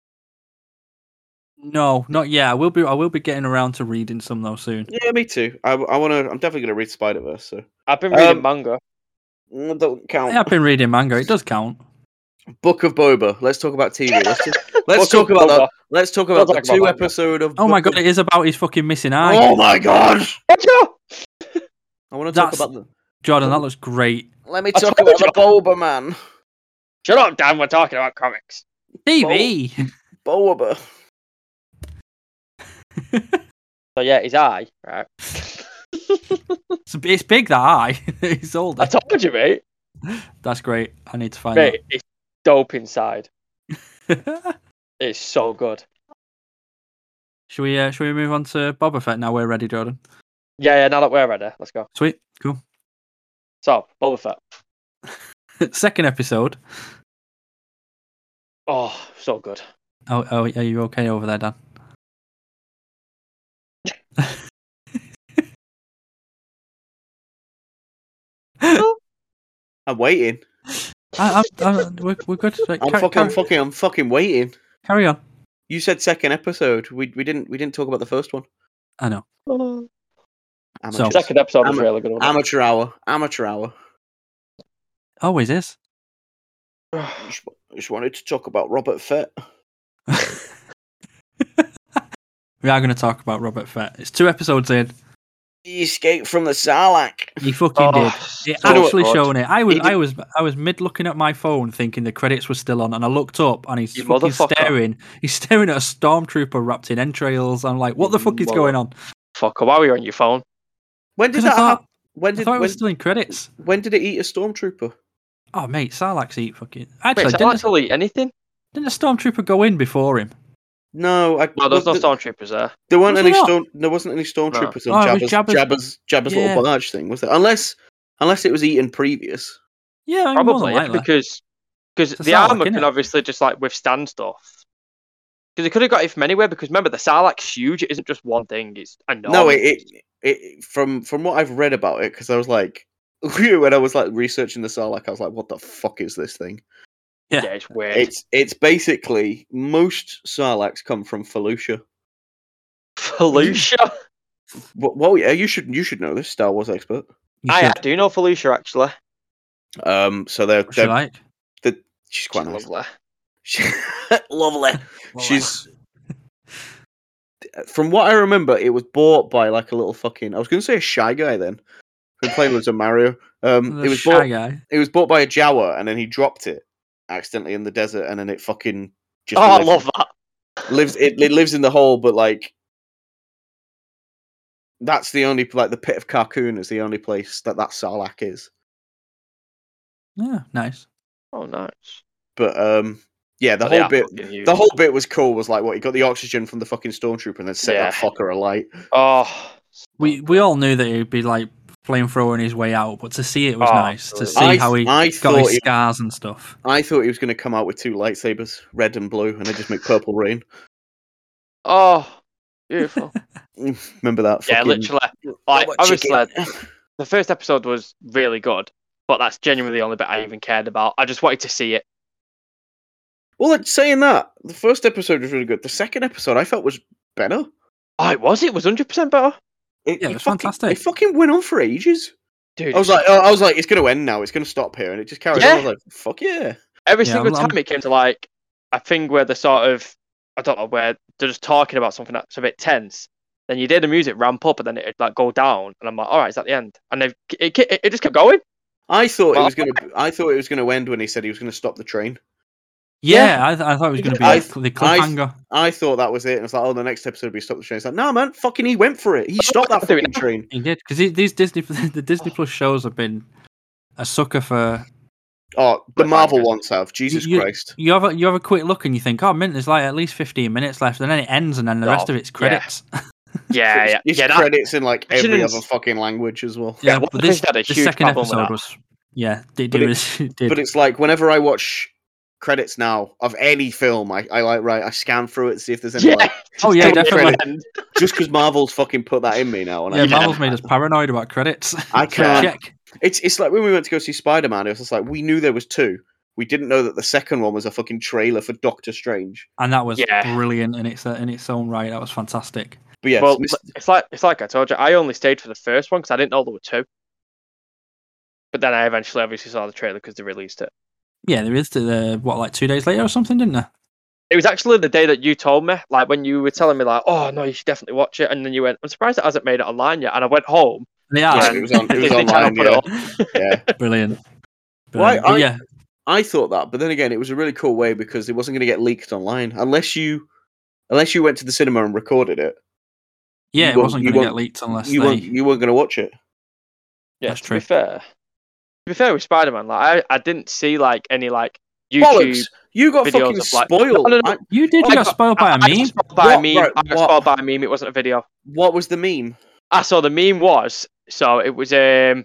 [SPEAKER 4] No, not yet. I will be. I will be getting around to reading some though soon.
[SPEAKER 3] Yeah, me too. I, I want to. I'm definitely going to read Spider Verse. So
[SPEAKER 5] I've been reading
[SPEAKER 3] Um,
[SPEAKER 5] manga.
[SPEAKER 3] Mm, don't count.
[SPEAKER 4] Yeah, I've been reading manga. It does count.
[SPEAKER 3] Book of Boba. Let's talk about TV. Let's, just, let's talk about that. Let's talk about
[SPEAKER 5] We'll
[SPEAKER 3] the
[SPEAKER 5] talk about
[SPEAKER 3] two
[SPEAKER 5] that.
[SPEAKER 3] episode of.
[SPEAKER 4] Oh my
[SPEAKER 3] Book
[SPEAKER 4] god,
[SPEAKER 3] of-
[SPEAKER 4] it is about his fucking missing eye.
[SPEAKER 3] Oh my god!
[SPEAKER 5] Let's go.
[SPEAKER 3] I want to talk
[SPEAKER 4] That's-
[SPEAKER 3] about the.
[SPEAKER 4] Jordan, that looks great.
[SPEAKER 3] Let me
[SPEAKER 5] I
[SPEAKER 3] talk
[SPEAKER 5] told
[SPEAKER 3] about the Boba man.
[SPEAKER 5] Shut up, Dan. We're talking about comics.
[SPEAKER 4] TV.
[SPEAKER 3] Boba.
[SPEAKER 5] So yeah, his eye. Right.
[SPEAKER 4] It's, a bit- it's big that eye. [LAUGHS] it's older.
[SPEAKER 5] I told you, mate.
[SPEAKER 4] That's great. I need to find
[SPEAKER 5] Mate, it's dope inside.
[SPEAKER 4] that. [LAUGHS]
[SPEAKER 5] It's so good.
[SPEAKER 4] should we? Uh, should we move on to Boba Fett now? We're ready, Jordan.
[SPEAKER 5] Yeah, yeah. Now that we're ready, let's go.
[SPEAKER 4] Sweet, cool. [LAUGHS]
[SPEAKER 5] So Boba Fett.
[SPEAKER 4] Second episode.
[SPEAKER 5] Oh, so good.
[SPEAKER 4] Oh, oh, are you okay over there, Dan?
[SPEAKER 3] I'm waiting.
[SPEAKER 4] I, I, I, we're, we're good. Right,
[SPEAKER 3] I'm
[SPEAKER 4] car-
[SPEAKER 3] fucking. I'm
[SPEAKER 4] car-
[SPEAKER 3] fucking. I'm fucking waiting.
[SPEAKER 4] carry on.
[SPEAKER 3] You said second episode. We we didn't we didn't talk about the first one.
[SPEAKER 4] I know. So-
[SPEAKER 3] Amateur.
[SPEAKER 5] Second episode was
[SPEAKER 3] Ama-
[SPEAKER 5] really good. wasn't
[SPEAKER 3] Amateur hour. Amateur hour.
[SPEAKER 4] Always Oh, is.
[SPEAKER 5] it?
[SPEAKER 3] Just, just wanted to talk about Robert Fett.
[SPEAKER 4] We are going to talk about Robert Fett. It's two episodes in.
[SPEAKER 3] He escaped from the Sarlacc.
[SPEAKER 4] He fucking did. It
[SPEAKER 5] Oh, so
[SPEAKER 4] actually
[SPEAKER 5] good.
[SPEAKER 4] shown it. I was,
[SPEAKER 3] He did-
[SPEAKER 4] I was, I was mid looking at my phone, thinking the credits were still on, and I looked up, and he's
[SPEAKER 5] You
[SPEAKER 4] fucking
[SPEAKER 5] motherfucker.
[SPEAKER 4] staring. He's staring at a stormtrooper wrapped in entrails. I'm like, what the
[SPEAKER 5] You
[SPEAKER 4] fuck is
[SPEAKER 5] mother-
[SPEAKER 4] going on?
[SPEAKER 5] Fuck, why were you on your phone?
[SPEAKER 3] When did
[SPEAKER 4] Because I
[SPEAKER 3] that
[SPEAKER 4] thought,
[SPEAKER 3] happen? When
[SPEAKER 4] I
[SPEAKER 3] did
[SPEAKER 4] thought it
[SPEAKER 3] when,
[SPEAKER 4] was still in credits.
[SPEAKER 3] when did it eat a stormtrooper?
[SPEAKER 4] Oh mate, Sarlacc's eat fucking.
[SPEAKER 5] Wait,
[SPEAKER 4] Actually,
[SPEAKER 5] does
[SPEAKER 4] didn't,
[SPEAKER 5] that actually eat anything?
[SPEAKER 4] didn't a stormtrooper go in before him?
[SPEAKER 3] No, I,
[SPEAKER 5] No, there's no
[SPEAKER 3] there-
[SPEAKER 5] stormtroopers there.
[SPEAKER 3] There weren't
[SPEAKER 4] Was
[SPEAKER 3] any
[SPEAKER 4] there not?
[SPEAKER 3] storm. There wasn't any stormtroopers
[SPEAKER 4] Oh,
[SPEAKER 3] on Jabba's
[SPEAKER 4] it was
[SPEAKER 3] Jabba's
[SPEAKER 4] Jabba's-
[SPEAKER 3] Jabba's,
[SPEAKER 4] Yeah.
[SPEAKER 3] little barge thing, was there? Unless unless it was eaten previous.
[SPEAKER 4] Yeah, I mean, more than
[SPEAKER 5] Probably
[SPEAKER 4] likely.
[SPEAKER 5] because because
[SPEAKER 4] It's a
[SPEAKER 5] the
[SPEAKER 4] Sarlacc,
[SPEAKER 5] armor
[SPEAKER 4] innit?
[SPEAKER 5] can obviously just like withstand stuff. Because they could have got it from anywhere. Because remember, the Sarlacc's huge. It isn't just one thing. It's enormous.
[SPEAKER 3] No, it, it it from from what I've read about it because I was like [LAUGHS] when I was like researching the Sarlacc, I was like, what the fuck is this thing?
[SPEAKER 4] Yeah.
[SPEAKER 5] yeah, it's weird.
[SPEAKER 3] It's it's basically most Sarlaccs come from Felucia.
[SPEAKER 5] [LAUGHS] Felicia.
[SPEAKER 3] Well, well, yeah, you should you should know this Star Wars expert.
[SPEAKER 4] [LAUGHS] You
[SPEAKER 5] I, I
[SPEAKER 4] should,
[SPEAKER 5] do know Felicia actually.
[SPEAKER 3] Um, so they're,
[SPEAKER 4] if you
[SPEAKER 3] they're
[SPEAKER 4] like.
[SPEAKER 3] she's quite nice.
[SPEAKER 5] Lovely.
[SPEAKER 3] lovely. [LAUGHS]
[SPEAKER 4] Well,
[SPEAKER 3] She's [LAUGHS] uh, from what I remember, it was bought by like a little fucking. I was going to say a shy guy then, who played loads of Mario. Um,
[SPEAKER 4] the
[SPEAKER 3] it was
[SPEAKER 4] shy
[SPEAKER 3] bought.
[SPEAKER 4] guy.
[SPEAKER 3] It was bought by a Jawa, and then he dropped it accidentally in the desert, and then it fucking just
[SPEAKER 5] Oh, I
[SPEAKER 3] lives,
[SPEAKER 5] love that.
[SPEAKER 3] lives. It, it lives in the hole, but like that's the only like the pit of Carcoon is the only place that that Sarlacc is.
[SPEAKER 4] Yeah, nice.
[SPEAKER 5] Oh, nice.
[SPEAKER 3] But um, yeah, the
[SPEAKER 5] But they
[SPEAKER 3] whole
[SPEAKER 5] are
[SPEAKER 3] bit.
[SPEAKER 5] fucking
[SPEAKER 3] The
[SPEAKER 5] huge.
[SPEAKER 3] whole bit was cool. Was like what he got the oxygen from the fucking stormtrooper and then set that
[SPEAKER 5] Yeah.
[SPEAKER 3] fucker alight.
[SPEAKER 5] Oh,
[SPEAKER 4] We we all knew that he'd be like flamethrowing his way out, but to see it was
[SPEAKER 5] Oh,
[SPEAKER 4] nice. To see
[SPEAKER 5] absolutely.
[SPEAKER 4] how he
[SPEAKER 3] I
[SPEAKER 4] got
[SPEAKER 3] thought
[SPEAKER 4] his
[SPEAKER 3] he,
[SPEAKER 4] scars and stuff.
[SPEAKER 3] I thought he was going to come out with two lightsabers, red and blue, and they just make purple rain.
[SPEAKER 5] oh,
[SPEAKER 3] [LAUGHS]
[SPEAKER 5] beautiful.
[SPEAKER 3] Remember that?
[SPEAKER 5] yeah,
[SPEAKER 3] fucking
[SPEAKER 5] literally. Like,
[SPEAKER 3] robot
[SPEAKER 5] obviously,
[SPEAKER 3] [LAUGHS] chicken?
[SPEAKER 5] the first episode was really good, but that's genuinely the only bit I even cared about. I just wanted to see it.
[SPEAKER 3] Well, it's saying that the first episode was really good. The second episode I felt was better.
[SPEAKER 5] Oh, it was. It was hundred percent better.
[SPEAKER 3] It,
[SPEAKER 4] Yeah, it was
[SPEAKER 3] fucking,
[SPEAKER 4] fantastic.
[SPEAKER 3] It fucking went on for ages.
[SPEAKER 5] Dude,
[SPEAKER 3] I was like, oh, I was like, it's going to end now. It's going to stop here, and it just carried on. I was
[SPEAKER 5] Yeah.
[SPEAKER 3] like, fuck yeah.
[SPEAKER 5] every
[SPEAKER 4] Yeah,
[SPEAKER 5] single
[SPEAKER 4] I'm- I'm-
[SPEAKER 5] time it came to like a thing where they're sort of, I don't know, where they're just talking about something that's a bit tense. Then you did the music ramp up and then it'd like go down, and I'm like, all right, is that the end? And they've, it, it, it just kept going.
[SPEAKER 3] I thought it
[SPEAKER 5] Well,
[SPEAKER 3] was going to. I thought it was going to end when he said he was going to stop the train.
[SPEAKER 4] Yeah, I, th- I thought it was going to be
[SPEAKER 3] I-
[SPEAKER 4] like the cliffhanger.
[SPEAKER 3] I thought that was it, and it's like, oh, the next episode will be stop the train. It's like, no, man, fucking, he went for it. He stopped that
[SPEAKER 5] I'll do it
[SPEAKER 3] fucking
[SPEAKER 5] now.
[SPEAKER 3] train.
[SPEAKER 4] he did because these Disney [LAUGHS] the Disney Plus shows have been a sucker for.
[SPEAKER 3] Oh, the
[SPEAKER 5] Cliffhanger.
[SPEAKER 3] Marvel ones have Jesus
[SPEAKER 4] You-
[SPEAKER 3] Christ.
[SPEAKER 4] You have a, you have a quick look and you think, oh, mint, there's like at least 15 minutes left, and then it ends, and then the
[SPEAKER 5] Oh,
[SPEAKER 4] rest of it's credits.
[SPEAKER 5] Yeah,
[SPEAKER 3] [LAUGHS] It's-
[SPEAKER 5] yeah,
[SPEAKER 3] it's
[SPEAKER 5] yeah. [LAUGHS] That,
[SPEAKER 3] credits in like
[SPEAKER 5] I
[SPEAKER 3] every
[SPEAKER 5] shouldn't-
[SPEAKER 3] other fucking language as well.
[SPEAKER 4] Yeah,
[SPEAKER 5] well,
[SPEAKER 4] but
[SPEAKER 5] they
[SPEAKER 4] this
[SPEAKER 5] had a
[SPEAKER 4] the
[SPEAKER 5] huge
[SPEAKER 4] second
[SPEAKER 5] problem with
[SPEAKER 4] episode
[SPEAKER 5] that.
[SPEAKER 4] was yeah, did
[SPEAKER 3] But
[SPEAKER 4] did,
[SPEAKER 3] it-
[SPEAKER 4] [LAUGHS] was- it did.
[SPEAKER 3] But it's like whenever I watch credits now of any film, I, I like right, I scan through it, see if there's any.
[SPEAKER 5] Yeah.
[SPEAKER 3] Like,
[SPEAKER 4] oh yeah,
[SPEAKER 5] Don't
[SPEAKER 4] definitely.
[SPEAKER 5] get it.
[SPEAKER 3] just because Marvel's fucking put that in me now, and
[SPEAKER 4] Yeah,
[SPEAKER 3] I,
[SPEAKER 5] Yeah.
[SPEAKER 4] Marvel's
[SPEAKER 3] [LAUGHS]
[SPEAKER 4] made us paranoid about credits. [LAUGHS]
[SPEAKER 3] I
[SPEAKER 4] So
[SPEAKER 3] can't.
[SPEAKER 4] check.
[SPEAKER 3] It's it's like when we went to go see Spider Man. It was just like we knew there was two. We didn't know that the second one was a fucking trailer for Doctor Strange.
[SPEAKER 4] And that was
[SPEAKER 5] Yeah.
[SPEAKER 4] brilliant in its in its own right. That was fantastic.
[SPEAKER 3] But yes,
[SPEAKER 5] Well,
[SPEAKER 3] Mis-
[SPEAKER 5] it's like it's like I told you. I only stayed for the first one because I didn't know there were two. But then I eventually obviously saw the trailer because they released it.
[SPEAKER 4] Yeah, there is uh, what like two days later or something, didn't there?
[SPEAKER 5] It was actually the day that you told me, like when you were telling me, like, oh no, you should definitely watch it, and then you went, I'm surprised it hasn't made it online yet, and I went home.
[SPEAKER 4] Yeah,
[SPEAKER 3] Yeah,
[SPEAKER 4] [LAUGHS]
[SPEAKER 5] and
[SPEAKER 3] it was on-
[SPEAKER 5] [LAUGHS]
[SPEAKER 3] it was
[SPEAKER 5] Disney Channel
[SPEAKER 3] online,
[SPEAKER 5] put it
[SPEAKER 3] yeah.
[SPEAKER 5] up.
[SPEAKER 3] [LAUGHS] Yeah.
[SPEAKER 4] brilliant.
[SPEAKER 3] Why-
[SPEAKER 4] brilliant. But
[SPEAKER 3] I-
[SPEAKER 4] yeah,
[SPEAKER 3] I thought that, but then again, it was a really cool way because it wasn't going to get leaked online unless you, unless you went to the cinema and recorded it.
[SPEAKER 4] yeah,
[SPEAKER 3] you
[SPEAKER 4] it
[SPEAKER 3] won't-
[SPEAKER 4] wasn't
[SPEAKER 3] you
[SPEAKER 4] going to get
[SPEAKER 3] won't-
[SPEAKER 4] leaked unless
[SPEAKER 3] you
[SPEAKER 4] they.
[SPEAKER 3] weren't, you weren't going to watch it.
[SPEAKER 5] Yeah,
[SPEAKER 4] That's
[SPEAKER 5] to
[SPEAKER 4] true.
[SPEAKER 5] be fair, to be fair with Spider Man, like I, I didn't see like any like YouTube.
[SPEAKER 3] Bollocks! You got
[SPEAKER 5] videos
[SPEAKER 3] fucking
[SPEAKER 5] of, like-
[SPEAKER 3] spoiled.
[SPEAKER 5] No, no, no.
[SPEAKER 3] I-
[SPEAKER 4] You did.
[SPEAKER 5] Oh,
[SPEAKER 4] You
[SPEAKER 5] I
[SPEAKER 4] got
[SPEAKER 5] got-
[SPEAKER 4] spoiled by
[SPEAKER 5] I,
[SPEAKER 4] a
[SPEAKER 5] I
[SPEAKER 4] meme.
[SPEAKER 5] got spoiled by a
[SPEAKER 3] What?
[SPEAKER 5] meme.
[SPEAKER 3] Right,
[SPEAKER 5] I got
[SPEAKER 3] what?
[SPEAKER 5] spoiled by a meme. It wasn't a video.
[SPEAKER 3] what was the meme?
[SPEAKER 5] I saw the meme was so it was um,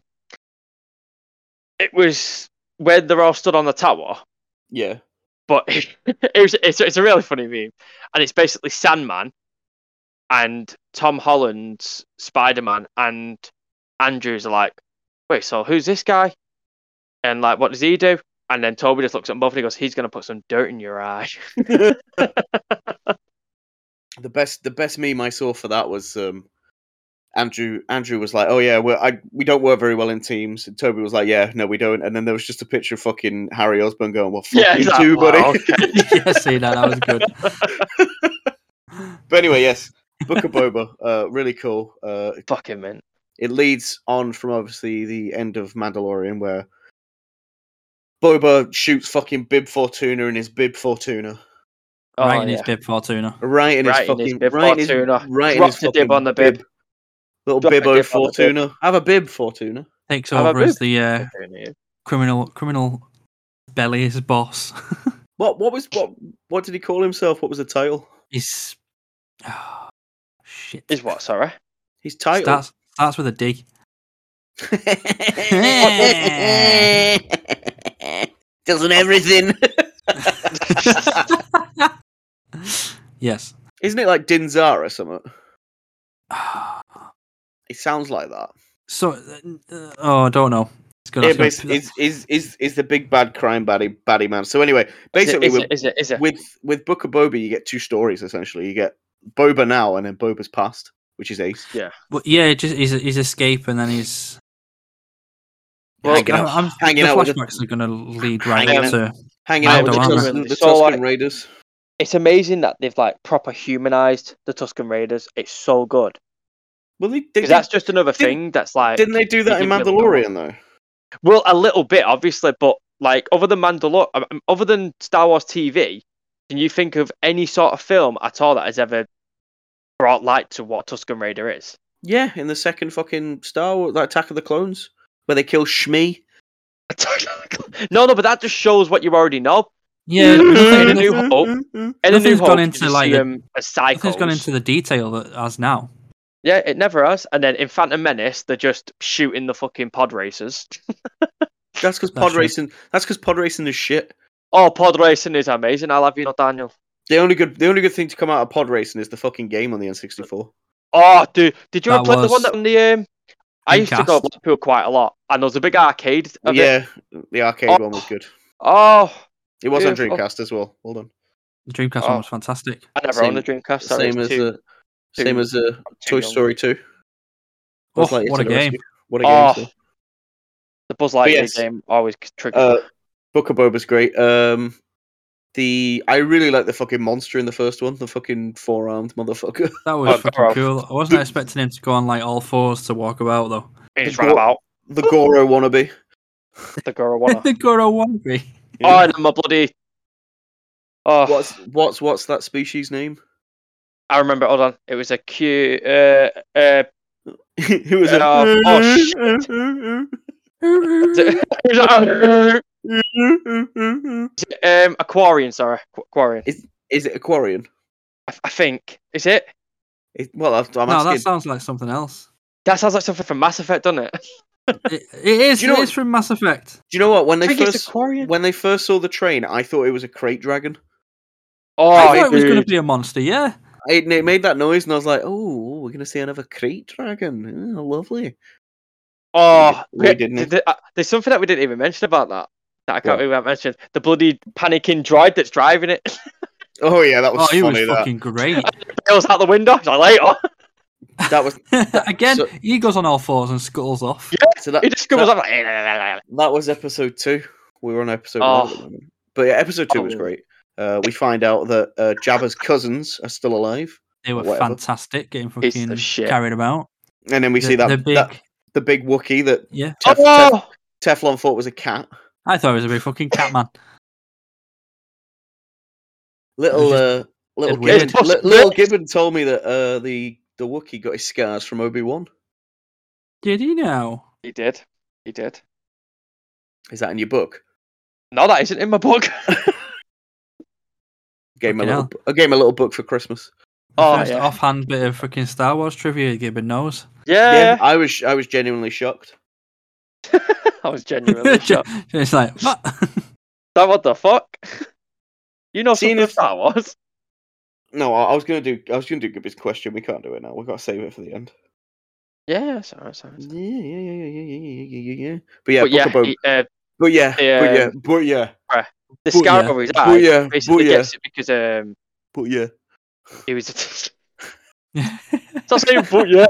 [SPEAKER 5] it was where they're all stood on the tower,
[SPEAKER 3] Yeah.
[SPEAKER 5] but [LAUGHS] it was it's, it's a really funny meme, and it's basically Sandman, and Tom Holland's Spider Man, and Andrews are like, wait, so who's this guy? And like, what does he do? And then Toby just looks at them both and he goes, he's gonna put some dirt in
[SPEAKER 3] [LAUGHS]
[SPEAKER 5] your eye. [LAUGHS]
[SPEAKER 3] the best the best meme I saw for that was um, Andrew Andrew was like, "Oh yeah, we're, I, we don't work very well in teams." And Toby was like, "Yeah, no, we don't." And then there was just a picture of fucking Harry Osborn going, "Well, fuck
[SPEAKER 5] he's
[SPEAKER 3] you
[SPEAKER 5] like,
[SPEAKER 3] too,
[SPEAKER 5] "Wow,
[SPEAKER 3] buddy." [LAUGHS]
[SPEAKER 5] okay."
[SPEAKER 4] [LAUGHS] yeah, see that that was good.
[SPEAKER 3] but anyway, yes, Book of Boba, [LAUGHS] uh, really cool. Uh,
[SPEAKER 5] Fucking mint.
[SPEAKER 3] it leads on from obviously the end of Mandalorian where Boba shoots fucking Bib Fortuna in his Bib Fortuna,
[SPEAKER 5] Oh,
[SPEAKER 4] right in
[SPEAKER 5] yeah.
[SPEAKER 4] his bib Fortuna.
[SPEAKER 3] right in
[SPEAKER 5] Right
[SPEAKER 3] his
[SPEAKER 5] in his
[SPEAKER 3] fucking
[SPEAKER 5] Bib
[SPEAKER 3] right in his-
[SPEAKER 5] Fortuna.
[SPEAKER 3] right in
[SPEAKER 5] Drop
[SPEAKER 3] his
[SPEAKER 5] the
[SPEAKER 3] fucking
[SPEAKER 5] dib on the bib.
[SPEAKER 3] Little
[SPEAKER 5] Drop the
[SPEAKER 3] Bibbo
[SPEAKER 5] dib on the bib.
[SPEAKER 3] Fortuna. Have a bib, Fortuna.
[SPEAKER 4] Takes
[SPEAKER 5] Have a
[SPEAKER 4] over as
[SPEAKER 5] bib.
[SPEAKER 4] the uh, criminal criminal belly's boss. [LAUGHS]
[SPEAKER 3] What what was what what did he call himself? What was the title?
[SPEAKER 4] He's oh, shit.
[SPEAKER 5] Is what? Sorry.
[SPEAKER 3] His title.
[SPEAKER 4] starts starts with a D. [LAUGHS]
[SPEAKER 3] [LAUGHS] Doesn't everything.
[SPEAKER 4] yes. [SIGHS]
[SPEAKER 3] Isn't it like Dinzar or something?
[SPEAKER 4] So
[SPEAKER 3] It sounds like that.
[SPEAKER 4] uh, oh, I don't know. It's gonna
[SPEAKER 3] Yeah,
[SPEAKER 4] have to-
[SPEAKER 3] but it's- is, is, is, is the big bad crime baddie, baddie man. So anyway, basically
[SPEAKER 5] is
[SPEAKER 3] with,
[SPEAKER 5] it? Is it? Is it? Is it?
[SPEAKER 3] with with Book of Boba, you get two stories essentially. You get Boba now and then Boba's past, which is ace.
[SPEAKER 4] Well, yeah, it just his, his escape and then his.
[SPEAKER 3] Well,
[SPEAKER 4] Like, I'm, I'm,
[SPEAKER 3] hanging
[SPEAKER 4] the
[SPEAKER 3] out with the-
[SPEAKER 4] flashbacks are going to lead right
[SPEAKER 3] hanging
[SPEAKER 4] into.
[SPEAKER 3] Hanging out with the,
[SPEAKER 4] Mandalorian.
[SPEAKER 3] Tusken, the
[SPEAKER 5] So, like-
[SPEAKER 3] Tusken Raiders.
[SPEAKER 5] It's amazing that they've like proper humanized the Tuscan Raiders. It's so good
[SPEAKER 3] Well, they, they,
[SPEAKER 5] because that's just another
[SPEAKER 3] didn't-
[SPEAKER 5] thing that's like
[SPEAKER 3] didn't they do that in
[SPEAKER 5] didn't really know.
[SPEAKER 3] Mandalorian though?
[SPEAKER 5] well a little bit obviously, but like other than Mandalor, um, um, other than Star Wars TV, can you think of any sort of film at all that has ever brought light to what Tuscan Raider is? [LAUGHS]
[SPEAKER 3] Yeah, in the second fucking Star Wars, like Attack of the Clones, where they kill Shmi.
[SPEAKER 5] no, no, but that just shows what you already know.
[SPEAKER 4] Yeah,
[SPEAKER 5] In A
[SPEAKER 3] [LAUGHS]
[SPEAKER 4] nothing,
[SPEAKER 5] New
[SPEAKER 3] Mm-hmm,
[SPEAKER 5] Hope. In A New
[SPEAKER 4] Nothing's gone
[SPEAKER 5] Hope, you
[SPEAKER 4] into,
[SPEAKER 5] just
[SPEAKER 4] like,
[SPEAKER 5] see
[SPEAKER 4] the-
[SPEAKER 5] him as
[SPEAKER 4] nothing's gone
[SPEAKER 5] psychos.
[SPEAKER 4] into the detail that as now.
[SPEAKER 5] Yeah, it never has. And then in Phantom Menace, they're just shooting the fucking pod racers. [LAUGHS]
[SPEAKER 3] That's because
[SPEAKER 4] That's
[SPEAKER 3] pod
[SPEAKER 4] right.
[SPEAKER 3] racing. That's because pod racing is shit.
[SPEAKER 5] Oh, pod racing is amazing. I'll have you know, Daniel.
[SPEAKER 3] The only good, the only good thing to come out of pod racing is the fucking game on the N64.
[SPEAKER 5] Oh, dude, did you ever
[SPEAKER 4] That
[SPEAKER 5] play the one
[SPEAKER 4] was
[SPEAKER 5] that on the um? I used to go to
[SPEAKER 4] Dreamcast.
[SPEAKER 5] Blackpool quite a lot, and there was a big arcade. Of It.
[SPEAKER 3] yeah, the arcade
[SPEAKER 5] Oh.
[SPEAKER 3] one was good.
[SPEAKER 5] Oh,
[SPEAKER 3] It was on
[SPEAKER 5] Yeah, oh.
[SPEAKER 3] Dreamcast as well. Hold on.
[SPEAKER 4] The Dreamcast
[SPEAKER 5] Oh.
[SPEAKER 4] one was fantastic.
[SPEAKER 5] I never owned a Dreamcast. Sorry,
[SPEAKER 3] same
[SPEAKER 5] it was
[SPEAKER 3] as
[SPEAKER 5] too-
[SPEAKER 3] uh, same
[SPEAKER 5] too-
[SPEAKER 3] as uh,
[SPEAKER 5] I'm too
[SPEAKER 3] Toy
[SPEAKER 5] young.
[SPEAKER 3] Story Two.
[SPEAKER 4] Oh,
[SPEAKER 3] Buzz Lightyear
[SPEAKER 4] what
[SPEAKER 3] to
[SPEAKER 4] a
[SPEAKER 3] the
[SPEAKER 4] game!
[SPEAKER 3] rescue. What a
[SPEAKER 5] Oh,
[SPEAKER 3] game!
[SPEAKER 5] the Buzz Lightyear
[SPEAKER 3] yes.
[SPEAKER 5] game always triggered.
[SPEAKER 3] Uh, Book of Boba's great. Um, the I really like the fucking monster in the first one. The fucking four armed motherfucker. [LAUGHS]
[SPEAKER 4] That
[SPEAKER 5] Oh,
[SPEAKER 4] was
[SPEAKER 5] bro.
[SPEAKER 4] fucking cool. I wasn't expecting him to go on like all fours to walk about though.
[SPEAKER 5] He just
[SPEAKER 3] the
[SPEAKER 5] ran
[SPEAKER 3] Gor-
[SPEAKER 5] about
[SPEAKER 3] The Goro wannabe.
[SPEAKER 5] the
[SPEAKER 3] [LAUGHS]
[SPEAKER 5] girl wanna.
[SPEAKER 4] the [LAUGHS] Goro Wambi.
[SPEAKER 5] oh, and then my bloody. Oh,
[SPEAKER 3] What's what's what's that species name? [LAUGHS]
[SPEAKER 5] I remember. Hold on, it was a cute. Uh, uh,
[SPEAKER 3] Who was it?
[SPEAKER 5] Uh,
[SPEAKER 3] [LAUGHS]
[SPEAKER 5] oh, shit. [LAUGHS] it was a, um, Aquarian. Sorry, Aqu- Aquarian.
[SPEAKER 3] Is it Aquarian?
[SPEAKER 5] I, I think is it.
[SPEAKER 3] It, well, I'm I'm
[SPEAKER 4] No, that
[SPEAKER 3] asking.
[SPEAKER 4] sounds like something else.
[SPEAKER 5] That sounds like something from Mass Effect, doesn't it?
[SPEAKER 4] It, it is.
[SPEAKER 3] Do you know
[SPEAKER 4] it
[SPEAKER 3] what-
[SPEAKER 4] is from Mass Effect.
[SPEAKER 3] Do you know what? When they
[SPEAKER 5] think it's
[SPEAKER 3] first
[SPEAKER 5] Aquarian.
[SPEAKER 3] when they first saw the train, I thought it was a crate dragon.
[SPEAKER 5] Oh,
[SPEAKER 4] I thought it was
[SPEAKER 5] dude.
[SPEAKER 4] going to be a monster. Yeah,
[SPEAKER 3] It, it made that noise, and I was like, "Oh, we're gonna see another crate dragon. Oh, lovely."
[SPEAKER 5] Oh,
[SPEAKER 3] We
[SPEAKER 5] yeah,
[SPEAKER 3] didn't.
[SPEAKER 5] th- th- uh, there's something that we didn't even mention about that. That I can't
[SPEAKER 3] What?
[SPEAKER 5] believe I mentioned. The bloody panicking droid that's driving it [LAUGHS]
[SPEAKER 3] Oh yeah, that was
[SPEAKER 4] oh, he was
[SPEAKER 3] funny. that
[SPEAKER 4] fucking
[SPEAKER 3] [LAUGHS]
[SPEAKER 4] great. [LAUGHS]
[SPEAKER 5] goes out the window. He's like, [LAUGHS] later.
[SPEAKER 3] that [LAUGHS] was
[SPEAKER 4] Again,
[SPEAKER 3] so-
[SPEAKER 4] he goes on all fours and scuttles off.
[SPEAKER 3] so that
[SPEAKER 5] He just goes up like, [LAUGHS] "Eh, eh, eh, eh, eh."
[SPEAKER 3] that was episode two We were on episode
[SPEAKER 5] Oh.
[SPEAKER 3] one at the moment. But yeah, episode two was
[SPEAKER 5] Oh.
[SPEAKER 3] great. Uh, we find out that uh, Jabba's cousins are still alive,
[SPEAKER 4] They were
[SPEAKER 3] Whatever.
[SPEAKER 4] fantastic, getting
[SPEAKER 5] Piece of
[SPEAKER 4] fucking
[SPEAKER 5] shit.
[SPEAKER 4] carried about.
[SPEAKER 3] and then we
[SPEAKER 4] the,
[SPEAKER 3] see that
[SPEAKER 4] the
[SPEAKER 3] that-
[SPEAKER 4] big.
[SPEAKER 3] the big Wookiee that
[SPEAKER 4] yeah,
[SPEAKER 3] Tef- Tef-
[SPEAKER 5] Oh,
[SPEAKER 3] Teflon thought was a cat.
[SPEAKER 4] I thought it was a big fucking cat
[SPEAKER 3] [LAUGHS]
[SPEAKER 4] man.
[SPEAKER 3] Little
[SPEAKER 4] just
[SPEAKER 3] uh, little
[SPEAKER 4] dead
[SPEAKER 3] Gibbon,
[SPEAKER 5] weird.
[SPEAKER 3] li- little Gibbon told me that uh, the the Wookiee got his scars from Obi Wan.
[SPEAKER 4] Did he know?
[SPEAKER 5] he did. He did.
[SPEAKER 3] Is that in your book?
[SPEAKER 5] No, that isn't in my book. [LAUGHS]
[SPEAKER 3] Gave him a
[SPEAKER 4] Fucking
[SPEAKER 3] little, bu- I gave him a little book for Christmas.
[SPEAKER 5] Oh,
[SPEAKER 4] First
[SPEAKER 5] yeah.
[SPEAKER 4] offhand bit of fucking Star Wars trivia Gibbon knows.
[SPEAKER 5] yeah,
[SPEAKER 3] I was I was genuinely shocked.
[SPEAKER 5] [LAUGHS] I was
[SPEAKER 4] [LAUGHS]
[SPEAKER 5] genuinely shocked.
[SPEAKER 4] it's like what? [LAUGHS]
[SPEAKER 5] That what the fuck? [LAUGHS] You know
[SPEAKER 3] Seeing
[SPEAKER 5] something
[SPEAKER 3] as-
[SPEAKER 5] that was.
[SPEAKER 3] No, I, I was gonna do I was gonna do Gibbon's question. We can't do it now. We've got to save it for the end.
[SPEAKER 5] Yeah, sorry, sorry.
[SPEAKER 3] Yeah, yeah, yeah, yeah, yeah, yeah, yeah, yeah, yeah. But yeah,
[SPEAKER 5] but yeah,
[SPEAKER 3] Book of Boba-
[SPEAKER 5] he, uh,
[SPEAKER 3] but yeah, but
[SPEAKER 5] yeah,
[SPEAKER 3] yeah, but yeah,
[SPEAKER 5] the
[SPEAKER 3] But
[SPEAKER 5] scar
[SPEAKER 4] yeah.
[SPEAKER 5] over his
[SPEAKER 3] but
[SPEAKER 5] eye
[SPEAKER 3] yeah, but
[SPEAKER 5] basically
[SPEAKER 3] yeah,
[SPEAKER 5] gets it because um
[SPEAKER 3] but yeah,
[SPEAKER 5] he was. [LAUGHS] Stop
[SPEAKER 4] That's
[SPEAKER 5] saying but yeah,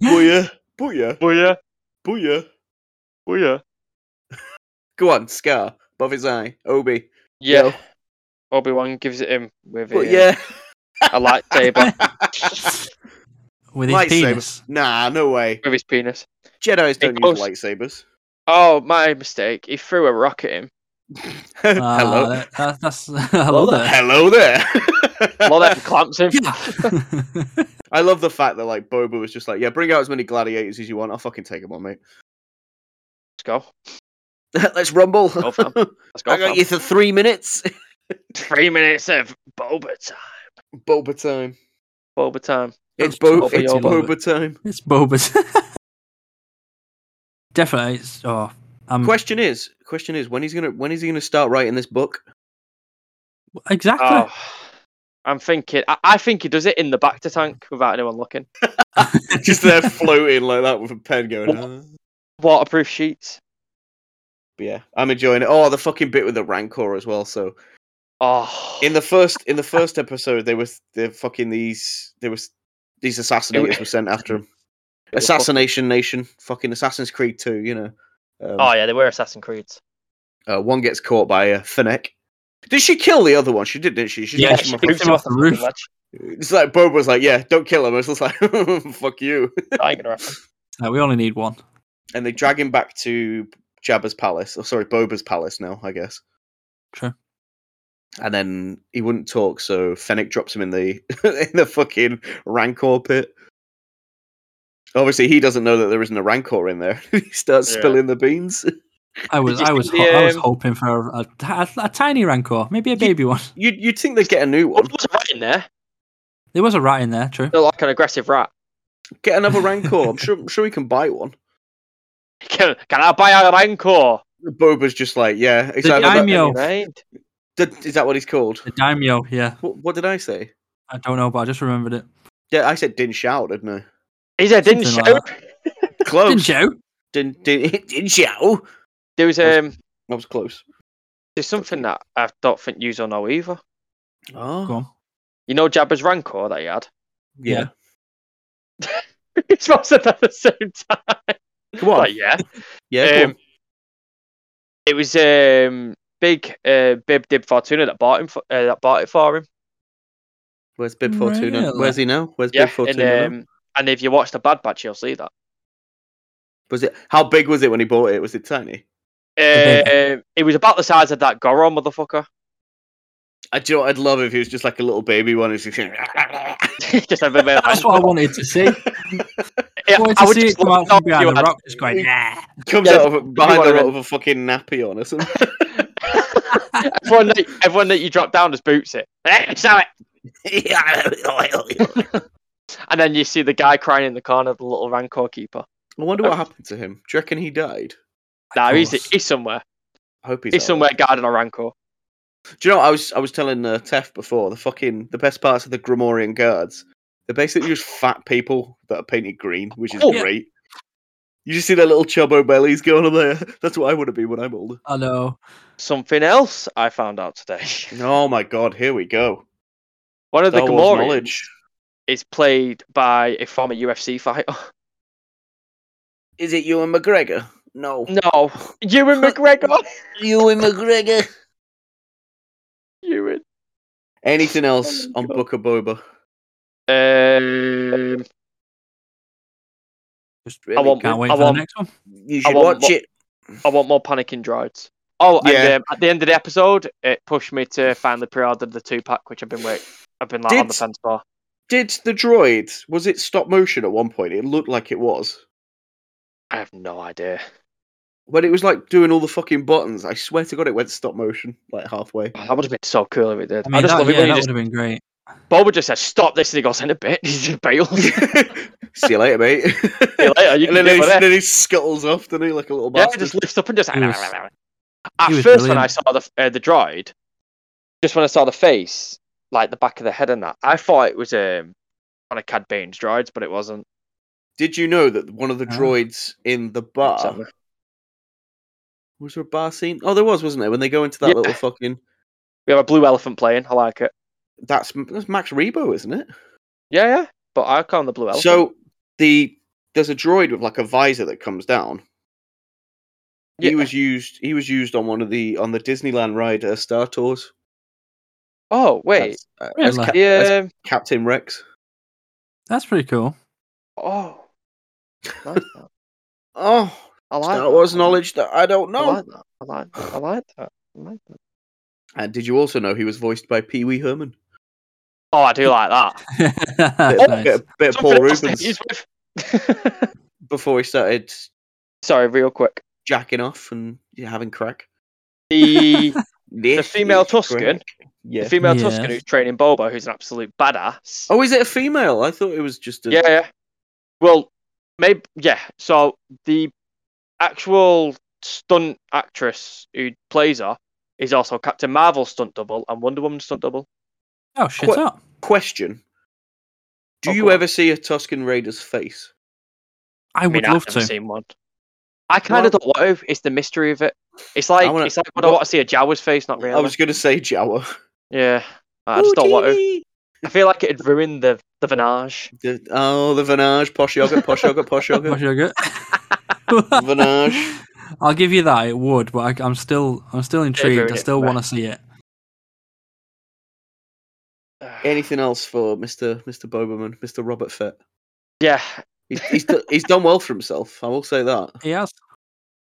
[SPEAKER 3] but yeah, but yeah,
[SPEAKER 5] but yeah,
[SPEAKER 3] but yeah.
[SPEAKER 5] but yeah.
[SPEAKER 3] Go on, Scar, above his eye, Obi.
[SPEAKER 5] Yeah.
[SPEAKER 3] Yo.
[SPEAKER 5] Obi Wan gives it him with
[SPEAKER 3] But
[SPEAKER 5] uh,
[SPEAKER 3] yeah,
[SPEAKER 5] a lightsaber
[SPEAKER 4] With his
[SPEAKER 3] Lightsaber.
[SPEAKER 4] penis.
[SPEAKER 3] nah, no way.
[SPEAKER 5] with his penis.
[SPEAKER 3] Jedi's don't
[SPEAKER 5] goes-
[SPEAKER 3] use lightsabers. [LAUGHS]
[SPEAKER 5] Oh, my mistake. He threw a rock at him.
[SPEAKER 4] Ah,
[SPEAKER 3] [LAUGHS] hello,
[SPEAKER 4] that- that's, that's [LAUGHS] hello there.
[SPEAKER 3] hello there. [LAUGHS]
[SPEAKER 5] Well, then clamps him.
[SPEAKER 4] Yeah. [LAUGHS]
[SPEAKER 3] I love the fact that like Boba was just like, yeah, bring out as many gladiators as you want. I'll fucking take them on, mate. [LAUGHS]
[SPEAKER 5] Let's go.
[SPEAKER 3] Let's rumble. [LAUGHS]
[SPEAKER 5] Go fam. Let's go.
[SPEAKER 3] I got
[SPEAKER 5] fam.
[SPEAKER 3] you for three minutes. [LAUGHS]
[SPEAKER 5] Three minutes of Boba time.
[SPEAKER 3] Boba time.
[SPEAKER 5] Boba time.
[SPEAKER 3] It's,
[SPEAKER 4] That's
[SPEAKER 3] Bo-
[SPEAKER 5] Boba
[SPEAKER 3] it's
[SPEAKER 5] Yoda.
[SPEAKER 3] Boba time.
[SPEAKER 4] it's Boba's. [LAUGHS] Definitely, it's oh, I'm
[SPEAKER 3] Question is, question is, when he's gonna when is he gonna start writing this book?
[SPEAKER 4] exactly.
[SPEAKER 5] Oh, I'm thinking. I, I think he does it in the back to tank without anyone looking.
[SPEAKER 3] [LAUGHS] Just there floating like that with a pen going. "Uh."
[SPEAKER 5] Waterproof sheets.
[SPEAKER 3] But yeah, I'm enjoying it. Oh, the fucking bit with the rancor as well. So
[SPEAKER 5] Oh,
[SPEAKER 3] in the first in the first episode, they were they fucking these there was these assassinators were sent after him.
[SPEAKER 5] were fucking-
[SPEAKER 3] Assassination Nation, fucking Assassin's Creed Two. You know, um,
[SPEAKER 5] oh yeah, they were Assassin Creeds.
[SPEAKER 3] uh, one gets caught by uh, Finnick. Did she kill the other one? She did, didn't she? She
[SPEAKER 4] Yeah,
[SPEAKER 3] knocked
[SPEAKER 4] she
[SPEAKER 3] him off-
[SPEAKER 4] kicked him off the roof.
[SPEAKER 3] It's like Boba was like, "Yeah, don't kill him." [LAUGHS] I was just like, "Fuck you."
[SPEAKER 5] I ain't gonna happen.
[SPEAKER 4] No, we only need one.
[SPEAKER 3] and they drag him back to Jabba's palace. Or sorry, Boba's palace now, I guess.
[SPEAKER 4] Sure.
[SPEAKER 3] And then he wouldn't talk, so Fennec drops him in the [LAUGHS] in the fucking rancor pit. Obviously, he doesn't know that there isn't a rancor in there. [LAUGHS] he starts
[SPEAKER 5] Yeah.
[SPEAKER 3] spilling the beans. [LAUGHS]
[SPEAKER 4] I was,
[SPEAKER 5] you
[SPEAKER 4] I
[SPEAKER 5] see
[SPEAKER 4] was,
[SPEAKER 5] the,
[SPEAKER 4] ho- I was
[SPEAKER 5] um,
[SPEAKER 4] hoping for a, a, a tiny rancor, maybe a baby one.
[SPEAKER 3] You'd you'd think they'd get a new
[SPEAKER 5] [LAUGHS]
[SPEAKER 3] one,
[SPEAKER 5] What was a rat in there?
[SPEAKER 4] There was a rat in there, true.
[SPEAKER 5] They're like an aggressive rat. [LAUGHS]
[SPEAKER 3] get another rancor. I'm sure I'm sure he can buy one.
[SPEAKER 5] Can, can I buy a rancor?
[SPEAKER 3] Boba's just like, yeah,
[SPEAKER 4] The
[SPEAKER 3] exactly. that-
[SPEAKER 4] daimyo,
[SPEAKER 5] Right.
[SPEAKER 3] that- is that what he's called?
[SPEAKER 4] the daimyo. Yeah,
[SPEAKER 3] What, what did I say?
[SPEAKER 4] I don't know, but I just remembered it.
[SPEAKER 3] Yeah, I said Din Shao, didn't
[SPEAKER 5] He said, didn't
[SPEAKER 4] Something
[SPEAKER 5] shout.
[SPEAKER 4] like
[SPEAKER 3] I?
[SPEAKER 5] Oh.
[SPEAKER 4] Didn't
[SPEAKER 3] Close.
[SPEAKER 4] shout.
[SPEAKER 3] Din Din [LAUGHS] Din Shao.
[SPEAKER 5] There was
[SPEAKER 3] That
[SPEAKER 5] um,
[SPEAKER 3] That was close.
[SPEAKER 5] there's something that I don't think you all know either.
[SPEAKER 3] Oh,
[SPEAKER 4] Go on.
[SPEAKER 5] You know Jabba's rancor that he had. [LAUGHS]
[SPEAKER 3] yeah.
[SPEAKER 5] It's supposed to at the same time.
[SPEAKER 3] Come on.
[SPEAKER 5] Like, yeah.
[SPEAKER 3] Yeah,
[SPEAKER 5] Um, It was um big uh Bib Dib Fortuna that bought him for, uh, that bought it for him.
[SPEAKER 3] Where's Bib Fortuna?
[SPEAKER 4] Really?
[SPEAKER 3] Where's he now? Where's
[SPEAKER 5] Yeah,
[SPEAKER 3] Bib Fortuna?
[SPEAKER 5] and
[SPEAKER 3] now?
[SPEAKER 5] um, and if you watch the Bad Batch, you'll
[SPEAKER 3] [LAUGHS]
[SPEAKER 5] see that.
[SPEAKER 3] Was it how big was it when he bought it? Was it tiny?
[SPEAKER 4] The
[SPEAKER 5] Uh, it was about the size of that Goro motherfucker. [LAUGHS]
[SPEAKER 3] I do. You know what I'd love if he was just like a little baby one. Who's just [LAUGHS] like,
[SPEAKER 5] just a bit like,
[SPEAKER 4] That's what I wanted to
[SPEAKER 5] [LAUGHS]
[SPEAKER 4] see.
[SPEAKER 5] Yeah,
[SPEAKER 4] I wanted
[SPEAKER 5] Oh. I
[SPEAKER 4] to
[SPEAKER 5] would
[SPEAKER 4] see it
[SPEAKER 5] just
[SPEAKER 4] come
[SPEAKER 5] love
[SPEAKER 4] out from
[SPEAKER 5] to know
[SPEAKER 4] behind
[SPEAKER 5] if
[SPEAKER 4] the
[SPEAKER 5] you
[SPEAKER 4] rock. Just going, nah.
[SPEAKER 3] comes
[SPEAKER 5] Yeah,
[SPEAKER 3] out of behind the
[SPEAKER 5] one of
[SPEAKER 3] rock with a fucking nappy on or [LAUGHS] something.
[SPEAKER 5] had- [LAUGHS] everyone, that, everyone that you drop down just boots it. [LAUGHS] Eh, Sell it,
[SPEAKER 3] I
[SPEAKER 5] and then you see the guy crying in the corner, the little rancor keeper.
[SPEAKER 3] wonder what happened to him. Do you reckon he died?
[SPEAKER 5] Nah, he's
[SPEAKER 4] course.
[SPEAKER 5] he's somewhere.
[SPEAKER 3] I hope he's,
[SPEAKER 5] He's
[SPEAKER 3] alright.
[SPEAKER 5] somewhere guarding a rancor.
[SPEAKER 3] Do you know? What I was I was telling uh, Tef before the fucking the best parts of the Grimorian guards. They're basically just fat people that are painted green, which is
[SPEAKER 5] Oh, yeah.
[SPEAKER 3] great. You just see their little chubbo bellies going on there. [LAUGHS] That's what I want to be when I'm older.
[SPEAKER 4] I know.
[SPEAKER 5] Something else I found
[SPEAKER 4] [LAUGHS]
[SPEAKER 5] out today.
[SPEAKER 3] Oh my god, here we go.
[SPEAKER 5] One of the
[SPEAKER 3] Star Wars
[SPEAKER 5] Gamorreans
[SPEAKER 3] knowledge.
[SPEAKER 5] is played by a former UFC fighter.
[SPEAKER 3] Is it Ewan McGregor? No.
[SPEAKER 5] [LAUGHS]
[SPEAKER 4] [LAUGHS]
[SPEAKER 5] No, Ewan McGregor. [LAUGHS]
[SPEAKER 3] Ewan McGregor.
[SPEAKER 5] Ewan.
[SPEAKER 3] Anything else
[SPEAKER 5] Oh
[SPEAKER 3] on
[SPEAKER 5] my
[SPEAKER 3] Book of Boba?
[SPEAKER 5] Um,
[SPEAKER 3] Just
[SPEAKER 5] I want-
[SPEAKER 4] Can't wait
[SPEAKER 5] I
[SPEAKER 4] for the
[SPEAKER 5] want-
[SPEAKER 4] next one.
[SPEAKER 3] You
[SPEAKER 5] I
[SPEAKER 3] should
[SPEAKER 5] want
[SPEAKER 3] watch
[SPEAKER 5] mo-
[SPEAKER 3] it.
[SPEAKER 5] I want more panicking droids. Oh, and
[SPEAKER 3] Yeah.
[SPEAKER 5] um, at the end of the episode, it pushed me to finally pre-order the two pack, which I've been wait, I've been like on the
[SPEAKER 3] Did-
[SPEAKER 5] fence for.
[SPEAKER 3] Did the droid? Was it stop motion at one point? It looked like it was.
[SPEAKER 5] I have no idea.
[SPEAKER 3] When it was like doing all the fucking buttons, I swear to God, it went stop motion like
[SPEAKER 5] [LAUGHS]
[SPEAKER 3] halfway.
[SPEAKER 5] Oh, That would have been so cool if it did.
[SPEAKER 4] I
[SPEAKER 5] I,
[SPEAKER 4] mean,
[SPEAKER 5] just
[SPEAKER 4] that,
[SPEAKER 5] love it
[SPEAKER 4] yeah, that
[SPEAKER 5] when you
[SPEAKER 4] would
[SPEAKER 5] just
[SPEAKER 4] have been great.
[SPEAKER 5] Boba just says stop this and he goes in a bit. [LAUGHS] He just bails.
[SPEAKER 3] [LAUGHS]
[SPEAKER 5] See
[SPEAKER 3] See you later, mate. See [LAUGHS]
[SPEAKER 5] you later.
[SPEAKER 3] and
[SPEAKER 5] You can
[SPEAKER 3] then,
[SPEAKER 5] do
[SPEAKER 3] he,
[SPEAKER 5] it with
[SPEAKER 3] then
[SPEAKER 5] it.
[SPEAKER 3] he scuttles off, doesn't he, like a little
[SPEAKER 5] Yeah,
[SPEAKER 3] bastard?
[SPEAKER 5] just lifts up and just.
[SPEAKER 4] He was-
[SPEAKER 5] At
[SPEAKER 4] he was
[SPEAKER 5] first, when I
[SPEAKER 4] brilliant.
[SPEAKER 5] saw the uh, the droid, just when I saw the face, like the back of the head and that, I thought it was um one of Cad Bane's droids, but it wasn't.
[SPEAKER 3] Did you know that one of the
[SPEAKER 4] Ah.
[SPEAKER 3] droids in the bar
[SPEAKER 5] Something.
[SPEAKER 3] was there a bar scene? Oh, there was, wasn't there? When they go into that
[SPEAKER 5] Yeah.
[SPEAKER 3] little fucking
[SPEAKER 5] We have a blue elephant playing. I like it.
[SPEAKER 3] that's that's Max Rebo, isn't it?
[SPEAKER 5] Yeah, yeah. But I call him the blue elephant.
[SPEAKER 3] So the there's a droid with like a visor that comes down. He
[SPEAKER 5] Yeah.
[SPEAKER 3] was used. He was used on one of the on the Disneyland ride uh, Star Tours.
[SPEAKER 5] oh wait,
[SPEAKER 3] as- uh, as
[SPEAKER 4] Really?
[SPEAKER 3] Cap- as
[SPEAKER 5] yeah.
[SPEAKER 3] Captain Rex.
[SPEAKER 4] That's pretty cool. [LAUGHS]
[SPEAKER 5] Oh, Nice, that.
[SPEAKER 3] Oh,
[SPEAKER 5] I like
[SPEAKER 3] Star Wars
[SPEAKER 5] that.
[SPEAKER 3] knowledge that I don't
[SPEAKER 5] I
[SPEAKER 3] know.
[SPEAKER 5] like that. I like that. I like that. I like that.
[SPEAKER 3] And did you also know he was voiced by Pee Wee Herman?
[SPEAKER 5] Oh, I do like that.
[SPEAKER 4] That's
[SPEAKER 3] bit,
[SPEAKER 4] nice.
[SPEAKER 3] Oh, bit, bit of Paul
[SPEAKER 5] Something else that
[SPEAKER 3] Rubens
[SPEAKER 5] he's with. [LAUGHS]
[SPEAKER 3] before he started
[SPEAKER 5] Sorry, real quick.
[SPEAKER 3] jacking off and yeah, having crack.
[SPEAKER 4] [LAUGHS]
[SPEAKER 5] The
[SPEAKER 3] The
[SPEAKER 5] female Tuscan?
[SPEAKER 3] Yeah.
[SPEAKER 5] The female
[SPEAKER 4] Yeah.
[SPEAKER 5] Tuscan who's training Boba, who's an absolute badass.
[SPEAKER 3] oh, is it a female? I thought it was just a.
[SPEAKER 5] Yeah, yeah. Well, maybe yeah. So the actual stunt actress who plays her is also Captain Marvel stunt double and Wonder Woman stunt double.
[SPEAKER 4] Oh, shit
[SPEAKER 3] Quite-
[SPEAKER 4] up.
[SPEAKER 3] Question. Do
[SPEAKER 5] Oh,
[SPEAKER 3] you
[SPEAKER 5] go on.
[SPEAKER 3] ever see a Tuscan Raider's face?
[SPEAKER 4] I
[SPEAKER 5] I
[SPEAKER 4] would
[SPEAKER 5] mean,
[SPEAKER 4] love
[SPEAKER 5] I've
[SPEAKER 4] to.
[SPEAKER 5] never seen one. I kind of
[SPEAKER 3] Well-
[SPEAKER 5] don't want to. It's the mystery of it. It's like
[SPEAKER 3] wanna-
[SPEAKER 5] it's like what I
[SPEAKER 3] what-
[SPEAKER 5] want to see a Jawa's face, not really.
[SPEAKER 3] I was going to say Jawa.
[SPEAKER 5] Yeah, I just don't want to.
[SPEAKER 3] Houdini!
[SPEAKER 5] I feel like it'd ruin the the vinage.
[SPEAKER 3] The- oh, the Vanage, posh yogurt, posh yogurt, posh
[SPEAKER 4] Much
[SPEAKER 3] yogurt.
[SPEAKER 4] yogurt.
[SPEAKER 3] Vanage.
[SPEAKER 4] I'll give you that. It would, but I, I'm still, I'm still intrigued.
[SPEAKER 5] ruined
[SPEAKER 4] I
[SPEAKER 5] it
[SPEAKER 4] still
[SPEAKER 5] for me.
[SPEAKER 4] want to see it.
[SPEAKER 3] Anything else for Mr. Mr. Boberman, Mr. Robert Fett?
[SPEAKER 5] Yeah,
[SPEAKER 3] He's he's, do- he's done well for himself. I will say that.
[SPEAKER 4] [LAUGHS] Yes.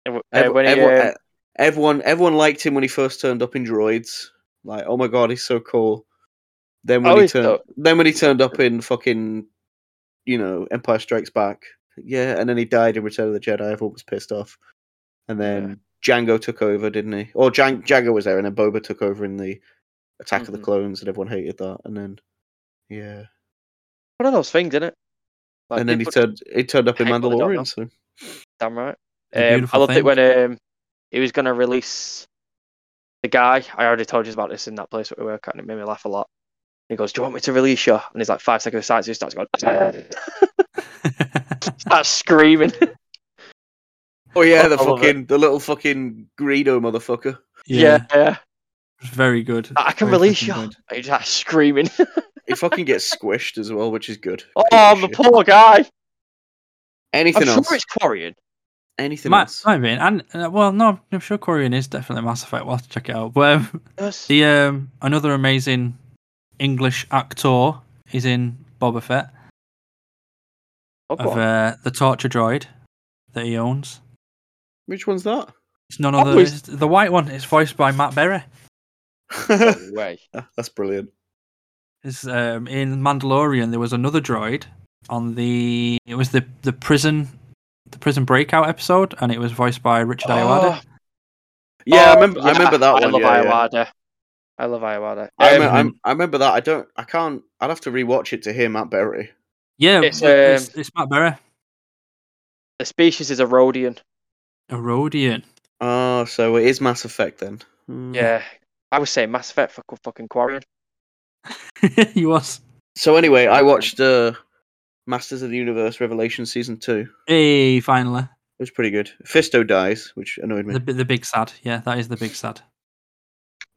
[SPEAKER 5] and w- uh,
[SPEAKER 3] Ev-
[SPEAKER 5] when he,
[SPEAKER 3] everyone,
[SPEAKER 5] um,
[SPEAKER 3] e- everyone, everyone liked him when he first turned up in Droids. Like, oh my god, he's so cool. Then when
[SPEAKER 5] Oh,
[SPEAKER 3] he
[SPEAKER 5] he's
[SPEAKER 3] turned,
[SPEAKER 5] dope.
[SPEAKER 3] then when he turned up in fucking, you know, Empire Strikes Back, yeah, and then he died in Return of the Jedi. Everyone was pissed off, and then Django took over, didn't he? Or Jan- Django was there, and then Boba took over in the Attack of the
[SPEAKER 5] Mhm.
[SPEAKER 3] Clones, and everyone hated that. And then, yeah,
[SPEAKER 5] one of those things, isn't it? Like,
[SPEAKER 3] and then he
[SPEAKER 5] people-
[SPEAKER 3] turned, he turned up in
[SPEAKER 5] hate what they don't know.
[SPEAKER 3] Mandalorian. So
[SPEAKER 5] Damn right.
[SPEAKER 4] It's a
[SPEAKER 5] Um, I
[SPEAKER 4] beautiful
[SPEAKER 5] loved
[SPEAKER 4] thing.
[SPEAKER 5] it when um, he was going to release the guy. I already told you about this in that place where we work at, and it made me laugh a lot. He goes, "Do you want me to release you?" And he's like, five seconds of silence. He starts going, [LAUGHS] starts screaming.
[SPEAKER 3] Oh yeah,
[SPEAKER 5] I
[SPEAKER 3] the
[SPEAKER 5] love it.
[SPEAKER 3] fucking the little fucking Greedo motherfucker.
[SPEAKER 5] yeah, yeah.
[SPEAKER 4] It's very good.
[SPEAKER 5] I can
[SPEAKER 4] Very
[SPEAKER 5] release
[SPEAKER 4] fucking
[SPEAKER 5] you.
[SPEAKER 4] good.
[SPEAKER 5] He starts screaming. [LAUGHS]
[SPEAKER 3] He fucking gets squished as well, which is good. Piece
[SPEAKER 5] oh,
[SPEAKER 3] of
[SPEAKER 5] the
[SPEAKER 3] shit.
[SPEAKER 5] poor guy.
[SPEAKER 3] Anything
[SPEAKER 5] I'm
[SPEAKER 3] else?
[SPEAKER 5] sure it's Quarian.
[SPEAKER 3] Anything
[SPEAKER 4] Might,
[SPEAKER 3] else?
[SPEAKER 4] might be, and uh, well, no, I'm sure Corian is definitely Mass Effect. We'll have to check it out. But um, [LAUGHS]
[SPEAKER 5] Yes.
[SPEAKER 4] the um, another amazing English actor is in Boba Fett
[SPEAKER 5] Oh, go
[SPEAKER 4] of
[SPEAKER 5] on.
[SPEAKER 4] uh, the torture droid that he owns.
[SPEAKER 3] Which one's that?
[SPEAKER 4] It's none
[SPEAKER 5] Oh,
[SPEAKER 4] other.
[SPEAKER 5] he's-
[SPEAKER 4] it's the white one is voiced by Matt Berry.
[SPEAKER 3] [LAUGHS] uh,
[SPEAKER 5] No way.
[SPEAKER 3] That's brilliant.
[SPEAKER 4] Is um, in Mandalorian there was another droid on the it was the the prison the prison breakout episode and it was voiced by Richard Ayoade.
[SPEAKER 5] Oh,
[SPEAKER 3] Yeah, I
[SPEAKER 5] oh,
[SPEAKER 3] remember. I remember that
[SPEAKER 5] I
[SPEAKER 3] one.
[SPEAKER 5] Love
[SPEAKER 3] yeah, yeah.
[SPEAKER 5] Iwada. I love Iwada.
[SPEAKER 3] I,
[SPEAKER 5] Um,
[SPEAKER 3] remember, I'm- I remember that. I don't. I can't. I'd have to rewatch it to hear Matt Berry.
[SPEAKER 4] Yeah,
[SPEAKER 5] It's,
[SPEAKER 4] it's, it's, it's Matt Berry.
[SPEAKER 5] the species is a Rhodian.
[SPEAKER 4] Erodian.
[SPEAKER 3] Oh, so it is Mass Effect then. Hmm.
[SPEAKER 5] Yeah. I was saying Mass Effect for fucking Quarian.
[SPEAKER 4] [LAUGHS] he was.
[SPEAKER 3] So anyway, I watched uh, Masters of the Universe Revelation season two. It
[SPEAKER 4] Hey, finally.
[SPEAKER 3] was pretty good. Fisto dies, which annoyed me.
[SPEAKER 4] The, bi- the big sad. Yeah, that is the big sad.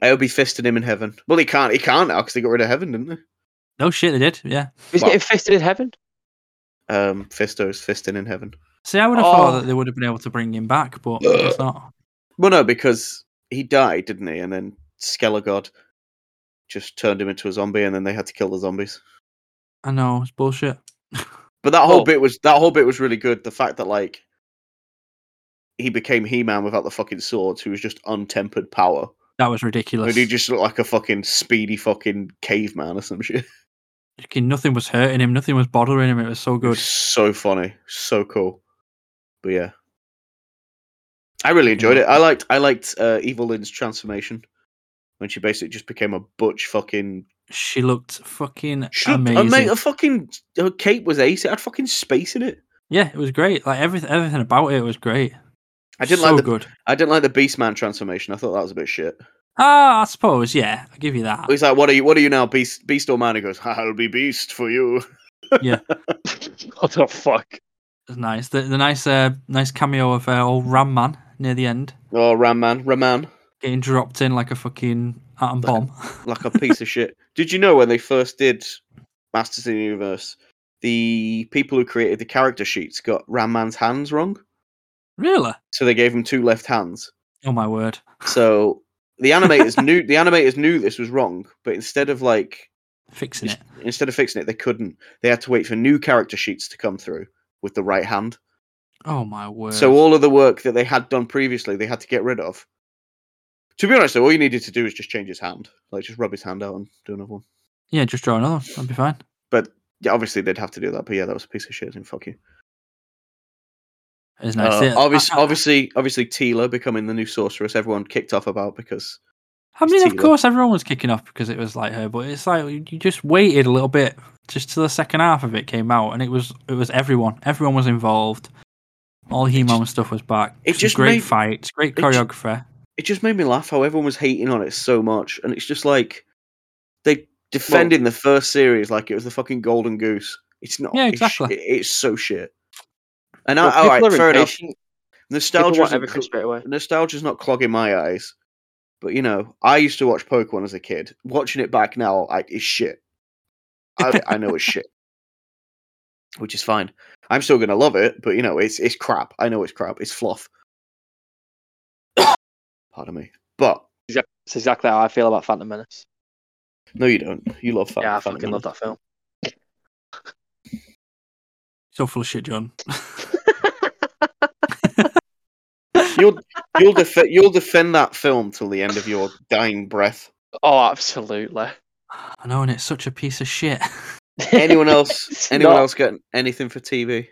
[SPEAKER 3] I'll be fisting him in heaven. Well, he can't. He can't now because they got rid of heaven, didn't they?
[SPEAKER 4] No shit, they did. Yeah.
[SPEAKER 5] He's
[SPEAKER 3] Wow.
[SPEAKER 5] getting fisted in heaven.
[SPEAKER 3] Um, Fisto's fisting in heaven.
[SPEAKER 4] See, I would have thought
[SPEAKER 5] Oh.
[SPEAKER 4] that they would have been able to bring him back, but it's not.
[SPEAKER 3] Well, no, because he died, didn't he? And then Skelligod just turned him into a zombie, and then they had to kill the zombies.
[SPEAKER 4] I know it's bullshit.
[SPEAKER 3] But that whole
[SPEAKER 5] Oh.
[SPEAKER 3] bit was that whole bit was really good. The fact that like he became He-Man without the fucking swords, who was just untempered power.
[SPEAKER 4] That was
[SPEAKER 3] I
[SPEAKER 4] ridiculous.
[SPEAKER 3] mean, he just looked like a fucking speedy fucking caveman or some shit.
[SPEAKER 4] Fucking Nothing was hurting him. Nothing was bothering him. It was so good.
[SPEAKER 3] So funny, so cool. But yeah, I really enjoyed it. I liked I liked uh, Evil Lynn's transformation when she basically just became a butch fucking.
[SPEAKER 4] She looked fucking
[SPEAKER 3] She looked-
[SPEAKER 4] amazing.
[SPEAKER 3] oh, mate, her fucking her cape was ace. It had fucking space in it.
[SPEAKER 4] yeah, it was great. Like everything, everything about it was great.
[SPEAKER 3] I didn't
[SPEAKER 4] so
[SPEAKER 3] like the
[SPEAKER 4] good.
[SPEAKER 3] I didn't like the Beastman transformation. I thought that was a bit shit.
[SPEAKER 4] Ah, I suppose. Yeah, I'll give you that.
[SPEAKER 3] He's like, "What are you? What are you now, Beast? Beast or man?" He goes, "I'll be Beast for you."
[SPEAKER 5] [LAUGHS]
[SPEAKER 3] [LAUGHS]
[SPEAKER 5] what the fuck?
[SPEAKER 4] It's nice. The, the nice, uh, nice cameo of uh, old Ram Man near the end
[SPEAKER 3] Oh, Ram Man, Ram Man.
[SPEAKER 4] getting dropped in like a fucking atom bomb.
[SPEAKER 3] like a piece of shit. Did you know when they first did Masters in the Universe, the people who created the character sheets got Ram Man's hands wrong,
[SPEAKER 4] [LAUGHS] really?
[SPEAKER 3] so they gave him two left hands.
[SPEAKER 4] Oh my word.
[SPEAKER 3] So the
[SPEAKER 4] [LAUGHS]
[SPEAKER 3] animators knew the animators knew this was wrong, but instead of like
[SPEAKER 4] Fixing it.
[SPEAKER 3] instead of fixing it, they couldn't. They had to wait for new character sheets to come through with the right hand.
[SPEAKER 4] Oh my word.
[SPEAKER 3] So all of the work that they had done previously, they had to get rid of. To be honest, though, all you needed to do is just change his hand, like just rub his hand out and do another one.
[SPEAKER 4] yeah, just draw another. one. That'd be fine.
[SPEAKER 3] Yeah, obviously they'd have to do that, but yeah, that was a piece of shit. And fuck you.
[SPEAKER 4] It's nice.
[SPEAKER 3] Uh,
[SPEAKER 4] yeah. [LAUGHS]
[SPEAKER 3] obvious-
[SPEAKER 4] I- I-
[SPEAKER 3] obviously, obviously, Teela becoming the new sorceress. Everyone kicked off about because
[SPEAKER 4] I mean, of
[SPEAKER 3] Teela.
[SPEAKER 4] course, everyone was kicking off because it was like her, but it's like you you just waited a little bit just till the second half of it came out, and it was it was everyone. Everyone was involved. All He-Man stuff was back.
[SPEAKER 3] it
[SPEAKER 4] It was
[SPEAKER 3] just
[SPEAKER 4] great
[SPEAKER 3] made-
[SPEAKER 4] fights, great
[SPEAKER 3] it ju-
[SPEAKER 4] choreographer.
[SPEAKER 3] it just made me laugh how everyone was hating on it so much, and it's just like they defending the first series like it was the fucking golden goose. It's not.
[SPEAKER 4] Yeah,
[SPEAKER 3] it's sh-
[SPEAKER 4] exactly.
[SPEAKER 3] it- it's so shit. And
[SPEAKER 5] Well,
[SPEAKER 3] I, all right,
[SPEAKER 5] people are
[SPEAKER 3] fair enough.
[SPEAKER 5] impatient. People
[SPEAKER 3] Nostalgia
[SPEAKER 5] want
[SPEAKER 3] isn't,
[SPEAKER 5] everything
[SPEAKER 3] cl-
[SPEAKER 5] straight away.
[SPEAKER 3] nostalgia's not clogging my eyes, but you know, I used to watch Pokemon as a kid. Watching it back now, I, it's shit. I, I know it's
[SPEAKER 5] [LAUGHS]
[SPEAKER 3] shit, which is fine. I'm still gonna love it, but you know, it's it's crap. I know it's crap. It's fluff. [COUGHS] Pardon me, but
[SPEAKER 5] It's exactly how I feel about Phantom Menace.
[SPEAKER 3] no, you don't. You love Phantom.
[SPEAKER 5] yeah, I
[SPEAKER 3] Phantom
[SPEAKER 5] fucking love
[SPEAKER 3] Menace.
[SPEAKER 5] that film.
[SPEAKER 4] So full of shit, John.
[SPEAKER 3] You'll
[SPEAKER 5] [LAUGHS]
[SPEAKER 3] you'll def- you'll defend that film till the end of your dying breath.
[SPEAKER 5] Oh, absolutely.
[SPEAKER 4] I know, and it's such a piece of shit.
[SPEAKER 3] [LAUGHS]
[SPEAKER 4] [LAUGHS]
[SPEAKER 3] Anyone
[SPEAKER 5] [LAUGHS]
[SPEAKER 3] else?
[SPEAKER 5] It's
[SPEAKER 3] anyone
[SPEAKER 5] not-
[SPEAKER 3] else getting anything for TV?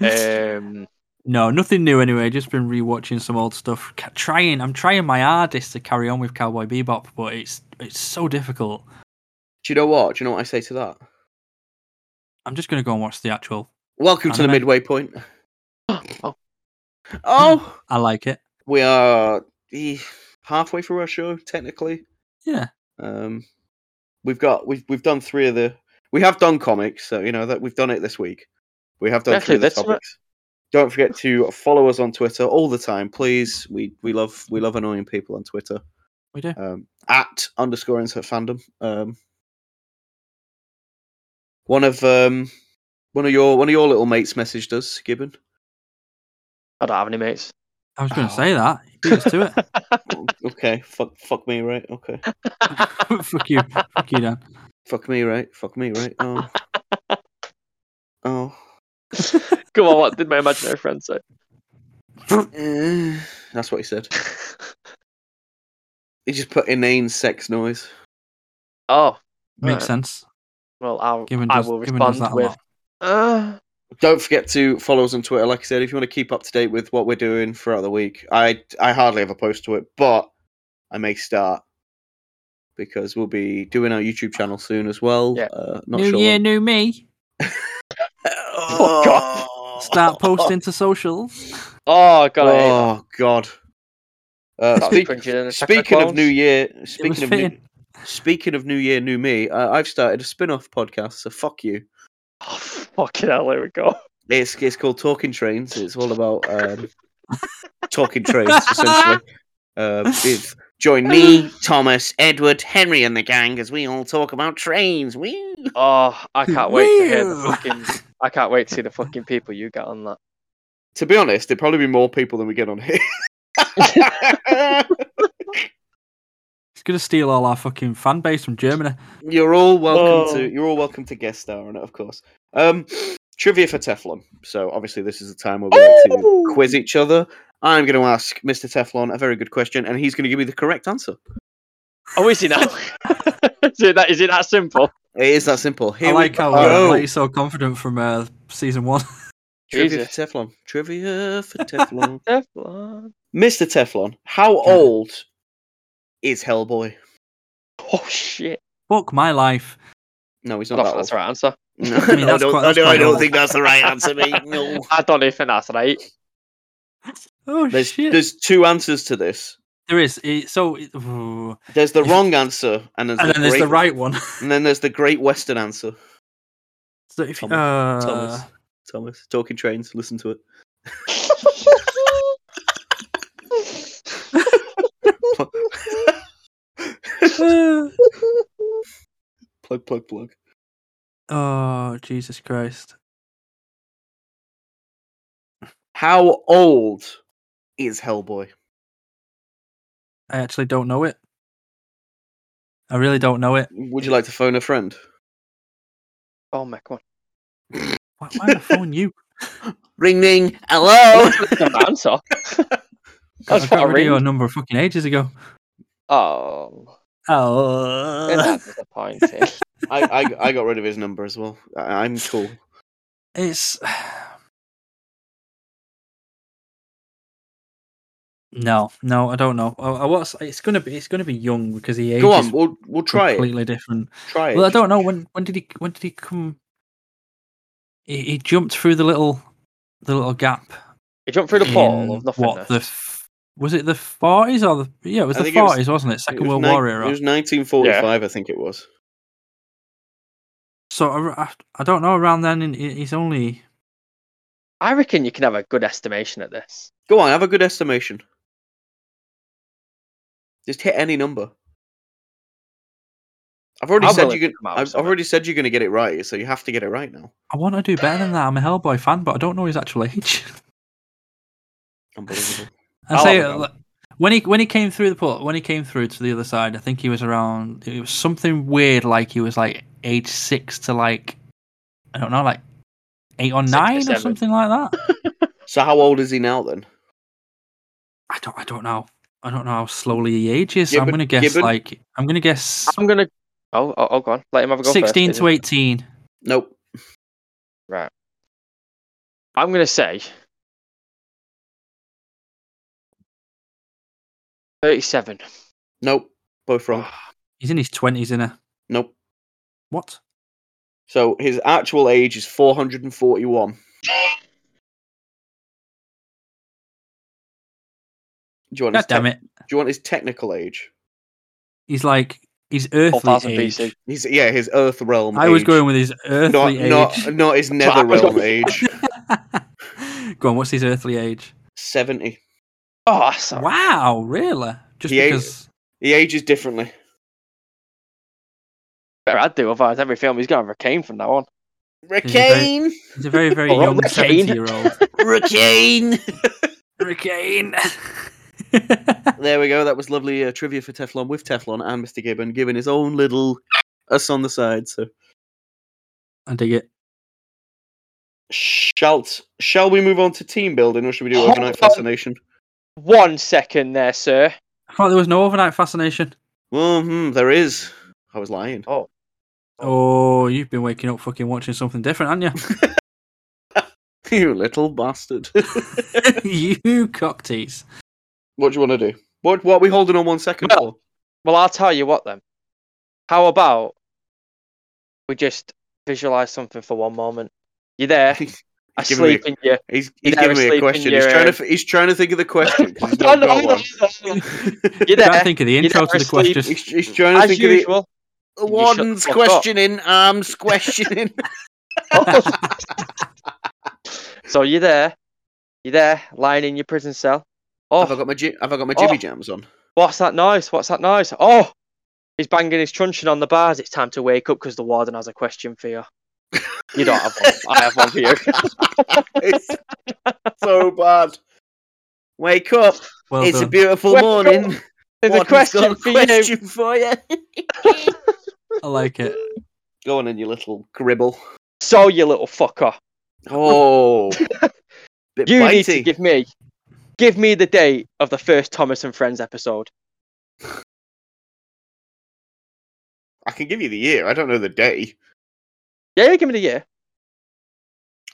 [SPEAKER 5] Um,
[SPEAKER 4] No, nothing new anyway. Just been rewatching some old stuff. Ca- Trying, I'm trying my hardest to carry on with Cowboy Bebop, but it's it's so difficult.
[SPEAKER 3] Do you know what? Do you know what I say to that?
[SPEAKER 4] I'm just gonna go and watch the actual.
[SPEAKER 3] Welcome to the
[SPEAKER 4] Anime.
[SPEAKER 3] midway point.
[SPEAKER 5] oh,
[SPEAKER 3] Oh,
[SPEAKER 4] I like it.
[SPEAKER 3] we are eh, halfway through our show technically.
[SPEAKER 4] Yeah.
[SPEAKER 3] Um, we've got we've we've done three of the we have done comics, so you know that we've done it this week. We have done
[SPEAKER 5] Actually,
[SPEAKER 3] three of
[SPEAKER 5] that's
[SPEAKER 3] the
[SPEAKER 5] not-
[SPEAKER 3] topics. Don't forget to follow us on Twitter all the time, please. We we love we love annoying people on Twitter.
[SPEAKER 4] We do.
[SPEAKER 3] Um, at underscore insert fandom. Um, one of um one of your one of your little mates messaged us, Gibbon.
[SPEAKER 5] I don't have any mates.
[SPEAKER 4] I was going to
[SPEAKER 3] Oh.
[SPEAKER 4] say that. You Beat us to it.
[SPEAKER 3] okay, fuck fuck me right. Okay.
[SPEAKER 4] [LAUGHS] fuck you, fuck you, Dan.
[SPEAKER 3] Fuck me, right? Fuck me, right? Oh. oh.
[SPEAKER 5] [LAUGHS] Come on, what did my imaginary friend say? [LAUGHS]
[SPEAKER 3] Eh, That's what he said. He just put inane sex noise.
[SPEAKER 5] oh,
[SPEAKER 4] Makes
[SPEAKER 5] Right.
[SPEAKER 4] sense.
[SPEAKER 5] well, I'll,
[SPEAKER 4] Given
[SPEAKER 5] I
[SPEAKER 4] does,
[SPEAKER 5] will
[SPEAKER 4] Given does that
[SPEAKER 5] respond
[SPEAKER 4] a
[SPEAKER 5] with.
[SPEAKER 4] lot.
[SPEAKER 5] Uh,
[SPEAKER 3] Don't forget to follow us on Twitter. Like I said, if you want to keep up to date with what we're doing throughout the week, I I hardly ever post to it, but I may start because we'll be doing our YouTube channel soon as well.
[SPEAKER 5] Yeah.
[SPEAKER 3] Uh, not
[SPEAKER 4] New
[SPEAKER 3] sure.
[SPEAKER 4] [LAUGHS] year, new me.
[SPEAKER 3] Oh, God. [LAUGHS]
[SPEAKER 4] Start posting to socials.
[SPEAKER 5] oh, God. I hate
[SPEAKER 3] Oh God. Uh,
[SPEAKER 5] that. That was
[SPEAKER 3] speak-
[SPEAKER 5] cringy, didn't it? Attack the
[SPEAKER 3] speaking of
[SPEAKER 5] Clones?
[SPEAKER 3] New Year,
[SPEAKER 4] It was
[SPEAKER 3] speaking of new,
[SPEAKER 4] fitting.
[SPEAKER 3] Speaking of New Year, New Me, uh, I've started a spin off podcast, so fuck you.
[SPEAKER 5] Oh, fucking hell, there we go.
[SPEAKER 3] It's, it's called Talking
[SPEAKER 4] [LAUGHS]
[SPEAKER 3] Trains. It's all about um, talking trains, essentially. Uh, it's Join me, Thomas, Edward, Henry, and the gang as we all talk about trains. Woo!
[SPEAKER 5] Oh, I can't wait to hear the
[SPEAKER 4] Whew.
[SPEAKER 5] fucking. I can't wait to see the fucking people you get on that.
[SPEAKER 3] To be honest, there'd probably be more people than we get on
[SPEAKER 4] [LAUGHS]
[SPEAKER 3] here. [LAUGHS]
[SPEAKER 4] It's gonna steal all our fucking fan base from Germany.
[SPEAKER 3] you're all welcome
[SPEAKER 5] Whoa.
[SPEAKER 3] to you're all welcome to guest star on it, of course. Um, trivia for Teflon. So obviously, this is the time where we like
[SPEAKER 4] Oh!
[SPEAKER 3] to quiz each other. I'm going to ask Mr. Teflon a very good question, and he's going to give me the correct answer.
[SPEAKER 5] Oh,
[SPEAKER 4] [LAUGHS]
[SPEAKER 5] is he now? [LAUGHS] is, it that, is it that simple?
[SPEAKER 3] It is that simple. Here
[SPEAKER 4] I like
[SPEAKER 3] we
[SPEAKER 4] how
[SPEAKER 3] go.
[SPEAKER 4] uh, like, so confident from uh, season one. [LAUGHS]
[SPEAKER 3] Trivia
[SPEAKER 5] Jesus.
[SPEAKER 3] for Teflon. Trivia for Teflon.
[SPEAKER 5] Teflon.
[SPEAKER 3] Mr. Teflon, how old is Hellboy?
[SPEAKER 5] Oh shit!
[SPEAKER 4] Fuck my life.
[SPEAKER 3] No, he's
[SPEAKER 5] I
[SPEAKER 3] not
[SPEAKER 5] don't
[SPEAKER 3] that
[SPEAKER 5] think
[SPEAKER 3] old.
[SPEAKER 5] that's the right answer.
[SPEAKER 3] No,
[SPEAKER 4] I
[SPEAKER 3] [LAUGHS]
[SPEAKER 4] mean,
[SPEAKER 3] I
[SPEAKER 4] that's
[SPEAKER 3] don't,
[SPEAKER 4] quite-
[SPEAKER 3] I
[SPEAKER 4] that's
[SPEAKER 3] don't- I
[SPEAKER 4] quite
[SPEAKER 3] don't
[SPEAKER 4] old.
[SPEAKER 3] think that's the right answer,
[SPEAKER 4] [LAUGHS]
[SPEAKER 5] [LAUGHS]
[SPEAKER 3] mate. No.
[SPEAKER 5] I don't even think that's right.
[SPEAKER 4] Oh
[SPEAKER 3] There's,
[SPEAKER 4] shit!
[SPEAKER 3] there's two answers to this.
[SPEAKER 4] There is. It, so it- ooh.
[SPEAKER 3] There's the
[SPEAKER 4] If-
[SPEAKER 3] wrong answer, and, there's,
[SPEAKER 4] and
[SPEAKER 3] the
[SPEAKER 4] then there's
[SPEAKER 3] great,
[SPEAKER 4] the right one. [LAUGHS]
[SPEAKER 3] and then there's the Great Western answer.
[SPEAKER 4] so if you-
[SPEAKER 3] Thomas,
[SPEAKER 4] uh,
[SPEAKER 3] Thomas, Thomas, talking trains. Listen to it.
[SPEAKER 4] uh,
[SPEAKER 3] Plug, plug, plug.
[SPEAKER 4] [GASPS] oh Jesus Christ!
[SPEAKER 3] How old is Hellboy?
[SPEAKER 4] I actually don't know it. I really don't know it.
[SPEAKER 3] Would you like to phone a friend?
[SPEAKER 5] Oh my god!
[SPEAKER 4] Why, why am
[SPEAKER 3] [LAUGHS]
[SPEAKER 4] I phoning you?
[SPEAKER 3] Ring, ring.
[SPEAKER 4] Oh.
[SPEAKER 3] Hello.
[SPEAKER 5] An
[SPEAKER 4] [LAUGHS]
[SPEAKER 5] answer.
[SPEAKER 4] I
[SPEAKER 5] That's what I
[SPEAKER 4] got rid of your
[SPEAKER 5] read.
[SPEAKER 4] number fucking ages ago.
[SPEAKER 5] Oh,
[SPEAKER 4] Oh,
[SPEAKER 5] that's disappointing.
[SPEAKER 3] I, I, I got rid of his number as well. I, I'm cool.
[SPEAKER 4] it's no, no. I don't know. I, I was. It's gonna be. It's gonna be young because he ages
[SPEAKER 3] Go on. We'll we'll try it.
[SPEAKER 4] completely different.
[SPEAKER 3] Try it.
[SPEAKER 4] Well, I don't know when. When did he? When did he come? He, he jumped through the little, the little gap.
[SPEAKER 5] He jumped through the portal
[SPEAKER 4] in
[SPEAKER 5] of nothingness.
[SPEAKER 4] what the? f- Was it the forties or the? Yeah, it was
[SPEAKER 3] I
[SPEAKER 4] the
[SPEAKER 3] think it was-
[SPEAKER 4] forties, was, not it?
[SPEAKER 3] It
[SPEAKER 4] Second
[SPEAKER 3] was
[SPEAKER 4] World
[SPEAKER 3] nine-
[SPEAKER 4] War era.
[SPEAKER 3] It was 1945, I think it was.
[SPEAKER 4] So I, I, I don't know. Around then, and he- he's only.
[SPEAKER 5] I reckon you can have a good estimation at this.
[SPEAKER 3] Go on, have a good estimation. Just hit any number. I've already
[SPEAKER 5] I'll
[SPEAKER 3] said
[SPEAKER 5] go
[SPEAKER 3] you
[SPEAKER 5] with
[SPEAKER 3] can,
[SPEAKER 5] come out with
[SPEAKER 3] I've, I've
[SPEAKER 5] something.
[SPEAKER 3] already said you're going to get it right, so you have to get it right now.
[SPEAKER 4] I want to do better than that. I'm a Hellboy fan, but I don't know his actual age.
[SPEAKER 3] Unbelievable.
[SPEAKER 4] I
[SPEAKER 5] I'll
[SPEAKER 4] say
[SPEAKER 5] have a go.
[SPEAKER 4] like, when he when he came through the port, when he came through to the other side, I think he was around. It was something weird, like he was like age six to like I don't know, like eight or
[SPEAKER 5] Six or
[SPEAKER 4] nine or,
[SPEAKER 5] seven.
[SPEAKER 4] something like that.
[SPEAKER 3] [LAUGHS] so how old is he now then?
[SPEAKER 4] I don't I don't know. I don't know how slowly he ages. I'm
[SPEAKER 3] Gibbon-
[SPEAKER 4] gonna guess
[SPEAKER 3] Gibbon?
[SPEAKER 4] like I'm gonna guess
[SPEAKER 5] I'm gonna. Oh, oh, oh, go on. Let him have a go.
[SPEAKER 4] sixteen
[SPEAKER 5] first,
[SPEAKER 4] to
[SPEAKER 5] Izzy.
[SPEAKER 4] eighteen.
[SPEAKER 3] Nope.
[SPEAKER 5] I'm gonna say thirty-seven.
[SPEAKER 3] Nope. Both
[SPEAKER 5] [SIGHS]
[SPEAKER 3] wrong.
[SPEAKER 4] He's in his twenties, in a
[SPEAKER 3] Nope.
[SPEAKER 4] what?
[SPEAKER 3] So his actual age is 441. Do you want
[SPEAKER 4] God
[SPEAKER 3] his
[SPEAKER 4] damn
[SPEAKER 3] tec-
[SPEAKER 4] it!
[SPEAKER 3] Do you want his technical age?
[SPEAKER 4] He's like his earthly
[SPEAKER 5] 4000
[SPEAKER 4] age.
[SPEAKER 5] BC.
[SPEAKER 3] He's yeah, his Earth realm.
[SPEAKER 4] I was
[SPEAKER 3] age.
[SPEAKER 4] going with his earthly
[SPEAKER 3] not,
[SPEAKER 4] age.
[SPEAKER 3] not not his
[SPEAKER 5] That's what I
[SPEAKER 3] nether
[SPEAKER 5] was
[SPEAKER 3] realm
[SPEAKER 5] going [LAUGHS]
[SPEAKER 3] age.
[SPEAKER 4] [LAUGHS] Go on, what's his earthly age?
[SPEAKER 3] Seventy.
[SPEAKER 5] Oh, that's all right.
[SPEAKER 4] Wow, really? Just
[SPEAKER 3] He ate-
[SPEAKER 4] because
[SPEAKER 3] He ages differently.
[SPEAKER 5] better I'd do. Otherwise, every film he's gonna have a cane from now on.
[SPEAKER 4] Ricane!
[SPEAKER 3] Ricane,
[SPEAKER 4] he's a very, very
[SPEAKER 5] Oh,
[SPEAKER 4] young
[SPEAKER 5] Rickane. [LAUGHS]
[SPEAKER 4] seventy-year-old.
[SPEAKER 3] Ricane.
[SPEAKER 4] [LAUGHS] Ricane.
[SPEAKER 3] [LAUGHS] There we go. That was lovely uh, trivia for Teflon with Teflon and Mr. Gibbon giving his own little us on the side. So
[SPEAKER 4] I dig it.
[SPEAKER 3] shall shall we move on to team building or should we do
[SPEAKER 5] Hold
[SPEAKER 3] overnight
[SPEAKER 5] on.
[SPEAKER 3] fascination?
[SPEAKER 5] One second there, sir.
[SPEAKER 4] I thought there was no overnight fascination.
[SPEAKER 3] Well, hmm, there is. I was lying.
[SPEAKER 4] Oh, you've been waking up fucking watching something different, haven't
[SPEAKER 3] [LAUGHS] you little bastard. [LAUGHS]
[SPEAKER 5] [LAUGHS]
[SPEAKER 4] you? [LAUGHS] you cocktease.
[SPEAKER 3] what do you want to do? What what are we holding on one second
[SPEAKER 5] Well- Well, I'll tell you what then. How about we just visualize something for one moment? You're there,
[SPEAKER 3] for? Give me a-
[SPEAKER 5] asleep in your.
[SPEAKER 3] He's,
[SPEAKER 5] You
[SPEAKER 3] he's
[SPEAKER 5] know,
[SPEAKER 3] giving me
[SPEAKER 5] asleep
[SPEAKER 3] a
[SPEAKER 5] in
[SPEAKER 3] question.
[SPEAKER 5] your,
[SPEAKER 3] He's trying to
[SPEAKER 5] um,
[SPEAKER 3] f- he's trying to think of the
[SPEAKER 5] [LAUGHS]
[SPEAKER 3] question. 'cause he's
[SPEAKER 5] No,
[SPEAKER 3] not
[SPEAKER 5] no,
[SPEAKER 3] got
[SPEAKER 5] no,
[SPEAKER 3] one.
[SPEAKER 5] no, no.
[SPEAKER 3] [LAUGHS]
[SPEAKER 5] You're there,
[SPEAKER 4] Can't think of the
[SPEAKER 5] You're
[SPEAKER 4] intro to the
[SPEAKER 5] never asleep.
[SPEAKER 4] question.
[SPEAKER 3] He's, he's trying to
[SPEAKER 5] as
[SPEAKER 3] think of
[SPEAKER 5] usual.
[SPEAKER 3] the
[SPEAKER 5] you shut the
[SPEAKER 3] warden's
[SPEAKER 5] fuck up.
[SPEAKER 3] questioning,
[SPEAKER 5] [LAUGHS]
[SPEAKER 3] arms questioning.
[SPEAKER 5] so you're there, you're there, lying in your prison cell. Oh,
[SPEAKER 3] have I got my gi- have I got my jibby
[SPEAKER 5] Oh.
[SPEAKER 3] jams on?
[SPEAKER 5] What's that noise? What's that noise? Oh, he's banging his truncheon on the bars. It's time to wake up because the warden has a question for you. You don't have one. I have one
[SPEAKER 3] [LAUGHS]
[SPEAKER 5] for you.
[SPEAKER 3] It's
[SPEAKER 5] [LAUGHS]
[SPEAKER 3] so bad. Wake up.
[SPEAKER 4] Well
[SPEAKER 3] it's a
[SPEAKER 4] done.
[SPEAKER 3] beautiful
[SPEAKER 5] Wake
[SPEAKER 3] morning.
[SPEAKER 5] There's a
[SPEAKER 3] Warden's
[SPEAKER 5] question
[SPEAKER 3] got
[SPEAKER 5] for you.
[SPEAKER 3] question for you.
[SPEAKER 4] I like it.
[SPEAKER 3] Go on in, you little
[SPEAKER 5] [LAUGHS]
[SPEAKER 3] gribble.
[SPEAKER 5] So, you little fucker,
[SPEAKER 3] Oh. Bit
[SPEAKER 5] you need to
[SPEAKER 3] bitey.
[SPEAKER 5] give me, give me the date of the first Thomas and Friends episode.
[SPEAKER 3] I can give you the year. I don't know the day.
[SPEAKER 5] Yeah, give me the year.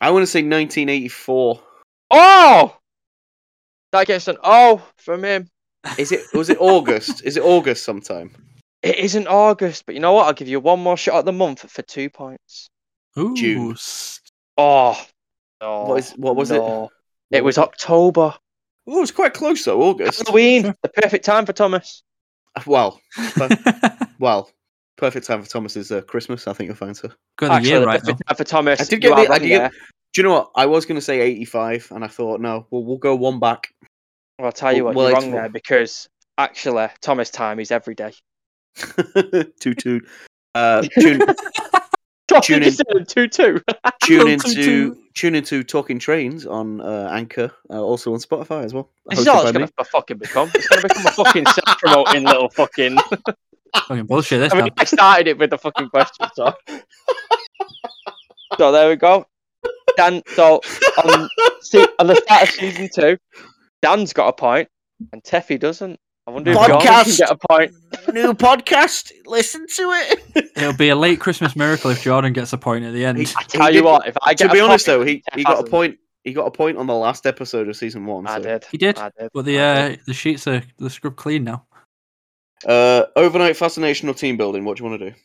[SPEAKER 3] I want to say 1984.
[SPEAKER 5] Oh, that gets an oh from him.
[SPEAKER 3] Is it? Was it August? Is it August sometime?
[SPEAKER 5] It isn't August, but you know what? I'll give you one more shot at the month for two points.
[SPEAKER 4] Ooh,
[SPEAKER 3] June.
[SPEAKER 4] [LAUGHS] s-
[SPEAKER 5] Oh, no,
[SPEAKER 3] What is- what was it?
[SPEAKER 5] it? It was October.
[SPEAKER 3] Oh, it's quite close though. August.
[SPEAKER 5] Halloween, the perfect time for Thomas.
[SPEAKER 3] Well, well, perfect time for Thomas's uh, Christmas. I think you'll find so.
[SPEAKER 4] Got the year
[SPEAKER 5] the
[SPEAKER 4] right though.
[SPEAKER 5] perfect time for Thomas.
[SPEAKER 3] I did
[SPEAKER 5] you
[SPEAKER 3] get
[SPEAKER 5] are
[SPEAKER 3] the- I
[SPEAKER 5] wrong
[SPEAKER 3] did get-
[SPEAKER 5] there.
[SPEAKER 3] Do you know what? I was going to say 85, and I thought, no, we'll, we'll go one back. [LAUGHS]
[SPEAKER 5] Well, I'll tell you what,
[SPEAKER 3] Well,
[SPEAKER 5] you're
[SPEAKER 3] it's
[SPEAKER 5] wrong
[SPEAKER 3] wrong.
[SPEAKER 5] there because actually, Thomas' time is every day.
[SPEAKER 3] toot toot.
[SPEAKER 5] [LAUGHS]
[SPEAKER 3] Uh, tune, Tune in.
[SPEAKER 5] two two.
[SPEAKER 3] tune
[SPEAKER 4] Toot
[SPEAKER 3] into
[SPEAKER 4] toot.
[SPEAKER 3] tune into Talking Trains on uh, Anchor, uh, also on Spotify as well.
[SPEAKER 5] This is
[SPEAKER 3] hosted
[SPEAKER 5] all
[SPEAKER 3] by
[SPEAKER 5] it's gonna
[SPEAKER 3] me.
[SPEAKER 5] f- fucking become. It's gonna become a fucking self-promoting little fucking.
[SPEAKER 4] Fucking bullshit this
[SPEAKER 5] I mean,
[SPEAKER 4] time.
[SPEAKER 5] I started it with the fucking question, so. so there we go. Dan, so on, see, on the start of season two, Dan's got a point and Teffy doesn't. I wonder if Gordon can
[SPEAKER 3] Podcast.
[SPEAKER 5] get a point.
[SPEAKER 3] New podcast. Listen to it.
[SPEAKER 4] It'll be a late Christmas miracle if Jordan gets a point at the end.
[SPEAKER 5] I tell you
[SPEAKER 3] did-
[SPEAKER 5] what, if I get
[SPEAKER 3] to be
[SPEAKER 5] a
[SPEAKER 3] honest,
[SPEAKER 5] point,
[SPEAKER 3] though, he, he got a
[SPEAKER 5] hasn't.
[SPEAKER 3] point. He got a point on the last episode of season one.
[SPEAKER 5] I
[SPEAKER 3] So.
[SPEAKER 5] did.
[SPEAKER 4] He did.
[SPEAKER 5] I did.
[SPEAKER 4] But the
[SPEAKER 5] I did.
[SPEAKER 4] uh, the sheets are the scrub clean now.
[SPEAKER 3] Uh, overnight fascination or team building? What do you want to do?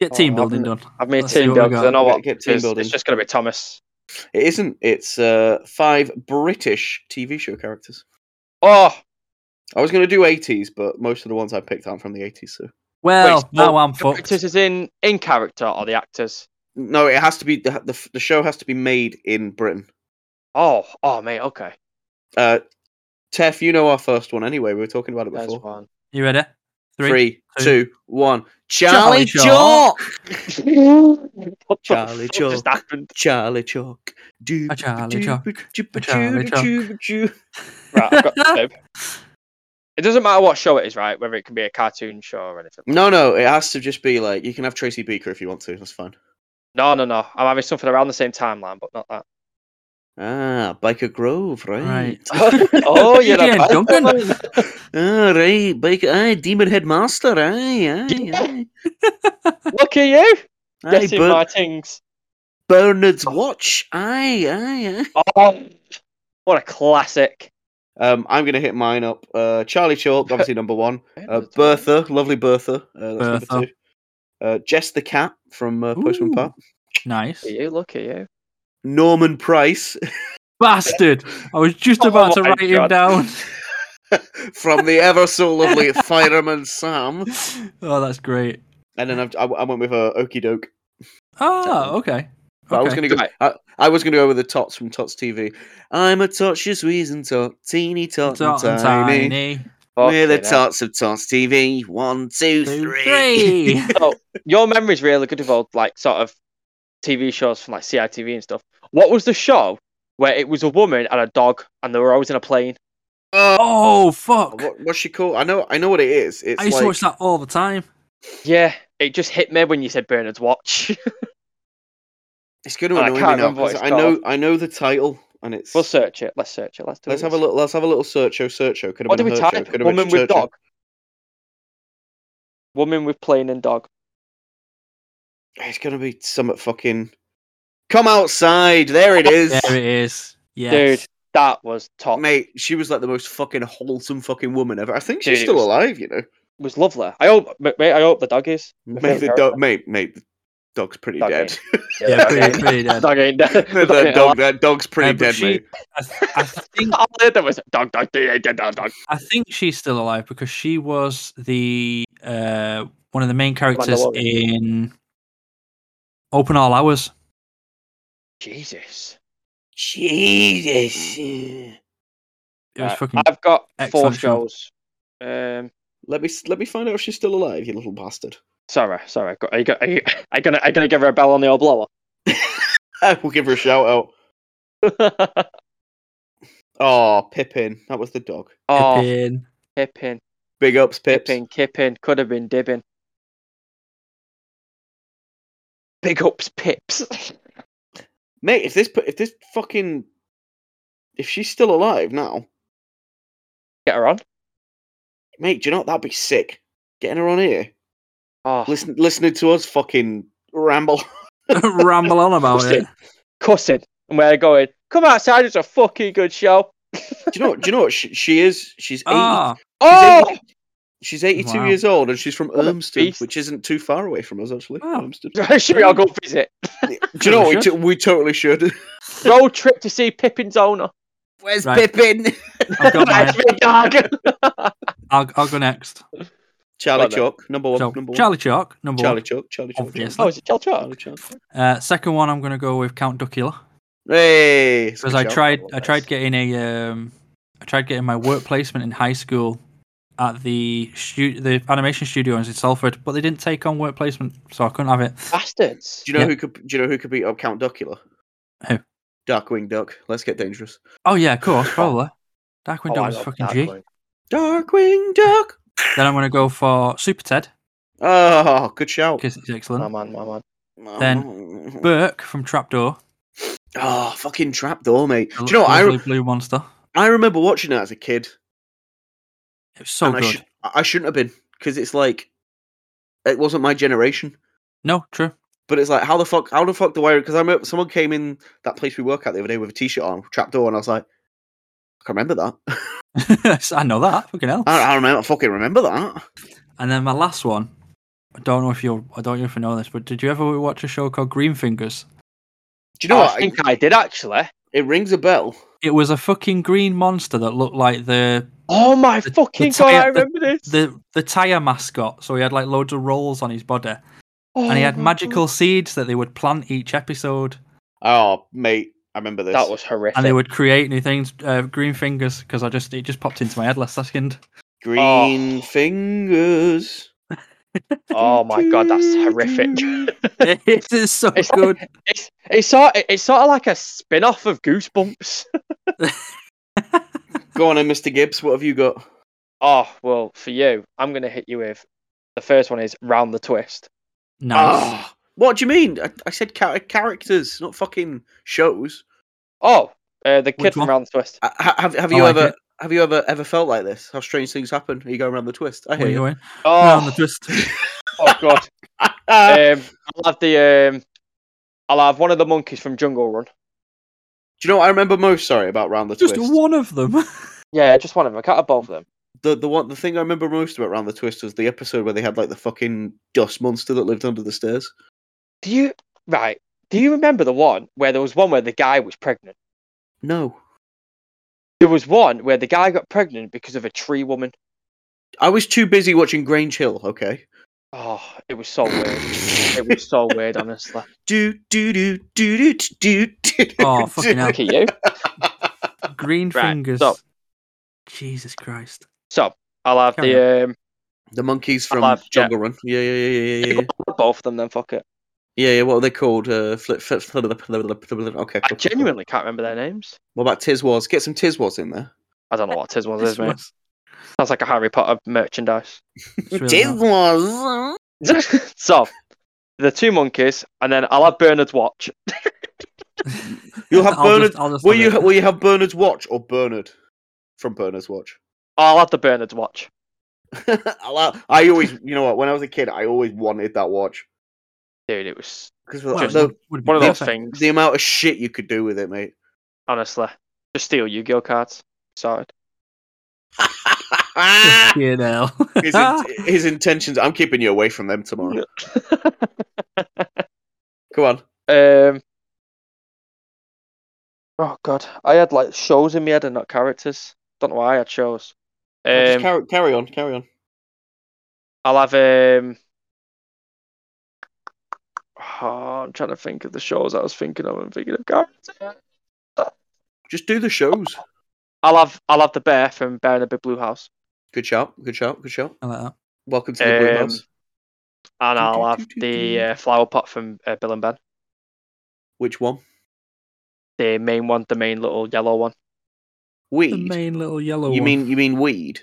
[SPEAKER 4] Get
[SPEAKER 5] Oh,
[SPEAKER 4] team
[SPEAKER 5] I
[SPEAKER 4] building
[SPEAKER 5] haven't-
[SPEAKER 4] done.
[SPEAKER 5] I've made
[SPEAKER 4] Let's see
[SPEAKER 5] team
[SPEAKER 4] what we
[SPEAKER 5] build because I
[SPEAKER 4] got.
[SPEAKER 5] know
[SPEAKER 3] Get-
[SPEAKER 5] what.
[SPEAKER 3] get
[SPEAKER 5] it
[SPEAKER 3] team
[SPEAKER 5] is.
[SPEAKER 3] building.
[SPEAKER 5] It's just going to be Thomas.
[SPEAKER 3] It isn't. It's uh, five British TV show characters.
[SPEAKER 5] Oh,
[SPEAKER 3] I was going to do 80s, but most of the ones I picked aren't from the 80s. So
[SPEAKER 4] Well,
[SPEAKER 5] wait, oh,
[SPEAKER 4] now
[SPEAKER 5] so
[SPEAKER 4] I'm fucked.
[SPEAKER 5] characters is in in character or the actors.
[SPEAKER 3] no, it has to be the the, the show has to be made in Britain.
[SPEAKER 5] Oh, oh mate, okay.
[SPEAKER 3] Uh, Tef, you know our first one anyway. We were talking about it
[SPEAKER 5] There's
[SPEAKER 3] before. [LAUGHS]
[SPEAKER 5] one.
[SPEAKER 4] You ready?
[SPEAKER 3] Three, two, one.
[SPEAKER 4] two.
[SPEAKER 3] Charlie,
[SPEAKER 4] Charlie
[SPEAKER 3] Chalk.
[SPEAKER 4] Chalk.
[SPEAKER 5] What the
[SPEAKER 3] Charlie
[SPEAKER 5] fuck
[SPEAKER 3] Chalk.
[SPEAKER 5] just happened?
[SPEAKER 3] Charlie Chalk. Do
[SPEAKER 4] A Charlie
[SPEAKER 3] do-
[SPEAKER 4] Chalk.
[SPEAKER 3] do- do- do-
[SPEAKER 4] Charlie
[SPEAKER 3] do-
[SPEAKER 4] Chalk.
[SPEAKER 3] do- do.
[SPEAKER 4] [LAUGHS]
[SPEAKER 5] Right, I've got two. It doesn't matter what show it is, right? Whether it can be a cartoon show or anything.
[SPEAKER 3] No, no, it has to just be like you can have Tracy Beaker if you want to. That's fine.
[SPEAKER 5] No, no, no. I'm having something around the same timeline, but not
[SPEAKER 3] [LAUGHS]
[SPEAKER 4] [LAUGHS]
[SPEAKER 5] that.
[SPEAKER 3] Ah, Baker Grove, right?
[SPEAKER 4] Right.
[SPEAKER 5] oh, you're
[SPEAKER 4] Again,
[SPEAKER 5] not
[SPEAKER 4] Duncan.
[SPEAKER 3] Ah, right, Baker. Aye, Demon Headmaster. Aye, aye, aye.
[SPEAKER 5] [LAUGHS] Look at you.
[SPEAKER 3] aye
[SPEAKER 5] Getting
[SPEAKER 3] Ber-
[SPEAKER 5] my things.
[SPEAKER 3] Bernard's Watch. Aye, aye, aye.
[SPEAKER 5] Oh, what a classic.
[SPEAKER 3] Um, I'm gonna hit mine up. Uh, Charlie Chalk, obviously number
[SPEAKER 4] [LAUGHS]
[SPEAKER 3] one. Uh, Bertha, lovely Bertha. Uh, that's number
[SPEAKER 4] Bertha.
[SPEAKER 3] two. Uh, Jess the Cat from uh, Postman
[SPEAKER 4] Ooh.
[SPEAKER 3] Pat.
[SPEAKER 4] Nice.
[SPEAKER 5] Look at you. Look at you.
[SPEAKER 3] Norman Price
[SPEAKER 4] Bastard. I was just
[SPEAKER 5] Oh
[SPEAKER 4] about to
[SPEAKER 5] my
[SPEAKER 4] write him
[SPEAKER 5] God.
[SPEAKER 4] down. [LAUGHS]
[SPEAKER 3] from the ever so lovely Fireman Sam.
[SPEAKER 4] Oh, that's great.
[SPEAKER 3] And then I've, I, I went with uh, Okey Doke.
[SPEAKER 4] Ah, okay.
[SPEAKER 3] But I was
[SPEAKER 4] Okay.
[SPEAKER 3] gonna go.
[SPEAKER 5] Right.
[SPEAKER 3] I, I was gonna go with the tots from Tots TV. I'm a tots, just reason tot, teeny tot, and
[SPEAKER 4] Dot and
[SPEAKER 3] tiny.
[SPEAKER 4] tiny.
[SPEAKER 3] We're the
[SPEAKER 5] Fucking hell.
[SPEAKER 3] tots of Tots TV. One, two, three.
[SPEAKER 4] Two,
[SPEAKER 3] [LAUGHS]
[SPEAKER 4] three. [LAUGHS]
[SPEAKER 5] your memory's really good of old like sort of TV shows from like CITV and stuff. What was the show where it was a woman and a dog and they were always in a plane?
[SPEAKER 4] Oh fuck!
[SPEAKER 3] What, what's she called? I know. I know what it is. It's
[SPEAKER 4] I used
[SPEAKER 3] like
[SPEAKER 4] to watch that all the time.
[SPEAKER 5] Yeah, it just hit me when you said Bernard's [LAUGHS] Watch.
[SPEAKER 3] it's going to
[SPEAKER 5] Oh, I
[SPEAKER 3] annoy me
[SPEAKER 5] can't
[SPEAKER 3] now.
[SPEAKER 5] remember what
[SPEAKER 3] 'cause
[SPEAKER 5] it's
[SPEAKER 3] I know. I know the title, and it's.
[SPEAKER 5] we'll search it. Let's search it. Let's do
[SPEAKER 3] let's
[SPEAKER 5] it.
[SPEAKER 3] have a little. Let's have a little searcho. Searcho. Could have
[SPEAKER 5] What do
[SPEAKER 3] been
[SPEAKER 5] we
[SPEAKER 3] a
[SPEAKER 5] type?
[SPEAKER 3] Hercho, could have been
[SPEAKER 5] Woman with
[SPEAKER 3] Churcho.
[SPEAKER 5] dog. Woman with plane and dog.
[SPEAKER 3] It's going to be somewhat fucking. Come outside. There it is. Oh,
[SPEAKER 4] There it is. Yes.
[SPEAKER 5] That was top.
[SPEAKER 3] Mate, she was like the most fucking wholesome fucking woman ever. I think she's
[SPEAKER 5] Dude, it
[SPEAKER 3] still
[SPEAKER 5] was-
[SPEAKER 3] alive, you know.
[SPEAKER 5] It was lovely. I hope, mate. I hope the dog is.
[SPEAKER 3] Mate, the
[SPEAKER 5] favorite
[SPEAKER 3] dog, mate, mate, the dog's pretty
[SPEAKER 5] Dog
[SPEAKER 3] dead. [LAUGHS]
[SPEAKER 4] Yeah,
[SPEAKER 5] dog
[SPEAKER 4] pretty,
[SPEAKER 5] ain't-
[SPEAKER 4] pretty dead.
[SPEAKER 5] [LAUGHS] dog ain't dead. The
[SPEAKER 3] that,
[SPEAKER 5] dog ain't
[SPEAKER 3] dog, that dog's pretty
[SPEAKER 4] Uh, but
[SPEAKER 3] dead,
[SPEAKER 4] she-
[SPEAKER 3] mate.
[SPEAKER 4] I, th- I think
[SPEAKER 5] alive. [LAUGHS] All I heard there was dog, dog, dog, dog, dog, dog.
[SPEAKER 4] I think she's still alive because she was the uh, one of the main characters
[SPEAKER 5] Mandalorian.
[SPEAKER 4] in Open All Hours.
[SPEAKER 5] Jesus.
[SPEAKER 3] Jesus.
[SPEAKER 4] It was
[SPEAKER 5] Right,
[SPEAKER 4] fucking
[SPEAKER 5] I've got four
[SPEAKER 4] excellent show.
[SPEAKER 5] shows. Um,
[SPEAKER 3] Let me s- let me find out if she's still alive, you little bastard. [LAUGHS]
[SPEAKER 5] Sorry, sorry. Are you, go- are you, [LAUGHS] are you gonna are you gonna give her a bell on the old blower? [LAUGHS]
[SPEAKER 3] we'll give her a shout out. Oh, Pippin, that was the dog.
[SPEAKER 5] oh,
[SPEAKER 4] Pippin.
[SPEAKER 5] Pippin,
[SPEAKER 3] Big ups, Pips.
[SPEAKER 5] Pippin, Kippin. Could have been Dibbin. Big ups, Pips. [LAUGHS]
[SPEAKER 3] Mate, if this p- if this fucking if she's still alive now,
[SPEAKER 5] Get her on.
[SPEAKER 3] mate, do you know what? that'd be sick? Getting her on here,
[SPEAKER 5] Oh,
[SPEAKER 3] listen, listening to us fucking ramble.
[SPEAKER 4] [LAUGHS]
[SPEAKER 3] [LAUGHS]
[SPEAKER 4] Ramble on about
[SPEAKER 5] Listen.
[SPEAKER 4] it.
[SPEAKER 5] cussing, and we're going. Come outside. It's a fucking good show.
[SPEAKER 3] do you know? what- Do you know what she, she is? She's eighty.
[SPEAKER 4] Ah,
[SPEAKER 5] Oh, [LAUGHS]
[SPEAKER 3] She's eighty-two
[SPEAKER 4] Wow.
[SPEAKER 3] years old, and she's from
[SPEAKER 5] What a
[SPEAKER 3] Ermston,
[SPEAKER 5] beast.
[SPEAKER 3] which isn't too far away from us, actually.
[SPEAKER 4] Oh.
[SPEAKER 5] [LAUGHS]
[SPEAKER 3] Ermston.
[SPEAKER 5] should we all go visit?
[SPEAKER 3] Do you know what?
[SPEAKER 4] We
[SPEAKER 3] We, t- we totally should. [LAUGHS]
[SPEAKER 5] Road trip to see Pippin's owner.
[SPEAKER 3] Where's
[SPEAKER 4] Right.
[SPEAKER 3] Pippin?
[SPEAKER 4] I've got
[SPEAKER 5] That's
[SPEAKER 4] mine.
[SPEAKER 5] me, dog.
[SPEAKER 4] I'll, I'll go next.
[SPEAKER 3] Charlie
[SPEAKER 5] Love it.
[SPEAKER 3] Chuck, number one.
[SPEAKER 4] So,
[SPEAKER 3] number
[SPEAKER 4] Charlie Chalk, number
[SPEAKER 3] one. Charlie
[SPEAKER 4] one.
[SPEAKER 3] Chuck. Charlie Chuck. Charlie
[SPEAKER 4] Obviously.
[SPEAKER 5] [LAUGHS] oh, is it Kel Chuck?
[SPEAKER 3] Charlie Chuck.
[SPEAKER 4] Uh, second one, I'm going to go with Count Duckula.
[SPEAKER 3] Hey, it's a
[SPEAKER 4] because
[SPEAKER 3] good
[SPEAKER 4] I
[SPEAKER 3] shout.
[SPEAKER 4] tried
[SPEAKER 3] love
[SPEAKER 4] I tried
[SPEAKER 3] this.
[SPEAKER 4] getting a um I tried getting my work placement in high school at the stu- the animation studios in Salford, but they didn't take on work placement, so I couldn't have it.
[SPEAKER 3] [LAUGHS]
[SPEAKER 5] Bastards.
[SPEAKER 3] Do you know
[SPEAKER 4] Yeah.
[SPEAKER 3] who could? Do you know who could beat up Count Docula?
[SPEAKER 4] Who?
[SPEAKER 3] Darkwing Duck. Let's get dangerous.
[SPEAKER 4] Oh yeah, of course, probably. Darkwing
[SPEAKER 5] Oh, I
[SPEAKER 4] Dog is
[SPEAKER 5] love
[SPEAKER 4] fucking G.
[SPEAKER 5] Darkwing.
[SPEAKER 3] Darkwing Duck.
[SPEAKER 4] Then I'm gonna go for Super Ted
[SPEAKER 3] Oh, good shout. Oh.
[SPEAKER 4] because it's
[SPEAKER 5] My
[SPEAKER 3] Um,
[SPEAKER 4] excellent.
[SPEAKER 5] man, my man.
[SPEAKER 3] Then,
[SPEAKER 4] Burke from Trapdoor,
[SPEAKER 3] oh, fucking trapdoor, mate.
[SPEAKER 4] the
[SPEAKER 3] Do you know? What? I
[SPEAKER 4] lovely
[SPEAKER 3] re-
[SPEAKER 4] blue monster.
[SPEAKER 3] I remember watching it as a kid.
[SPEAKER 4] It was so
[SPEAKER 3] and I,
[SPEAKER 4] good.
[SPEAKER 3] should- I shouldn't have been because it's like it wasn't my generation.
[SPEAKER 4] No, true. [LAUGHS]
[SPEAKER 3] But it's like how the fuck how the fuck do I? Because I remember someone came in that place we work at the other day with a t-shirt on, trapdoor, and I was like, I can remember that. [LAUGHS]
[SPEAKER 4] I know that. Fucking hell.
[SPEAKER 3] I, I remember, I fucking remember that.
[SPEAKER 4] And then my last one. I don't know if you I don't know if you know this, but did you ever watch a show called Green Fingers?
[SPEAKER 3] Do you know
[SPEAKER 5] Oh,
[SPEAKER 3] what?
[SPEAKER 5] I think I did actually.
[SPEAKER 3] it rings a bell.
[SPEAKER 4] It was a fucking green monster that looked like the
[SPEAKER 5] Oh my
[SPEAKER 4] The- the
[SPEAKER 5] fucking
[SPEAKER 4] tie-
[SPEAKER 5] god! I
[SPEAKER 4] the-
[SPEAKER 5] remember this.
[SPEAKER 4] the the tire mascot. So he had like loads of rolls on his body, and he
[SPEAKER 5] Oh
[SPEAKER 4] had
[SPEAKER 5] my
[SPEAKER 4] magical seeds that they would plant each episode,
[SPEAKER 3] Oh, mate, I remember
[SPEAKER 5] God.
[SPEAKER 3] this.
[SPEAKER 5] That was horrific.
[SPEAKER 4] and they would create new things. Uh, green fingers, because I just it just popped into my head last second.
[SPEAKER 3] green fingers.
[SPEAKER 5] Oh my god, that's horrific.
[SPEAKER 4] [LAUGHS]
[SPEAKER 5] [LAUGHS]
[SPEAKER 4] it is so
[SPEAKER 5] It's
[SPEAKER 4] good.
[SPEAKER 5] It's it's sort it's sort of like a spin off of Goosebumps. [LAUGHS]
[SPEAKER 3] Go on, then, Mr. Gibbs. What have you got?
[SPEAKER 5] Oh well, for you, I'm gonna hit you with the first one is round the twist.
[SPEAKER 4] Nice.
[SPEAKER 3] Ah, what do you mean? I, I said char- characters, not fucking shows.
[SPEAKER 5] Oh, uh, the
[SPEAKER 4] Which
[SPEAKER 5] kid from
[SPEAKER 4] one?
[SPEAKER 5] round the twist.
[SPEAKER 3] Uh, ha- have have
[SPEAKER 4] I
[SPEAKER 3] you
[SPEAKER 4] like
[SPEAKER 3] ever
[SPEAKER 4] it.
[SPEAKER 3] have you ever ever felt like this? How strange things happen. Are you going around the twist? I
[SPEAKER 4] Where
[SPEAKER 3] hear
[SPEAKER 4] you
[SPEAKER 3] you.
[SPEAKER 4] going? [LAUGHS] Round the
[SPEAKER 5] Oh,
[SPEAKER 4] twist.
[SPEAKER 3] [LAUGHS]
[SPEAKER 5] oh
[SPEAKER 4] [LAUGHS]
[SPEAKER 5] god.
[SPEAKER 3] Ah,
[SPEAKER 5] Um, I'll have the um, I'll have one of the monkeys from Jungle Run.
[SPEAKER 3] do you know what I remember most? Sorry about round the
[SPEAKER 4] Just
[SPEAKER 3] twist.
[SPEAKER 4] one of them. [LAUGHS]
[SPEAKER 5] Yeah, just one of them. I can't have both of them.
[SPEAKER 3] The the one the thing I remember most about round the twist was the episode where they had like the fucking dust monster that lived under the stairs.
[SPEAKER 5] Do you right? Do you remember the one where there was one where the guy was pregnant?
[SPEAKER 3] No,
[SPEAKER 5] There was one where the guy got pregnant because of a tree woman.
[SPEAKER 3] I was too busy watching Grange Hill. Okay.
[SPEAKER 5] Oh, it was so weird. It was so
[SPEAKER 4] [LAUGHS]
[SPEAKER 5] weird, honestly.
[SPEAKER 3] do do do do do do do. do,
[SPEAKER 4] Oh,
[SPEAKER 3] do.
[SPEAKER 4] fucking hell.
[SPEAKER 5] Look at you.
[SPEAKER 4] Green
[SPEAKER 5] Right,
[SPEAKER 4] fingers.
[SPEAKER 5] so-
[SPEAKER 4] Jesus Christ.
[SPEAKER 5] So I'll have the um,
[SPEAKER 3] The monkeys
[SPEAKER 5] I
[SPEAKER 3] from
[SPEAKER 5] love- yeah.
[SPEAKER 3] Jungle Run. Yeah, yeah, yeah, yeah, yeah, yeah.
[SPEAKER 5] I'll have um, both of them. Then fuck it.
[SPEAKER 3] Yeah, yeah. What are they called? Uh, flip, flip, flip, flip, flip, flip, flip, flip. Okay. cool,
[SPEAKER 5] I
[SPEAKER 3] cool, cool.
[SPEAKER 5] genuinely can't remember their names.
[SPEAKER 3] What about Tiswas? Get some Tiswas in there.
[SPEAKER 5] I don't know what Tiz was,
[SPEAKER 4] This
[SPEAKER 5] is, mate.
[SPEAKER 4] was-
[SPEAKER 5] Sounds like a Harry Potter merchandise. [LAUGHS]
[SPEAKER 4] it's really [LAUGHS] nice.
[SPEAKER 3] Tiswas.
[SPEAKER 5] so the two monkeys, and then I'll have Bernard's watch.
[SPEAKER 3] You'll have
[SPEAKER 4] [LAUGHS] I'll just-
[SPEAKER 3] Bernard.
[SPEAKER 4] I'll just
[SPEAKER 3] Will
[SPEAKER 4] have
[SPEAKER 3] you
[SPEAKER 4] it.
[SPEAKER 3] will you have Bernard's watch or Bernard from Bernard's watch? [LAUGHS]
[SPEAKER 5] I'll have the Bernard's watch.
[SPEAKER 3] I'll have- I always, you know what? When I was a kid, I always wanted that watch
[SPEAKER 5] Dude, it was
[SPEAKER 3] because
[SPEAKER 4] Well,
[SPEAKER 5] Just-
[SPEAKER 3] the,
[SPEAKER 4] would be
[SPEAKER 5] one of those
[SPEAKER 4] perfect.
[SPEAKER 5] things.
[SPEAKER 3] the amount of shit you could do with it,
[SPEAKER 4] [LAUGHS]
[SPEAKER 3] mate.
[SPEAKER 5] Honestly, just steal Yu-Gi-Oh cards. Sorry.
[SPEAKER 4] [LAUGHS] Fucking hell.
[SPEAKER 3] his, in- his intentions. I'm keeping you away from them tomorrow. Come on.
[SPEAKER 5] [LAUGHS] um. Oh god, I had like shows in my head and not characters. Don't know why I had shows.
[SPEAKER 3] No, just
[SPEAKER 5] Um,
[SPEAKER 3] carry, carry on, carry on.
[SPEAKER 5] I'll have um. oh, I'm trying to think of the shows I was thinking of. I'm thinking of characters.
[SPEAKER 3] Just do the shows.
[SPEAKER 5] I'll have I'll have the bear from Bear in a Big Blue House.
[SPEAKER 3] Good shout. Good shout. Good shout.
[SPEAKER 4] I like that.
[SPEAKER 3] Welcome to the Blue
[SPEAKER 5] Um,
[SPEAKER 3] House.
[SPEAKER 5] And I'll have the uh, flower pot from uh, Bill and Ben.
[SPEAKER 3] Which one?
[SPEAKER 5] The main one, the main little yellow one.
[SPEAKER 4] The
[SPEAKER 3] Weed.
[SPEAKER 4] main little yellow
[SPEAKER 3] You
[SPEAKER 4] one.
[SPEAKER 3] mean you mean weed?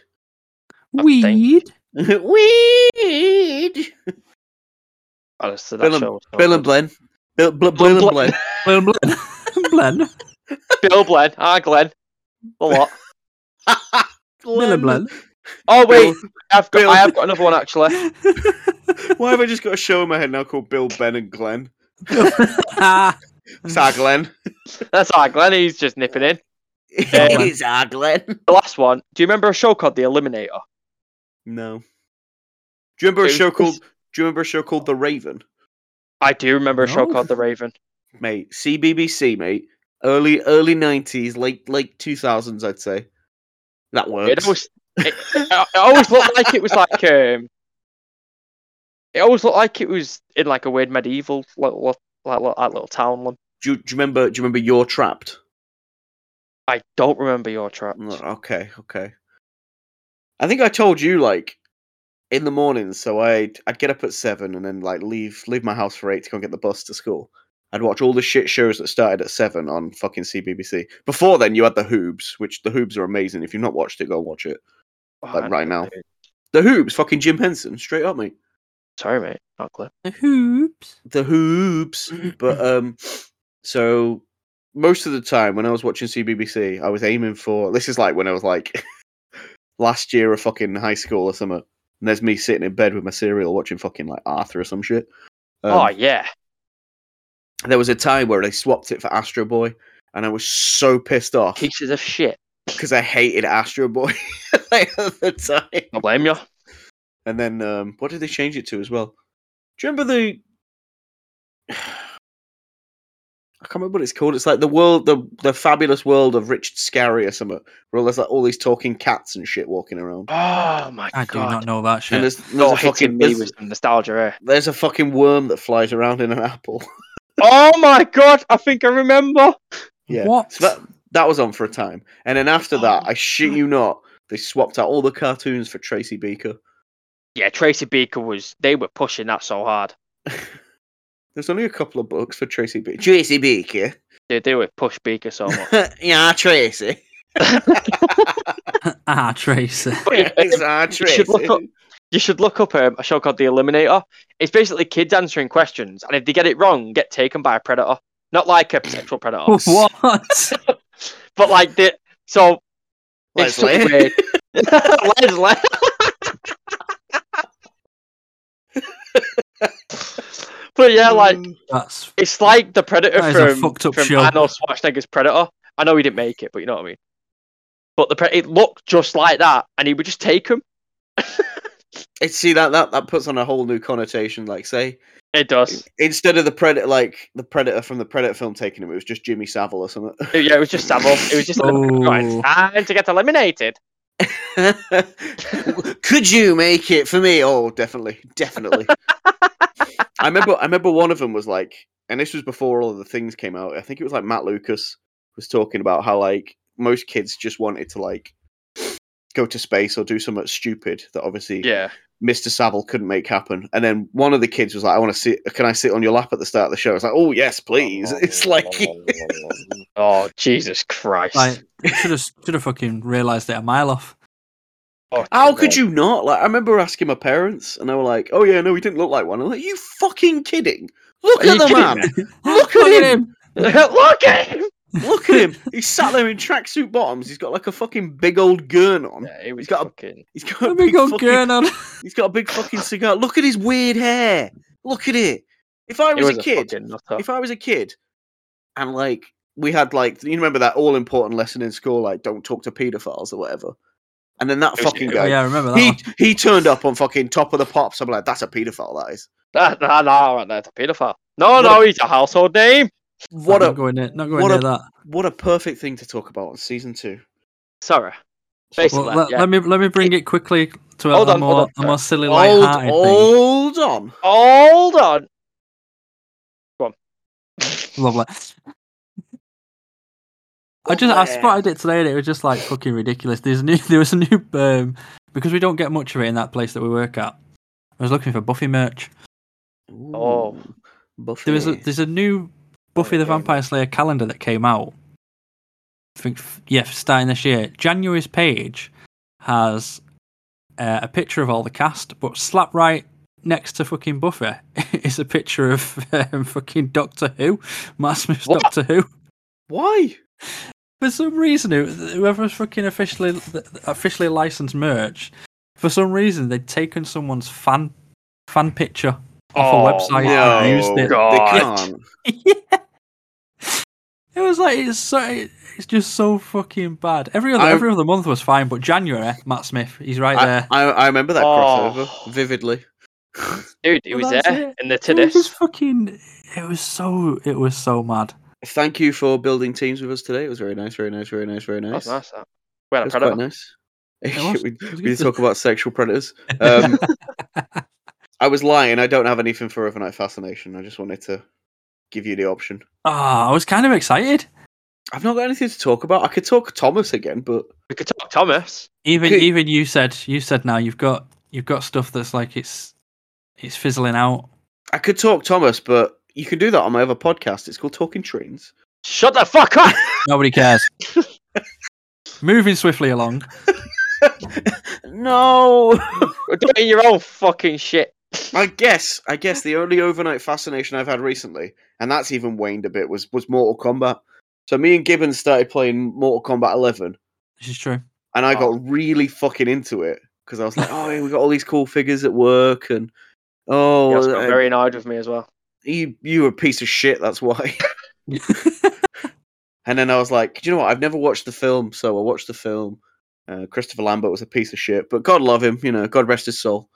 [SPEAKER 3] [LAUGHS]
[SPEAKER 5] I think-
[SPEAKER 4] weed?
[SPEAKER 3] weed.
[SPEAKER 5] Honestly, that
[SPEAKER 3] Bill and-
[SPEAKER 5] show was so
[SPEAKER 3] Bill and
[SPEAKER 5] good.
[SPEAKER 3] Blen. Oh, Bill, Bl-
[SPEAKER 5] Blen-
[SPEAKER 3] Bill and
[SPEAKER 5] Blen.
[SPEAKER 3] [LAUGHS] Blen.
[SPEAKER 4] Blen, Blen. [LAUGHS] Blen.
[SPEAKER 3] [LAUGHS]
[SPEAKER 5] Bill Blen. Ah, Glenn. A lot.
[SPEAKER 4] Blen, Blen.
[SPEAKER 5] Oh wait,
[SPEAKER 3] Bill-
[SPEAKER 5] I've got
[SPEAKER 3] Bill.
[SPEAKER 5] I have got another one actually.
[SPEAKER 3] Why have I just got a show in my head now called Bill, Ben, and Glenn?
[SPEAKER 4] Ah,
[SPEAKER 3] It's our Glenn.
[SPEAKER 5] That's our Glenn. He's just nipping in.
[SPEAKER 3] [LAUGHS] it is our Glenn.
[SPEAKER 5] The last one. Do you remember a show called The Eliminator?
[SPEAKER 3] No. Do you remember a
[SPEAKER 5] It
[SPEAKER 3] show
[SPEAKER 5] was-
[SPEAKER 3] called? Do you remember a show called The Raven?
[SPEAKER 5] I do remember a show
[SPEAKER 4] No.
[SPEAKER 5] called The Raven.
[SPEAKER 3] mate. CBBC, mate. Early early nineties, late late two thousands, I'd say. That
[SPEAKER 5] It
[SPEAKER 3] works. [LAUGHS]
[SPEAKER 5] always, it, it always looked like it was like um. It always looked like it was in like a weird medieval little like, like, like little town.
[SPEAKER 3] do, you, do you remember? Do you remember? You're trapped.
[SPEAKER 5] I don't remember your traps.
[SPEAKER 3] Mm, Okay, okay. I think I told you like in the morning, so I'd I'd get up at seven and then like leave leave my house for eight to go and get the bus to school. I'd watch all the shit shows that started at seven on fucking CBBC. Before then, you had the Hoobs, which the Hoobs are amazing. If you've not watched it, go watch it.
[SPEAKER 5] Oh,
[SPEAKER 3] Like
[SPEAKER 5] I
[SPEAKER 3] right
[SPEAKER 5] know,
[SPEAKER 3] now,
[SPEAKER 5] dude.
[SPEAKER 3] the Hoobs, fucking Jim Henson, straight up, mate.
[SPEAKER 5] Sorry, mate. Not clear.
[SPEAKER 4] the [LAUGHS] hoops.
[SPEAKER 3] the hoops. but um, so most of the time when I was watching CBBC, I was aiming for this is like when I was like [LAUGHS] last year of fucking high school or something. And there's me sitting in bed with my cereal watching fucking like Arthur or some shit. Um,
[SPEAKER 5] oh yeah.
[SPEAKER 3] There was a time where they swapped it for Astro Boy, and I was so pissed off
[SPEAKER 5] Pieces of shit.
[SPEAKER 3] because I hated Astro Boy [LAUGHS] at the time.
[SPEAKER 5] I blame you.
[SPEAKER 3] And then um, what did they change it to as well? Do you remember the? [SIGHS] I can't remember what it's called. It's like the world, the the fabulous world of Richard Scarry or something. Where there's like all these talking cats and shit walking around.
[SPEAKER 5] Oh my
[SPEAKER 4] I
[SPEAKER 5] god.
[SPEAKER 4] do not know that
[SPEAKER 3] And
[SPEAKER 4] shit.
[SPEAKER 3] there's, there's
[SPEAKER 5] You're
[SPEAKER 3] a fucking
[SPEAKER 5] hitting me
[SPEAKER 3] there's,
[SPEAKER 5] with some nostalgia eh? here.
[SPEAKER 3] there's a fucking worm that flies around in an apple. [LAUGHS]
[SPEAKER 5] Oh my god, I think I remember.
[SPEAKER 3] yeah.
[SPEAKER 4] What?
[SPEAKER 3] So that that was on for a time, and then after that, I shit you not, they swapped out all the cartoons for Tracy Beaker.
[SPEAKER 5] Yeah, Tracy Beaker was they were pushing that so hard.
[SPEAKER 3] There's only a couple of books for Tracy Beaker. Tracy Beaker.
[SPEAKER 5] They they would push Beaker so much.
[SPEAKER 3] yeah, Tracy.
[SPEAKER 4] [LAUGHS] ah,
[SPEAKER 3] [LAUGHS]
[SPEAKER 4] Tracy.
[SPEAKER 5] But if-
[SPEAKER 3] It's
[SPEAKER 5] if-
[SPEAKER 3] our
[SPEAKER 5] you should look up-
[SPEAKER 3] Tracy.
[SPEAKER 5] you should look up um, a show called The Eliminator. It's basically kids answering questions, and if they get it wrong, get taken by a predator. Not like a sexual [LAUGHS] predator,
[SPEAKER 3] Oh,
[SPEAKER 4] what?
[SPEAKER 5] but like the so. It's such
[SPEAKER 3] Leslie.
[SPEAKER 5] weird. [LAUGHS] Leslie. but yeah, like
[SPEAKER 4] That's
[SPEAKER 5] It's like the Predator
[SPEAKER 4] That is a
[SPEAKER 5] from,
[SPEAKER 4] fucked up
[SPEAKER 5] from
[SPEAKER 4] show.
[SPEAKER 5] Arnold Schwarzenegger's Predator. I know he didn't make it, but you know what I mean. But the pre- it looked just like that, and he would just take him.
[SPEAKER 3] It, see that that that puts on a whole new connotation. Like, say
[SPEAKER 5] It does.
[SPEAKER 3] instead of the predator, like the predator from the predator film taking him, it was just Jimmy Savile or something.
[SPEAKER 5] yeah, it was just Savile. It was just like, right, it's
[SPEAKER 4] Oh.
[SPEAKER 5] time to get eliminated.
[SPEAKER 3] [LAUGHS] Could you make it for me? Oh, definitely, definitely.
[SPEAKER 5] [LAUGHS]
[SPEAKER 3] I remember. I remember one of them was like, and this was before all of the things came out. I think it was like Matt Lucas was talking about how like most kids just wanted to like go to space or do something stupid that obviously
[SPEAKER 5] Yeah.
[SPEAKER 3] Mr. Savile couldn't make happen. And then one of the kids was like, I want to sit, can I sit on your lap at the start of the show? It's like, oh, yes, please. [LAUGHS] It's like,
[SPEAKER 5] oh Jesus Christ!
[SPEAKER 4] like should have should have fucking realised it a mile off.
[SPEAKER 5] Fucking
[SPEAKER 3] how could
[SPEAKER 5] hell.
[SPEAKER 3] you not? Like, I remember asking my parents, and they were like, oh, yeah, no, he didn't look like one. I'm like, you fucking kidding? Look
[SPEAKER 5] Are
[SPEAKER 3] at
[SPEAKER 5] you
[SPEAKER 3] the
[SPEAKER 5] kidding
[SPEAKER 3] man.
[SPEAKER 5] me?
[SPEAKER 3] Look at
[SPEAKER 4] [LAUGHS]
[SPEAKER 3] him.
[SPEAKER 5] [LAUGHS] Look at him.
[SPEAKER 3] [LAUGHS] Look at him. He's sat there in tracksuit bottoms. He's got like a fucking big old gurn on.
[SPEAKER 5] Yeah, it was
[SPEAKER 3] got a-
[SPEAKER 5] fucking.
[SPEAKER 3] Um, He's got a
[SPEAKER 4] Let
[SPEAKER 3] big,
[SPEAKER 4] me go,
[SPEAKER 3] fucking,
[SPEAKER 4] Gernard.
[SPEAKER 3] He's got a big fucking cigar. Look at his weird hair. Look at it. If I
[SPEAKER 5] It
[SPEAKER 3] was,
[SPEAKER 5] was
[SPEAKER 3] a kid,
[SPEAKER 5] fucking nutter. [LAUGHS]
[SPEAKER 3] if I was a kid and like we had like you remember that all important lesson in school like don't talk to paedophiles or whatever, and then that
[SPEAKER 5] It was-
[SPEAKER 3] fucking
[SPEAKER 5] oh,
[SPEAKER 4] Oh,
[SPEAKER 3] guy
[SPEAKER 4] yeah, I remember that.
[SPEAKER 3] he
[SPEAKER 4] one.
[SPEAKER 3] he turned up on fucking top of the pops. I'm like that's a paedophile. That is
[SPEAKER 5] That, that, that, right there, it's a paedophile. No,
[SPEAKER 3] What
[SPEAKER 5] no,
[SPEAKER 3] a-
[SPEAKER 5] he's a household name.
[SPEAKER 3] [LAUGHS] what
[SPEAKER 4] not
[SPEAKER 3] a
[SPEAKER 4] going near, not going
[SPEAKER 3] what
[SPEAKER 4] near
[SPEAKER 3] a-
[SPEAKER 4] that.
[SPEAKER 3] what a perfect thing to talk about on season two.
[SPEAKER 5] Sorry. Basically,
[SPEAKER 4] Well, let,
[SPEAKER 5] yeah.
[SPEAKER 4] let me let me bring it quickly to a,
[SPEAKER 5] Hold
[SPEAKER 4] a
[SPEAKER 5] on, hold
[SPEAKER 4] more
[SPEAKER 5] on,
[SPEAKER 4] a more silly
[SPEAKER 3] Hold,
[SPEAKER 4] light-hearted thing.
[SPEAKER 3] hold on.
[SPEAKER 5] Hold on. Go on.
[SPEAKER 4] Lovely. [LAUGHS] I just I spotted it today and it was just like fucking ridiculous. There's a new there was a new um, because we don't get much of it in that place that we work at. I was looking for Buffy merch.
[SPEAKER 5] Oh.
[SPEAKER 3] Ooh, Buffy.
[SPEAKER 4] There is a, there's a new Buffy the
[SPEAKER 3] Okay.
[SPEAKER 4] Vampire Slayer calendar that came out. I think f- yeah, starting this year. January's page has uh, a picture of all the cast, but slap right next to fucking Buffy [LAUGHS] is a picture of um, fucking Doctor Who, Matt Smith's
[SPEAKER 5] What?
[SPEAKER 4] Doctor Who.
[SPEAKER 3] Why?
[SPEAKER 4] For some reason, who- whoever's fucking officially officially licensed merch, for some reason they'd taken someone's fan fan picture off a
[SPEAKER 5] Oh,
[SPEAKER 4] website
[SPEAKER 5] no.
[SPEAKER 4] and used it.
[SPEAKER 5] God.
[SPEAKER 3] They can't.
[SPEAKER 4] It was like it's so it's just so fucking bad. Every other
[SPEAKER 3] I-
[SPEAKER 4] every other month was fine, but January, Matt Smith, he's right
[SPEAKER 3] I,
[SPEAKER 4] there.
[SPEAKER 3] I, I remember that
[SPEAKER 5] Oh.
[SPEAKER 3] crossover vividly.
[SPEAKER 5] Dude, he was
[SPEAKER 4] Well, that's
[SPEAKER 5] there
[SPEAKER 4] it.
[SPEAKER 5] in the Oh,
[SPEAKER 4] It was just
[SPEAKER 5] Tiddis.
[SPEAKER 4] fucking. It was so. It was so
[SPEAKER 3] [LAUGHS]
[SPEAKER 4] mad.
[SPEAKER 3] Thank you for building teams with us today. It was very nice, very nice, very nice, very nice.
[SPEAKER 5] That's nice. That. We
[SPEAKER 3] It
[SPEAKER 5] had a
[SPEAKER 3] was quite
[SPEAKER 5] predator.
[SPEAKER 3] nice. [LAUGHS]
[SPEAKER 4] was-
[SPEAKER 3] we
[SPEAKER 4] was
[SPEAKER 3] we
[SPEAKER 4] good.
[SPEAKER 3] talk about sexual predators. [LAUGHS] Um, I was lying. I don't have anything for overnight fascination. I just wanted to give you the option.
[SPEAKER 4] Ah, I was kind of excited.
[SPEAKER 3] I've not got anything to talk about. I could talk Thomas again, but
[SPEAKER 5] We could talk Thomas.
[SPEAKER 4] Even
[SPEAKER 3] Could-
[SPEAKER 4] even you said you said now you've got you've got stuff that's like it's it's fizzling out.
[SPEAKER 3] I could talk Thomas, but you can do that on my other podcast. It's called Talking Trains.
[SPEAKER 5] Shut the fuck
[SPEAKER 3] [LAUGHS]
[SPEAKER 5] up!
[SPEAKER 4] Nobody cares. Moving swiftly along.
[SPEAKER 3] No.
[SPEAKER 5] We're doing your own fucking shit.
[SPEAKER 3] I guess I guess the only overnight fascination I've had recently, and that's even waned a bit, was was Mortal Kombat. So me and Gibbons started playing Mortal Kombat 11,
[SPEAKER 4] This
[SPEAKER 3] [LAUGHS]
[SPEAKER 4] is true.
[SPEAKER 3] and I
[SPEAKER 5] Oh.
[SPEAKER 3] got really fucking into it because I was like, "Oh, yeah, we got all these cool figures at work," and oh,
[SPEAKER 5] He also got
[SPEAKER 3] uh,
[SPEAKER 5] very annoyed with me as well.
[SPEAKER 3] you you were a piece of shit. That's why. [LAUGHS] And then I was like, do you know what? I've never watched the film, so I watched the film. Uh, Christopher Lambert was a piece of shit, but God love him. You know, God rest his soul.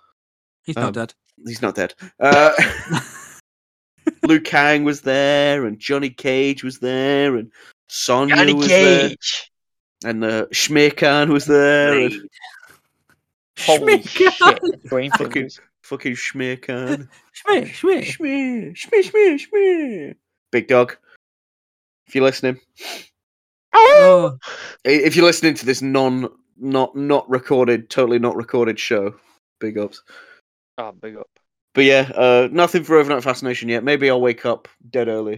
[SPEAKER 4] He's
[SPEAKER 3] Um,
[SPEAKER 4] not dead.
[SPEAKER 3] He's not dead. Uh, [LAUGHS] Liu Kang was there, and Johnny Cage was there, and Sonya was there, and uh, Shmir Khan was there, and
[SPEAKER 4] [LAUGHS]
[SPEAKER 5] Holy shit. Green
[SPEAKER 3] Fucking-
[SPEAKER 5] fingers.
[SPEAKER 3] fucking Shmir Khan.
[SPEAKER 4] Shmee, shmee.
[SPEAKER 3] Shmir, Shmir, Shmir, Shmir. Big dog. If you're listening,
[SPEAKER 4] Oh,
[SPEAKER 3] i- if you're listening to this non, not, not recorded, totally not recorded show, big ups.
[SPEAKER 5] Oh, big up.
[SPEAKER 3] But yeah, uh, nothing for overnight fascination yet. Maybe I'll wake up dead early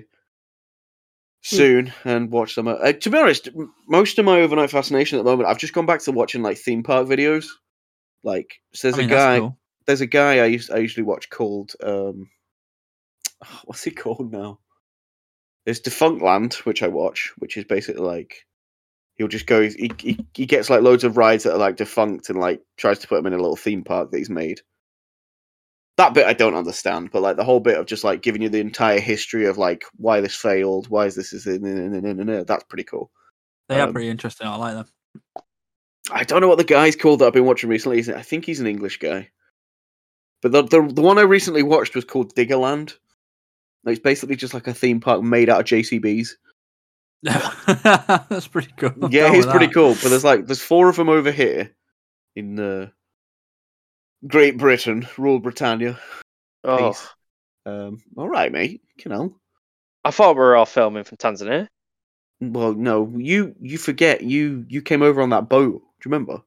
[SPEAKER 4] Hmm.
[SPEAKER 3] soon and watch some. Uh, to be honest, m- most of my overnight fascination at the moment, I've just gone back to watching like theme park videos. Like, so there's
[SPEAKER 4] I mean,
[SPEAKER 3] a
[SPEAKER 4] that's
[SPEAKER 3] guy.
[SPEAKER 4] cool.
[SPEAKER 3] There's a guy I used I usually watch called um, [SIGHS] what's he called now? There's Defunctland, which I watch, which is basically like he'll just go. He, he he gets like loads of rides that are like defunct and like tries to put them in a little theme park that he's made. That bit I don't understand, but like the whole bit of just like giving you the entire history of like why this failed, why is this is that's pretty cool.
[SPEAKER 4] They are
[SPEAKER 3] um,
[SPEAKER 4] pretty interesting. I like them.
[SPEAKER 3] I don't know what the guy's called that I've been watching recently. He's, I think he's an English guy. But the, the the one I recently watched was called Diggerland. And It's basically just like a theme park made out of JCBs.
[SPEAKER 4] [LAUGHS] that's pretty cool. I'm
[SPEAKER 3] Yeah,
[SPEAKER 4] down
[SPEAKER 3] he's
[SPEAKER 4] with
[SPEAKER 3] pretty
[SPEAKER 4] that.
[SPEAKER 3] cool. But there's like there's four of them over here in uh, Great Britain, rural Britannia.
[SPEAKER 5] Oh,
[SPEAKER 3] Peace. Um, all right, mate. You know.
[SPEAKER 5] I thought we were all filming from Tanzania.
[SPEAKER 3] Well, no, you you forget you you came over on that boat. Do you remember?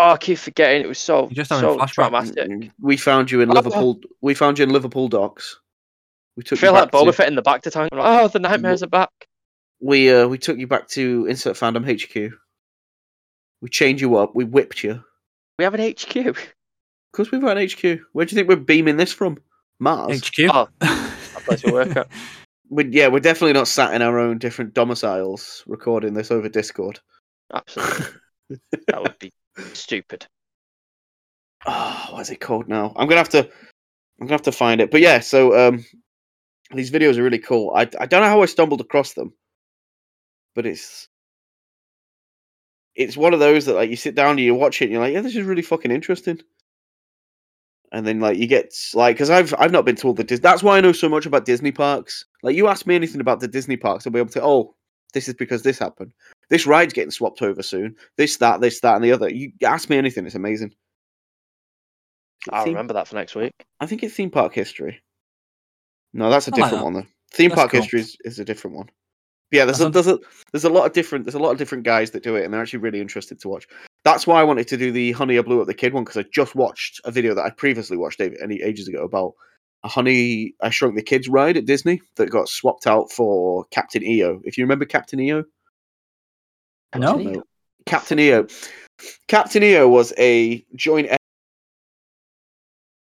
[SPEAKER 5] Oh, I keep forgetting. It was so,
[SPEAKER 4] You're just having a
[SPEAKER 5] so
[SPEAKER 4] flashback.
[SPEAKER 5] traumatic.
[SPEAKER 3] We found you in
[SPEAKER 5] Oh, yeah.
[SPEAKER 3] Liverpool. We found you in Liverpool docks. We
[SPEAKER 5] I
[SPEAKER 3] took
[SPEAKER 5] feel
[SPEAKER 3] you
[SPEAKER 5] like
[SPEAKER 3] back
[SPEAKER 5] Boba
[SPEAKER 3] to,
[SPEAKER 5] Fett in the back to time. Oh, the nightmares are back.
[SPEAKER 3] we uh, we took you back to Insert Fandom HQ. We chained you up. We whipped you.
[SPEAKER 5] We have an HQ.
[SPEAKER 3] Because we've got an HQ. Where do you think we're beaming this from? Mars.
[SPEAKER 4] HQ. [LAUGHS]
[SPEAKER 5] Oh, place we work at.
[SPEAKER 3] we yeah, we're definitely not sat in our own different domiciles recording this over Discord.
[SPEAKER 5] Absolutely. that would be stupid.
[SPEAKER 3] oh, what's it called now? I'm gonna have to, I'm gonna have to find it. But yeah, so um, these videos are really cool. I I don't know how I stumbled across them, but it's it's one of those that like you sit down and you watch it and you're like, yeah, this is really fucking interesting. And then like you get s- like because I've I've not been to all the Dis- that's why I know so much about Disney parks. Like you ask me anything about the Disney parks, I'll be able to oh this is because this happened. This ride's getting swapped over soon. This that this that and the other. You ask me anything, it's amazing.
[SPEAKER 5] I'll
[SPEAKER 3] Theme-
[SPEAKER 5] remember that for next week.
[SPEAKER 3] I think it's theme park history. No, that's a
[SPEAKER 4] I like
[SPEAKER 3] different one
[SPEAKER 4] that.
[SPEAKER 3] though. Theme
[SPEAKER 4] That's
[SPEAKER 3] park
[SPEAKER 4] cool.
[SPEAKER 3] history is, is a different one. But yeah, there's
[SPEAKER 4] That's
[SPEAKER 3] a,
[SPEAKER 4] un-
[SPEAKER 3] there's a there's a lot of different there's a lot of different guys that do it, and they're actually really interested to watch. That's why I wanted to do the Honey I Blew Up the Kid one because I just watched a video that I previously watched a- any ages ago about a Honey I Shrunk the Kids ride at Disney that got swapped out for Captain EO. If you remember Captain E EO,
[SPEAKER 4] No.
[SPEAKER 3] No. Captain EO. Captain EO was a joint e-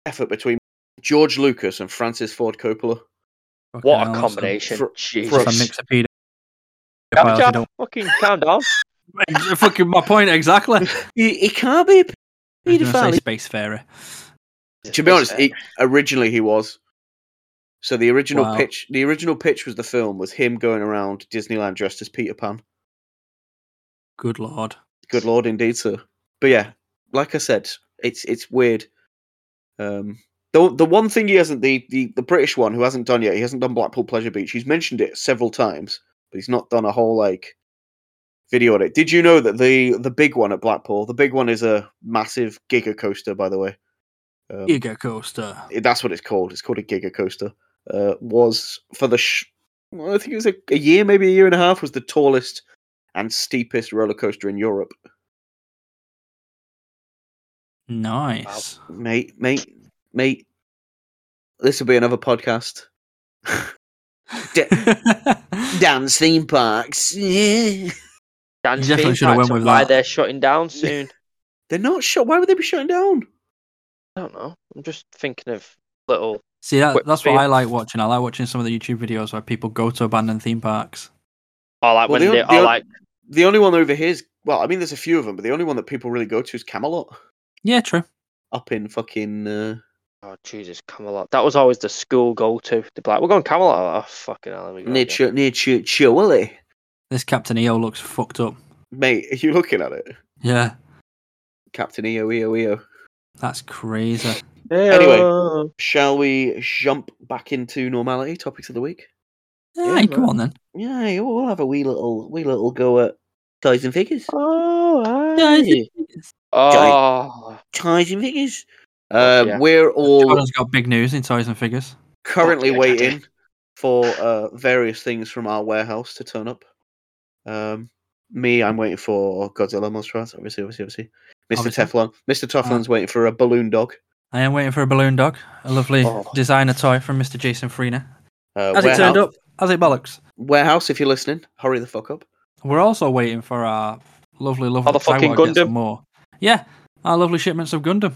[SPEAKER 3] effort between George Lucas and Francis Ford Coppola.
[SPEAKER 4] Fucking
[SPEAKER 5] What
[SPEAKER 4] hell,
[SPEAKER 5] a
[SPEAKER 4] that's
[SPEAKER 5] combination.
[SPEAKER 3] For-
[SPEAKER 5] Jesus.
[SPEAKER 4] It's
[SPEAKER 3] for
[SPEAKER 4] a
[SPEAKER 3] Brooks.
[SPEAKER 4] mix of pedo-
[SPEAKER 5] Calm
[SPEAKER 4] pedophiles,
[SPEAKER 5] down,
[SPEAKER 4] you don't-
[SPEAKER 5] Fucking calm down.
[SPEAKER 4] Ex- Fucking my point exactly.
[SPEAKER 3] He, he can't be a
[SPEAKER 4] I was gonna
[SPEAKER 3] paedophile.
[SPEAKER 4] say spacefarer.
[SPEAKER 3] [LAUGHS] To be honest, he, uh, originally he was. So the original
[SPEAKER 4] Wow.
[SPEAKER 3] pitch, the original pitch was the film was him going around Disneyland dressed as Peter Pan.
[SPEAKER 4] Good lord.
[SPEAKER 3] Good lord, indeed, sir. But yeah, like I said, it's it's weird. Um, the the one thing he hasn't the, the the British one who hasn't done yet, he hasn't done Blackpool Pleasure Beach. He's mentioned it several times, but he's not done a whole like video on it. Did you know that the the big one at Blackpool, the big one is a massive giga coaster, by the way. Um,
[SPEAKER 4] Ego coaster.
[SPEAKER 3] it- that's what it's called. It's called a Giga Coaster. Uh, was for the sh- well, I think it was a, a year, maybe a year and a half, was the tallest and steepest roller coaster in Europe.
[SPEAKER 4] Nice.
[SPEAKER 3] Mate, mate, mate. This will be another podcast. Da- Dan's theme parks. [LAUGHS] They're
[SPEAKER 5] Dan's
[SPEAKER 4] You definitely
[SPEAKER 5] theme
[SPEAKER 4] should've
[SPEAKER 5] parks
[SPEAKER 4] went
[SPEAKER 5] are
[SPEAKER 4] with
[SPEAKER 5] why
[SPEAKER 4] that.
[SPEAKER 5] they're shutting down soon.
[SPEAKER 3] not sure. Why would they be shutting down?
[SPEAKER 5] I don't know. I'm just thinking of little.
[SPEAKER 4] [LAUGHS] See, that,
[SPEAKER 5] Quick
[SPEAKER 4] that's what I
[SPEAKER 5] fix.
[SPEAKER 4] like watching. I like watching some of the YouTube videos where people go to abandoned theme parks.
[SPEAKER 5] I like
[SPEAKER 3] Well,
[SPEAKER 5] when
[SPEAKER 3] the
[SPEAKER 5] they,
[SPEAKER 3] o- the
[SPEAKER 5] I
[SPEAKER 3] o-
[SPEAKER 5] like
[SPEAKER 3] The only one over here is well, I mean, there's a few of them, but the only one that people really go to is Camelot
[SPEAKER 4] Yeah, true.
[SPEAKER 3] up in fucking. Uh,
[SPEAKER 5] Oh Jesus, Camelot. That was always the school go to. The black. We're going Camelot. Oh fucking hell. Let me go
[SPEAKER 3] near
[SPEAKER 5] again.
[SPEAKER 3] Ch- near Ch- Chihuahua.
[SPEAKER 4] This Captain EO looks fucked up.
[SPEAKER 3] Mate, are you looking at it?
[SPEAKER 4] Yeah,
[SPEAKER 3] Captain EO, EO, EO.
[SPEAKER 4] that's crazy.
[SPEAKER 3] Anyway.
[SPEAKER 5] Yeah.
[SPEAKER 3] Shall we jump back into normality? Topics of the week.
[SPEAKER 4] Yeah, come
[SPEAKER 5] man.
[SPEAKER 4] on then.
[SPEAKER 3] Yeah, we'll have a wee little, wee little go at ties and figures.
[SPEAKER 5] Oh. aye.
[SPEAKER 4] Jordan's
[SPEAKER 5] Oh.
[SPEAKER 3] Ties and figures. Uh,
[SPEAKER 5] yeah.
[SPEAKER 3] We're all
[SPEAKER 4] got big news in toys and figures.
[SPEAKER 3] currently
[SPEAKER 5] yeah.
[SPEAKER 3] waiting for uh, various things from our warehouse to turn up. Um, me, I'm waiting for Godzilla Monster Rats, obviously, obviously, obviously. Mr.
[SPEAKER 4] Obviously.
[SPEAKER 3] Teflon, Mr. Teflon's waiting for a balloon dog.
[SPEAKER 4] I am waiting for a balloon dog, a lovely
[SPEAKER 5] Oh.
[SPEAKER 4] designer toy from Mr. Jason Freena.
[SPEAKER 3] Uh,
[SPEAKER 4] As it turned up, as it bollocks.
[SPEAKER 3] warehouse, if you're listening, hurry the fuck up.
[SPEAKER 4] We're also waiting for our lovely, lovely.
[SPEAKER 5] Oh, the
[SPEAKER 4] because I
[SPEAKER 5] fucking
[SPEAKER 4] wanna get some
[SPEAKER 5] Gundam.
[SPEAKER 4] More. Yeah, our lovely shipments of Gundam.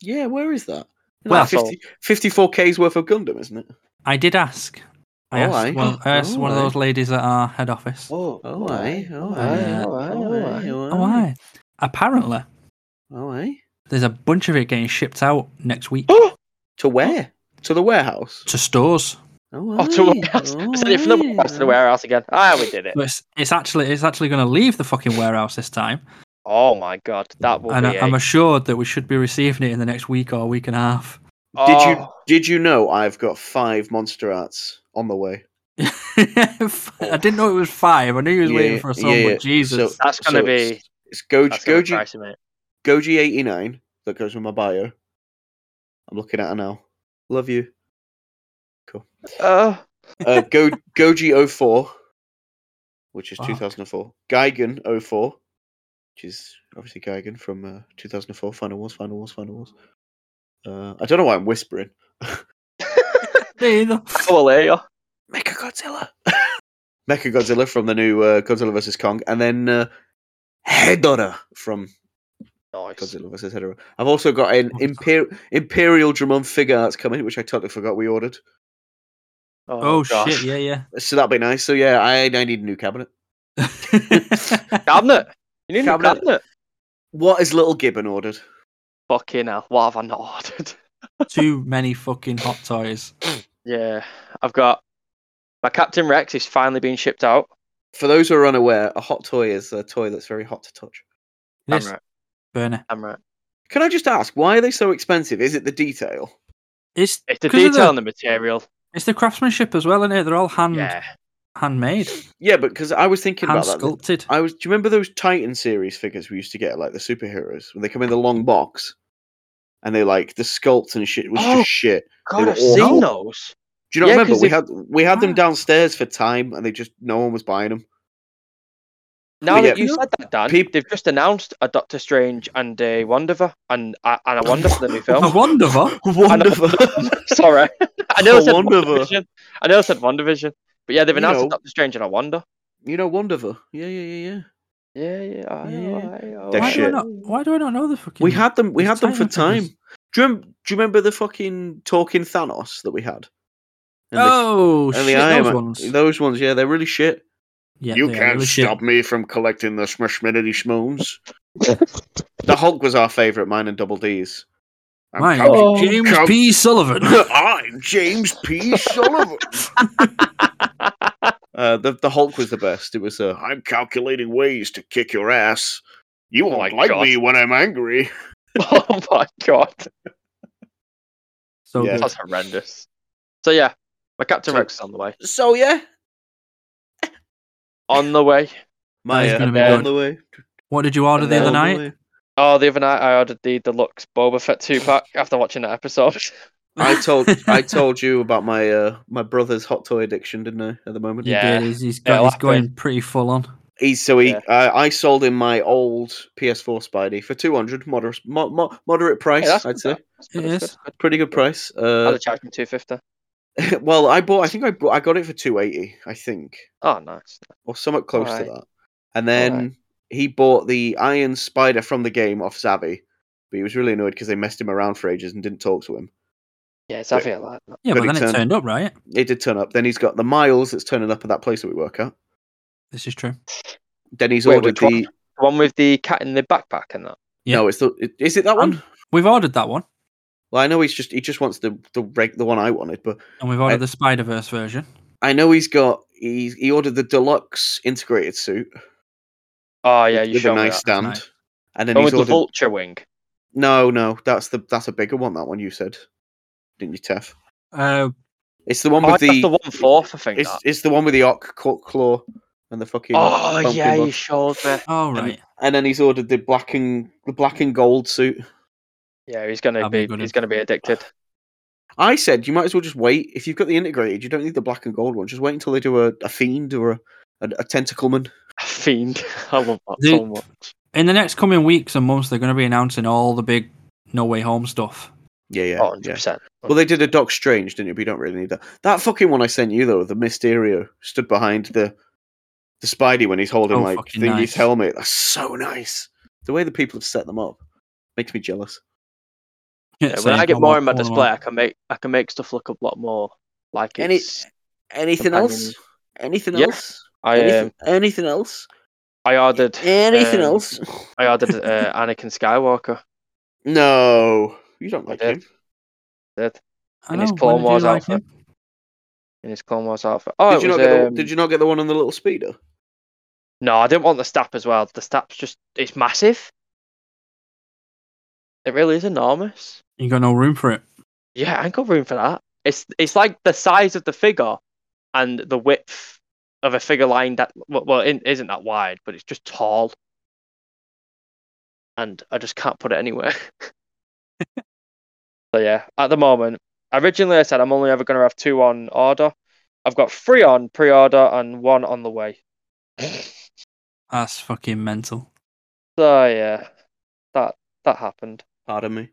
[SPEAKER 3] Yeah, where is that?
[SPEAKER 4] Well,
[SPEAKER 3] Well, 54 k's worth of Gundam, isn't it?
[SPEAKER 4] I did ask. I
[SPEAKER 3] Oh,
[SPEAKER 4] asked,
[SPEAKER 3] aye.
[SPEAKER 4] one, I asked one of
[SPEAKER 3] Oh, aye.
[SPEAKER 4] those ladies at our head office.
[SPEAKER 5] Oh.
[SPEAKER 3] Oh, aye. Oh, aye.
[SPEAKER 4] Yeah.
[SPEAKER 3] Oh, aye.
[SPEAKER 5] [GASPS]
[SPEAKER 4] Oh, aye. Apparently,
[SPEAKER 3] Oh, aye.
[SPEAKER 4] there's a bunch of it getting shipped out next
[SPEAKER 5] [GASPS]
[SPEAKER 4] week
[SPEAKER 3] To where? To the warehouse.
[SPEAKER 4] to stores.
[SPEAKER 3] Oh,
[SPEAKER 5] Oh, to warehouse. I said it from the
[SPEAKER 3] aye.
[SPEAKER 5] warehouse to the warehouse again. Ah, we did it.
[SPEAKER 4] But it's, it's actually it's actually going to leave the fucking warehouse this time,
[SPEAKER 5] Oh my god, that will
[SPEAKER 4] and
[SPEAKER 5] be.
[SPEAKER 4] I, I'm
[SPEAKER 5] a...
[SPEAKER 4] assured that we should be receiving it in the next week or week and a half.
[SPEAKER 3] Did you
[SPEAKER 5] Oh,
[SPEAKER 3] did you know I've got five monster arts on the way?
[SPEAKER 4] I didn't know it was five. I knew he was waiting
[SPEAKER 3] Yeah,
[SPEAKER 4] for a song,
[SPEAKER 3] yeah, yeah.
[SPEAKER 4] but Jesus,
[SPEAKER 3] So-
[SPEAKER 5] That's gonna
[SPEAKER 3] so it's-
[SPEAKER 5] be.
[SPEAKER 3] It's Goji
[SPEAKER 5] That's gonna be
[SPEAKER 3] Goji
[SPEAKER 5] pricey, mate.
[SPEAKER 3] Goji eighty nine that goes with my bio. I'm looking at her now. Love you.
[SPEAKER 5] Uh,
[SPEAKER 3] Uh,
[SPEAKER 5] [LAUGHS]
[SPEAKER 3] Go Goji 04, which is
[SPEAKER 4] Fuck.
[SPEAKER 3] 2004. Geigen 04, which is obviously Geigen from uh, 2004. Final Wars, Final Wars, Final Wars. Uh, I don't know why I'm whispering.
[SPEAKER 4] Me either.
[SPEAKER 5] oh, later.
[SPEAKER 3] Mecha [LAUGHS] Godzilla. Mecha Godzilla from the new uh, Godzilla vs Kong, and then uh, Hedorah from
[SPEAKER 5] Nice.
[SPEAKER 3] Godzilla vs Hedorah. I've also got an Imper- Imperial Drummond figure that's coming, which I totally forgot we ordered.
[SPEAKER 4] Oh,
[SPEAKER 5] gosh.
[SPEAKER 4] shit! Yeah, yeah.
[SPEAKER 3] So that'll be nice. So yeah, I, I need a new cabinet. [LAUGHS]
[SPEAKER 5] Cabinet. You need a new
[SPEAKER 3] Cabinet.
[SPEAKER 5] cabinet.
[SPEAKER 3] What is Little Gibbon ordered?
[SPEAKER 5] Fucking hell. What have I not ordered? [LAUGHS]
[SPEAKER 4] Too many fucking hot toys.
[SPEAKER 5] Yeah, I've got my Captain Rex is finally being shipped out.
[SPEAKER 3] For those who are unaware, a hot toy is a toy that's very hot to touch.
[SPEAKER 4] Yes,
[SPEAKER 5] I'm right.
[SPEAKER 4] burner.
[SPEAKER 5] I'm right.
[SPEAKER 3] Can I just ask, why are they so expensive? Is it the detail?
[SPEAKER 4] It's
[SPEAKER 5] It's the
[SPEAKER 4] 'cause of
[SPEAKER 5] detail and the material.
[SPEAKER 4] It's the craftsmanship as well, isn't it? They're all hand
[SPEAKER 5] Yeah.
[SPEAKER 4] handmade,
[SPEAKER 3] Yeah, but because I was thinking
[SPEAKER 4] hand
[SPEAKER 3] about that.
[SPEAKER 4] sculpted.
[SPEAKER 3] I was. Do you remember those Titan series figures we used to get, like the superheroes, when they come in the long box, and they like the sculpt and shit was
[SPEAKER 5] Oh,
[SPEAKER 3] just shit.
[SPEAKER 5] God,
[SPEAKER 3] were
[SPEAKER 5] I've seen
[SPEAKER 3] awful.
[SPEAKER 5] those.
[SPEAKER 3] Do you not
[SPEAKER 5] Yeah,
[SPEAKER 3] remember?
[SPEAKER 5] 'cause
[SPEAKER 3] We
[SPEAKER 5] if-
[SPEAKER 3] had we had them
[SPEAKER 4] Ah. [GASPS]
[SPEAKER 3] downstairs for time, and they just no one was buying them.
[SPEAKER 5] Now
[SPEAKER 3] Well,
[SPEAKER 5] that
[SPEAKER 3] yeah.
[SPEAKER 5] you said that, Dan,
[SPEAKER 3] Peop-
[SPEAKER 5] they've just announced a Doctor Strange and a Wanderer, and I and I wonder for the
[SPEAKER 3] [LAUGHS]
[SPEAKER 5] new
[SPEAKER 4] I
[SPEAKER 5] film.
[SPEAKER 4] wonder what.
[SPEAKER 3] Wonderful.
[SPEAKER 4] [LAUGHS]
[SPEAKER 5] Sorry, [LAUGHS] I know I
[SPEAKER 3] A
[SPEAKER 5] said
[SPEAKER 3] Wanderer.
[SPEAKER 5] WandaVision. I know I said WandaVision, but yeah, they've
[SPEAKER 3] You
[SPEAKER 5] announced a
[SPEAKER 3] know.
[SPEAKER 5] Doctor Strange and a Wonder.
[SPEAKER 3] you know, Wonderful. Yeah, yeah, yeah, yeah.
[SPEAKER 5] Yeah, yeah, aye,
[SPEAKER 3] Yeah.
[SPEAKER 5] aye, aye,
[SPEAKER 3] That
[SPEAKER 4] Why
[SPEAKER 5] aye.
[SPEAKER 4] do I
[SPEAKER 3] shit.
[SPEAKER 4] not? Why do I not know the fucking?
[SPEAKER 3] We had them. We
[SPEAKER 4] It's
[SPEAKER 3] had them for
[SPEAKER 4] time
[SPEAKER 3] time.
[SPEAKER 4] figures.
[SPEAKER 3] Do you, rem- do you remember the fucking talking Thanos that we had? And the-
[SPEAKER 4] oh
[SPEAKER 3] and the
[SPEAKER 4] shit,
[SPEAKER 3] Iron
[SPEAKER 4] those
[SPEAKER 3] Man-
[SPEAKER 4] ones.
[SPEAKER 3] Those ones, yeah, they're really shit.
[SPEAKER 4] Yeah,
[SPEAKER 3] you
[SPEAKER 4] they are
[SPEAKER 3] can't
[SPEAKER 4] really shit.
[SPEAKER 3] stop me from collecting the Smashminity Schmoons. the Hulk was our favourite, mine and Double D's. I'm
[SPEAKER 4] Mine, [LAUGHS]
[SPEAKER 3] coming. [LAUGHS]
[SPEAKER 5] Oh.
[SPEAKER 4] James
[SPEAKER 3] Come-
[SPEAKER 4] P.
[SPEAKER 3] [LAUGHS]
[SPEAKER 4] Sullivan.
[SPEAKER 3] I'm James P.
[SPEAKER 4] [LAUGHS]
[SPEAKER 3] Sullivan. uh, the the Hulk was the best. It was uh, I'm calculating ways to kick your ass. You
[SPEAKER 5] Oh
[SPEAKER 3] won't
[SPEAKER 5] my
[SPEAKER 3] like
[SPEAKER 5] God.
[SPEAKER 3] me when I'm angry.
[SPEAKER 5] [LAUGHS] Oh my god,
[SPEAKER 4] so
[SPEAKER 3] Yeah.
[SPEAKER 4] good.
[SPEAKER 5] that's horrendous. So yeah, my Captain
[SPEAKER 3] So-
[SPEAKER 5] Rex is on the way.
[SPEAKER 3] So yeah,
[SPEAKER 5] [LAUGHS] On the way.
[SPEAKER 4] That is
[SPEAKER 3] Maya
[SPEAKER 4] gonna be
[SPEAKER 5] on
[SPEAKER 4] good.
[SPEAKER 3] the way.
[SPEAKER 4] What did you order the
[SPEAKER 5] Hello.
[SPEAKER 4] other night?
[SPEAKER 5] Oh, the other night I ordered the deluxe Boba Fett two pack after watching that episode. [LAUGHS]
[SPEAKER 3] I
[SPEAKER 4] [LAUGHS]
[SPEAKER 3] told I told you about my uh, my brother's hot toy addiction, didn't I? At the moment,
[SPEAKER 4] He
[SPEAKER 5] Yeah.
[SPEAKER 4] did. He's, he's,
[SPEAKER 5] Yeah,
[SPEAKER 4] got, he's
[SPEAKER 5] laugh
[SPEAKER 4] going pretty full on.
[SPEAKER 3] He's so he. uh,
[SPEAKER 5] Yeah.
[SPEAKER 3] I I sold him my old PS4 Spidey for two hundred, moderate mo- mo- moderate price.
[SPEAKER 5] Hey, that's
[SPEAKER 3] I'd
[SPEAKER 5] good,
[SPEAKER 3] say
[SPEAKER 5] that. That's good,
[SPEAKER 4] It
[SPEAKER 5] that's
[SPEAKER 4] is.
[SPEAKER 5] good,
[SPEAKER 3] pretty good price.
[SPEAKER 5] that's good. I'd
[SPEAKER 3] Uh,
[SPEAKER 5] have charged him two fifty.
[SPEAKER 3] [LAUGHS] well, I bought. I think I bought, I got it for two eighty. I think
[SPEAKER 5] Oh, nice.
[SPEAKER 3] or somewhat close
[SPEAKER 5] Alright.
[SPEAKER 3] to that. And then he bought the Iron Spider from the game off Savvy, but he was really annoyed because they messed him around for ages and didn't talk to him.
[SPEAKER 5] Yeah, it's
[SPEAKER 3] Yeah.
[SPEAKER 5] having a lot.
[SPEAKER 4] Yeah,
[SPEAKER 3] But
[SPEAKER 4] but
[SPEAKER 3] he
[SPEAKER 4] then it
[SPEAKER 3] turned-
[SPEAKER 4] turned up right.
[SPEAKER 3] It did turn up. Then he's got the Miles that's turning up at that place that we work at.
[SPEAKER 4] This is true.
[SPEAKER 3] Then he's
[SPEAKER 5] Wait,
[SPEAKER 3] ordered
[SPEAKER 5] which one?
[SPEAKER 3] the.
[SPEAKER 5] The one with the cat in the backpack and that.
[SPEAKER 4] Yeah.
[SPEAKER 3] No, it's the. it- Is it that
[SPEAKER 4] Um,
[SPEAKER 3] one?
[SPEAKER 4] We've ordered that one,
[SPEAKER 3] Well, I know he's just he just wants the the reg, the one I wanted, but
[SPEAKER 4] and we've
[SPEAKER 5] Uh,
[SPEAKER 4] ordered
[SPEAKER 3] I-
[SPEAKER 4] the Spider Verse version.
[SPEAKER 3] I know he's got he he ordered the deluxe integrated suit.
[SPEAKER 5] Oh yeah,
[SPEAKER 3] with-
[SPEAKER 5] you
[SPEAKER 3] with a
[SPEAKER 5] showed me
[SPEAKER 3] nice
[SPEAKER 5] that.
[SPEAKER 3] stand.
[SPEAKER 4] nice.
[SPEAKER 3] And
[SPEAKER 5] The
[SPEAKER 3] then he's
[SPEAKER 5] one with the
[SPEAKER 3] ordered
[SPEAKER 5] vulture wing.
[SPEAKER 3] no, no, that's the that's a bigger one. That one you said, didn't you, Tef?
[SPEAKER 4] Uh,
[SPEAKER 3] It's the one
[SPEAKER 5] Oh,
[SPEAKER 3] with
[SPEAKER 5] that's
[SPEAKER 3] the,
[SPEAKER 5] the one fourth, I think.
[SPEAKER 3] it's,
[SPEAKER 5] that.
[SPEAKER 3] it's the one with the ock claw- claw and the fucking
[SPEAKER 5] Oh
[SPEAKER 3] pumpkin
[SPEAKER 5] yeah,
[SPEAKER 3] one.
[SPEAKER 5] you showed me.
[SPEAKER 4] all right.
[SPEAKER 3] and then he's ordered the black and the black and gold suit.
[SPEAKER 5] Yeah, he's gonna
[SPEAKER 4] That'd be a
[SPEAKER 5] be,
[SPEAKER 4] good
[SPEAKER 5] he's
[SPEAKER 4] one.
[SPEAKER 5] gonna be addicted. [LAUGHS]
[SPEAKER 3] I said you might as well just wait. If you've got the integrated, you don't need the black and gold one. Just wait until they do a, a fiend or a, a, a tentacleman.
[SPEAKER 5] A fiend. [LAUGHS] I love that
[SPEAKER 4] The-
[SPEAKER 5] so much.
[SPEAKER 4] In the next coming weeks and months, they're going to be announcing all the big No Way Home stuff.
[SPEAKER 3] Yeah, yeah,
[SPEAKER 5] Oh, 100
[SPEAKER 3] yeah.
[SPEAKER 5] percent.
[SPEAKER 3] Well, they did a Doc Strange, didn't you? But you don't really need that. That fucking one I sent you though, the Mysterio stood behind the the Spidey when he's holding
[SPEAKER 4] Oh,
[SPEAKER 3] like
[SPEAKER 4] fucking
[SPEAKER 3] Thingy's
[SPEAKER 4] nice.
[SPEAKER 3] helmet. That's so nice. The way the people have set them up makes me jealous.
[SPEAKER 5] Yeah,
[SPEAKER 4] So
[SPEAKER 5] when I
[SPEAKER 4] you
[SPEAKER 5] get
[SPEAKER 4] go
[SPEAKER 5] more
[SPEAKER 4] on-
[SPEAKER 5] in my
[SPEAKER 4] on and on.
[SPEAKER 5] display, I can make I can make stuff look a lot more like
[SPEAKER 3] And it-
[SPEAKER 5] it's.
[SPEAKER 3] Anything else?
[SPEAKER 5] Companions.
[SPEAKER 3] Anything
[SPEAKER 5] Yeah.
[SPEAKER 3] else?
[SPEAKER 5] I um,
[SPEAKER 3] anything, anything else?
[SPEAKER 5] I ordered
[SPEAKER 3] Anything
[SPEAKER 5] um,
[SPEAKER 3] else?
[SPEAKER 5] I ordered uh, [LAUGHS] Anakin Skywalker.
[SPEAKER 3] [LAUGHS] No, you don't like
[SPEAKER 5] did.
[SPEAKER 3] him.
[SPEAKER 5] Did
[SPEAKER 4] I
[SPEAKER 5] in his
[SPEAKER 4] know, when
[SPEAKER 5] Clone
[SPEAKER 4] did you
[SPEAKER 5] Wars
[SPEAKER 4] like
[SPEAKER 5] outfit.
[SPEAKER 4] him?
[SPEAKER 5] in his Clone Wars outfit. Oh,
[SPEAKER 3] Did
[SPEAKER 5] it
[SPEAKER 3] you, not
[SPEAKER 5] was,
[SPEAKER 3] get the,
[SPEAKER 5] um,
[SPEAKER 3] did you not get the one on the little speeder?
[SPEAKER 5] No, I didn't want the stap as well. The stap's just it's massive. It really is enormous.
[SPEAKER 4] You got no room for it.
[SPEAKER 5] Yeah, I ain't got room for that. It's it's like the size of the figure and the width of a figure line that well, well it isn't that wide, but it's just tall. And I just can't put it anywhere. [LAUGHS] so yeah, at the moment, originally I said I'm only ever going to have two on order. I've got three on pre-order and one on the way. [LAUGHS]
[SPEAKER 4] That's fucking mental.
[SPEAKER 5] So yeah, that that happened.
[SPEAKER 3] Pardon me.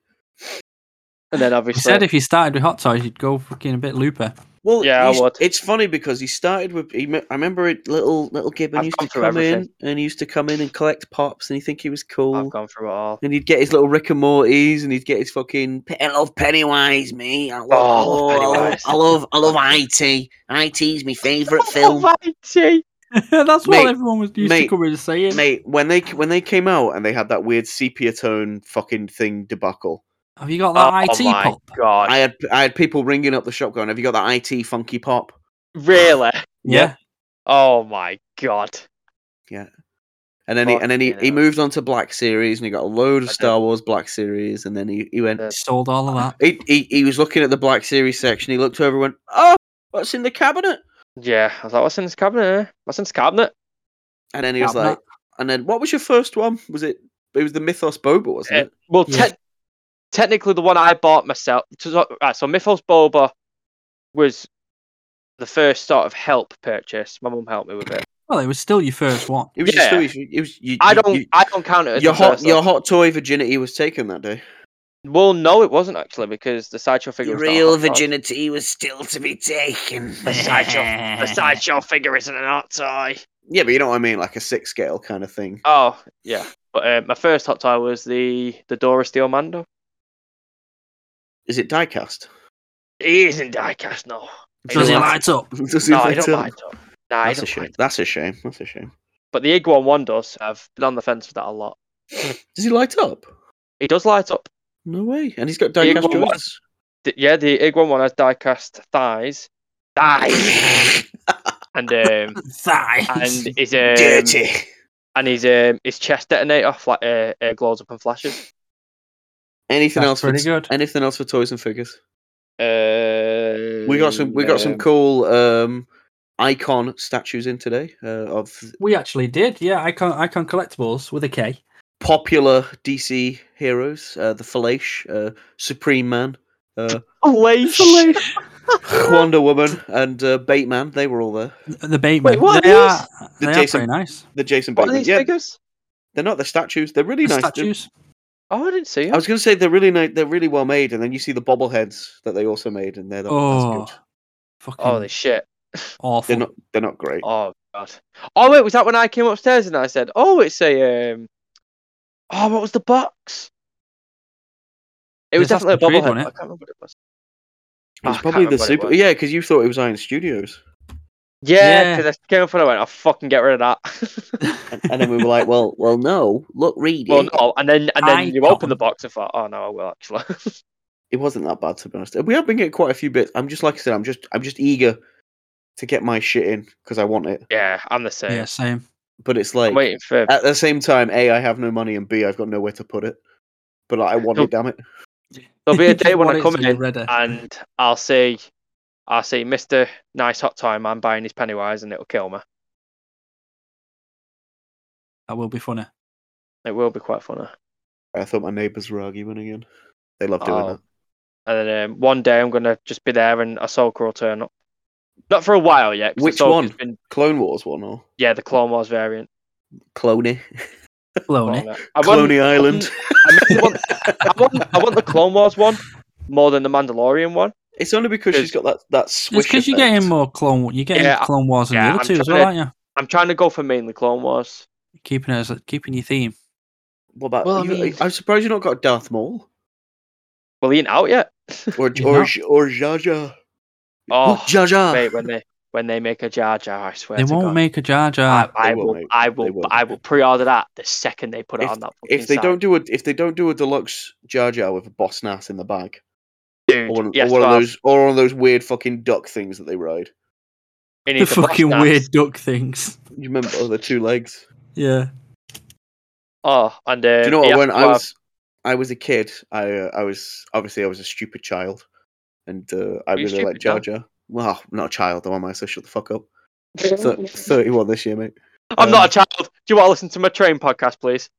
[SPEAKER 5] And then
[SPEAKER 4] You
[SPEAKER 5] obviously
[SPEAKER 4] said if you started with hot toys, you'd go fucking a bit looper.
[SPEAKER 3] Well,
[SPEAKER 5] Yeah, I
[SPEAKER 3] he's-
[SPEAKER 5] would.
[SPEAKER 3] it's funny because he started with. He, me- I remember it, little little Gibbon
[SPEAKER 5] I've
[SPEAKER 3] used
[SPEAKER 5] gone
[SPEAKER 3] to
[SPEAKER 5] through
[SPEAKER 3] come in
[SPEAKER 5] everything.
[SPEAKER 3] and he used to come in and collect pops, and he think he was
[SPEAKER 5] I've
[SPEAKER 3] cool.
[SPEAKER 5] gone through it all.
[SPEAKER 3] And he'd get his little Rick and Morty's, and he'd get his fucking. "P- I love Pennywise, me. I love,
[SPEAKER 5] Oh,
[SPEAKER 3] I love,
[SPEAKER 5] Pennywise.
[SPEAKER 3] I love, I love, IT. IT's my favorite [LAUGHS]
[SPEAKER 4] [LAUGHS]
[SPEAKER 3] film.
[SPEAKER 5] Almighty!
[SPEAKER 4] That's what
[SPEAKER 3] Mate,
[SPEAKER 4] everyone was used
[SPEAKER 3] mate,
[SPEAKER 4] to come in saying.
[SPEAKER 3] Mate, when they when they came out and they had that weird sepia tone fucking thing debacle,
[SPEAKER 4] Have you got that
[SPEAKER 5] oh
[SPEAKER 4] IT
[SPEAKER 5] my
[SPEAKER 4] pop?
[SPEAKER 5] god!
[SPEAKER 3] I had I had people ringing up the shop going, "Have you got that IT funky pop?"
[SPEAKER 5] Really?
[SPEAKER 4] Yeah.
[SPEAKER 5] Oh my god!
[SPEAKER 3] And then he, and then he,
[SPEAKER 5] Fucking
[SPEAKER 3] he
[SPEAKER 5] hell.
[SPEAKER 3] moved on to Black Series and he got a load of
[SPEAKER 5] I
[SPEAKER 3] Star Wars Black Series and then he, he went
[SPEAKER 5] Yeah.
[SPEAKER 4] Sold all of that.
[SPEAKER 3] he, he he was looking at the Black Series section, he looked over and went, Oh, what's in the cabinet?
[SPEAKER 5] Yeah, I was like, what's in this cabinet? eh? What's in this cabinet?
[SPEAKER 3] And then he was
[SPEAKER 4] Cabinet.
[SPEAKER 3] like and then what was your first one? Was it it was the Mythos Boba, wasn't
[SPEAKER 5] Eh,
[SPEAKER 3] it?
[SPEAKER 5] Well,
[SPEAKER 4] Yeah.
[SPEAKER 5] te- technically, the one I bought myself. So, right, so Mythos Boba was the first sort of help purchase. My mum helped me with it.
[SPEAKER 4] Well, it was still your first one.
[SPEAKER 3] It was
[SPEAKER 5] Yeah.
[SPEAKER 3] just it was you,
[SPEAKER 5] I
[SPEAKER 3] you-
[SPEAKER 5] don't.
[SPEAKER 3] you-
[SPEAKER 5] I don't count it as
[SPEAKER 3] your
[SPEAKER 5] the
[SPEAKER 3] hot
[SPEAKER 5] first
[SPEAKER 3] your
[SPEAKER 5] one.
[SPEAKER 3] hot toy virginity was taken that day.
[SPEAKER 5] Well, no, it wasn't actually because the sideshow figure. was not a hot toy.
[SPEAKER 3] virginity was still to be taken.
[SPEAKER 5] The sideshow figure isn't an art toy.
[SPEAKER 3] [LAUGHS] Yeah, but you know what I mean, like a six scale kind of thing.
[SPEAKER 5] Oh yeah, but uh, my first hot toy was the the Dora Steel Mando.
[SPEAKER 3] Is it diecast?
[SPEAKER 5] He isn't diecast, no.
[SPEAKER 4] Does it
[SPEAKER 5] Doesn't-
[SPEAKER 4] light
[SPEAKER 3] [LAUGHS]
[SPEAKER 4] up? [LAUGHS]
[SPEAKER 3] Does it
[SPEAKER 5] No, I
[SPEAKER 3] light
[SPEAKER 5] don't
[SPEAKER 3] up?
[SPEAKER 5] mind. them. Nah, I
[SPEAKER 3] That's a
[SPEAKER 5] don't
[SPEAKER 3] shame.
[SPEAKER 5] mind.
[SPEAKER 3] That's a shame. That's a shame.
[SPEAKER 5] But the Iguan one does. I've been on the fence with that a lot.
[SPEAKER 3] Does he light up?
[SPEAKER 5] He does light up.
[SPEAKER 3] No way. And he's got
[SPEAKER 5] Yeah,
[SPEAKER 3] diecast
[SPEAKER 5] well, what-
[SPEAKER 3] joints.
[SPEAKER 5] D- yeah, the Iguan one has diecast thighs, thighs,
[SPEAKER 3] [LAUGHS]
[SPEAKER 5] and um,
[SPEAKER 4] Thighs.
[SPEAKER 5] and his um,
[SPEAKER 3] Dirty.
[SPEAKER 5] and his um, his chest detonator fla- uh, uh, glows up and flashes.
[SPEAKER 3] Anything
[SPEAKER 4] That's
[SPEAKER 3] else?
[SPEAKER 4] pretty
[SPEAKER 3] for,
[SPEAKER 4] good.
[SPEAKER 3] Anything else for toys and figures?
[SPEAKER 5] Uh,
[SPEAKER 3] We got some. We got some cool um, icon statues in today uh, of
[SPEAKER 4] we actually did, yeah. Icon Icon Collectibles with a K.
[SPEAKER 3] popular DC heroes: uh, the Falache, uh, Supreme Man,
[SPEAKER 5] [LAUGHS]
[SPEAKER 3] uh,
[SPEAKER 5] Flash.
[SPEAKER 3] Wonder Woman, and uh, Bateman. They were all there.
[SPEAKER 4] The Bateman.
[SPEAKER 5] Wait, what
[SPEAKER 4] they
[SPEAKER 5] are
[SPEAKER 4] are,
[SPEAKER 3] The
[SPEAKER 4] they are
[SPEAKER 3] Jason-
[SPEAKER 4] pretty nice.
[SPEAKER 3] The Jason
[SPEAKER 5] What are
[SPEAKER 3] Bateman.
[SPEAKER 5] these
[SPEAKER 3] yeah,
[SPEAKER 5] figures?
[SPEAKER 3] they're not the statues. They're really
[SPEAKER 4] The
[SPEAKER 3] nice. They're-
[SPEAKER 4] statues.
[SPEAKER 5] Oh, I didn't see
[SPEAKER 3] I
[SPEAKER 5] them.
[SPEAKER 3] was going to say they're really nice. They're really well made, and then you see the bobbleheads that they also made, and they're not.
[SPEAKER 4] Oh,
[SPEAKER 3] that's good.
[SPEAKER 4] fucking
[SPEAKER 5] Holy shit.
[SPEAKER 4] awful.
[SPEAKER 3] They're not. They're not great.
[SPEAKER 5] Oh god. Oh wait, was that when I came upstairs and I said, "Oh, it's a um, oh, what was the box?" It was
[SPEAKER 4] It's
[SPEAKER 5] definitely a
[SPEAKER 4] Assassin's Creed, wasn't
[SPEAKER 5] bobblehead. but I
[SPEAKER 4] it?
[SPEAKER 5] can't remember what it was.
[SPEAKER 3] It
[SPEAKER 5] Ah,
[SPEAKER 3] was
[SPEAKER 5] I can't
[SPEAKER 3] probably the
[SPEAKER 5] remember what it
[SPEAKER 3] super.
[SPEAKER 5] was.
[SPEAKER 3] Yeah, because you thought it was Iron Studios,
[SPEAKER 5] Yeah,
[SPEAKER 4] Yeah.
[SPEAKER 5] because I came up and I went, "I'll fucking get rid of that." [LAUGHS]
[SPEAKER 3] and, and then we were like, "Well, well, no. Look, read it.
[SPEAKER 5] well, no, and then and then you
[SPEAKER 4] Icon.
[SPEAKER 5] open the box and thought, "Oh no, I will actually." [LAUGHS]
[SPEAKER 3] it wasn't that bad to be honest. We have been getting quite a few bits. I'm just like I said, I'm just I'm just eager to get my shit in because I want it.
[SPEAKER 5] yeah, I'm the
[SPEAKER 4] [LAUGHS]
[SPEAKER 5] same.
[SPEAKER 4] yeah, same.
[SPEAKER 3] But it's
[SPEAKER 5] I'm
[SPEAKER 3] like
[SPEAKER 5] waiting for.
[SPEAKER 3] at the same time, a I have no money, and b I've got nowhere to put it. But I want it, damn it. [LAUGHS]
[SPEAKER 5] There'll be a day when
[SPEAKER 4] What
[SPEAKER 5] I
[SPEAKER 4] is
[SPEAKER 5] come
[SPEAKER 4] it,
[SPEAKER 5] in
[SPEAKER 4] Redder?
[SPEAKER 5] and I'll see, I'll see Mister Nice Hot Time. I'm buying his Pennywise, and it'll kill me.
[SPEAKER 4] That will be funny.
[SPEAKER 5] It will be quite funny.
[SPEAKER 3] I thought my neighbours were arguing again. They love doing
[SPEAKER 5] Oh. And then um, one day I'm gonna just be there and a Ahsoka will turn up. Not for a while yet. 'cause
[SPEAKER 3] Which
[SPEAKER 5] Ahsoka's
[SPEAKER 3] one?
[SPEAKER 5] Been,
[SPEAKER 3] that. Clone Wars one or
[SPEAKER 5] yeah, the Clone Wars variant.
[SPEAKER 3] Cloney,
[SPEAKER 5] [LAUGHS]
[SPEAKER 4] Clone
[SPEAKER 5] Clone- I want,
[SPEAKER 3] Cloney
[SPEAKER 5] [LAUGHS]
[SPEAKER 3] Island.
[SPEAKER 5] I, mean, I want, I, want, I want the Clone Wars one more than the Mandalorian one.
[SPEAKER 3] It's only because she's got that that swish.
[SPEAKER 4] It's because you're
[SPEAKER 3] effect.
[SPEAKER 4] getting more Clone. You're getting
[SPEAKER 5] Yeah, I-
[SPEAKER 4] Clone Wars and
[SPEAKER 5] yeah,
[SPEAKER 4] the other
[SPEAKER 5] I'm
[SPEAKER 4] two as
[SPEAKER 5] trying
[SPEAKER 4] well, aren't you?
[SPEAKER 5] I'm trying to go for mainly Clone Wars.
[SPEAKER 4] Keeping it as a, keeping your theme.
[SPEAKER 3] What about?
[SPEAKER 5] Well, I
[SPEAKER 3] you-
[SPEAKER 5] mean-
[SPEAKER 3] I'm surprised you've not got Darth Maul
[SPEAKER 5] Well, he ain't out yet.
[SPEAKER 3] or
[SPEAKER 4] He's
[SPEAKER 3] or
[SPEAKER 4] not.
[SPEAKER 3] J- or Jar Jar.
[SPEAKER 5] Oh,
[SPEAKER 3] Jar Jar.
[SPEAKER 5] wait, when they when they make a Jar Jar, I swear
[SPEAKER 4] They
[SPEAKER 5] to
[SPEAKER 4] won't
[SPEAKER 5] God.
[SPEAKER 4] make a Jar
[SPEAKER 5] I,
[SPEAKER 4] Jar.
[SPEAKER 5] I
[SPEAKER 3] They will
[SPEAKER 5] will,
[SPEAKER 3] make-
[SPEAKER 5] I
[SPEAKER 3] they
[SPEAKER 5] will,
[SPEAKER 3] will
[SPEAKER 5] I
[SPEAKER 3] make.
[SPEAKER 5] will pre-order that the second they put it on that.
[SPEAKER 3] if
[SPEAKER 5] fucking
[SPEAKER 3] they
[SPEAKER 5] site.
[SPEAKER 3] don't do a if they don't do a deluxe Jar Jar with a boss nass in the bag,
[SPEAKER 5] dude,
[SPEAKER 3] or one,
[SPEAKER 5] Mm. yes,
[SPEAKER 3] or one of
[SPEAKER 5] well,
[SPEAKER 3] those, or one of those weird fucking duck things that they ride.
[SPEAKER 5] it
[SPEAKER 4] The
[SPEAKER 5] needs a boss
[SPEAKER 4] fucking
[SPEAKER 5] dance.
[SPEAKER 4] weird duck things. [LAUGHS]
[SPEAKER 3] You remember oh, the two legs?
[SPEAKER 4] Yeah.
[SPEAKER 5] Oh, and uh,
[SPEAKER 3] Do you know what?
[SPEAKER 5] yeah,
[SPEAKER 3] When I
[SPEAKER 5] well,
[SPEAKER 3] was I was a kid, I uh, I was obviously I was a stupid child, and uh, I
[SPEAKER 5] Are you
[SPEAKER 3] really liked
[SPEAKER 5] stupid
[SPEAKER 3] Jar
[SPEAKER 5] now?
[SPEAKER 3] Jar. Well, I'm not a child, though, am I? So shut the
[SPEAKER 5] [LAUGHS]
[SPEAKER 3] fuck up. Thir- Thirty-one this year, mate.
[SPEAKER 5] I'm
[SPEAKER 4] Um,
[SPEAKER 5] not a child. Do you want to listen to my train podcast,
[SPEAKER 4] [LAUGHS]
[SPEAKER 5] please?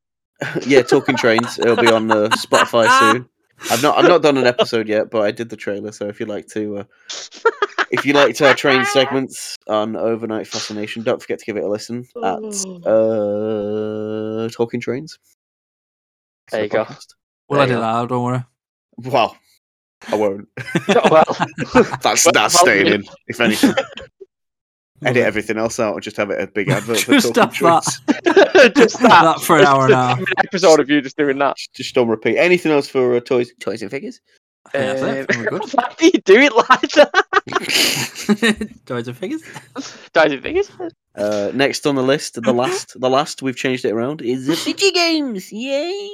[SPEAKER 3] yeah, talking trains. It'll be on uh, Spotify soon. I've not I've not done an episode yet, but I did the trailer. So if you'd like to, uh, if you liked our train segments on Overnight Fascination, don't forget to give it a listen at uh, Talking Trains. It's
[SPEAKER 5] There
[SPEAKER 3] a
[SPEAKER 5] you go.
[SPEAKER 3] podcast.
[SPEAKER 4] We'll
[SPEAKER 5] There
[SPEAKER 4] edit
[SPEAKER 5] you
[SPEAKER 4] that out, don't worry.
[SPEAKER 3] Well, I
[SPEAKER 5] [LAUGHS]
[SPEAKER 3] won't.
[SPEAKER 5] Oh, well,
[SPEAKER 3] That's
[SPEAKER 5] Well,
[SPEAKER 3] that's
[SPEAKER 5] well,
[SPEAKER 3] staying
[SPEAKER 5] yeah.
[SPEAKER 3] in. If anything, edit everything else out and just have it a big advert. for
[SPEAKER 4] Just
[SPEAKER 3] Talking
[SPEAKER 4] have that.
[SPEAKER 3] Trains.
[SPEAKER 5] just that.
[SPEAKER 4] That for an hour and a half.
[SPEAKER 5] An episode of you just doing that.
[SPEAKER 3] Just- Just on repeat. Anything else for uh, toys, toys and [LAUGHS]
[SPEAKER 5] [LAUGHS]
[SPEAKER 3] figures?
[SPEAKER 4] I think that's it. I think we're
[SPEAKER 5] Um, Why do you do it like that?
[SPEAKER 4] good. Toys and figures.
[SPEAKER 5] Guys, the thing is,
[SPEAKER 3] Uh, next on the list, the last, the last. We've changed it around. Is the video games? Yay!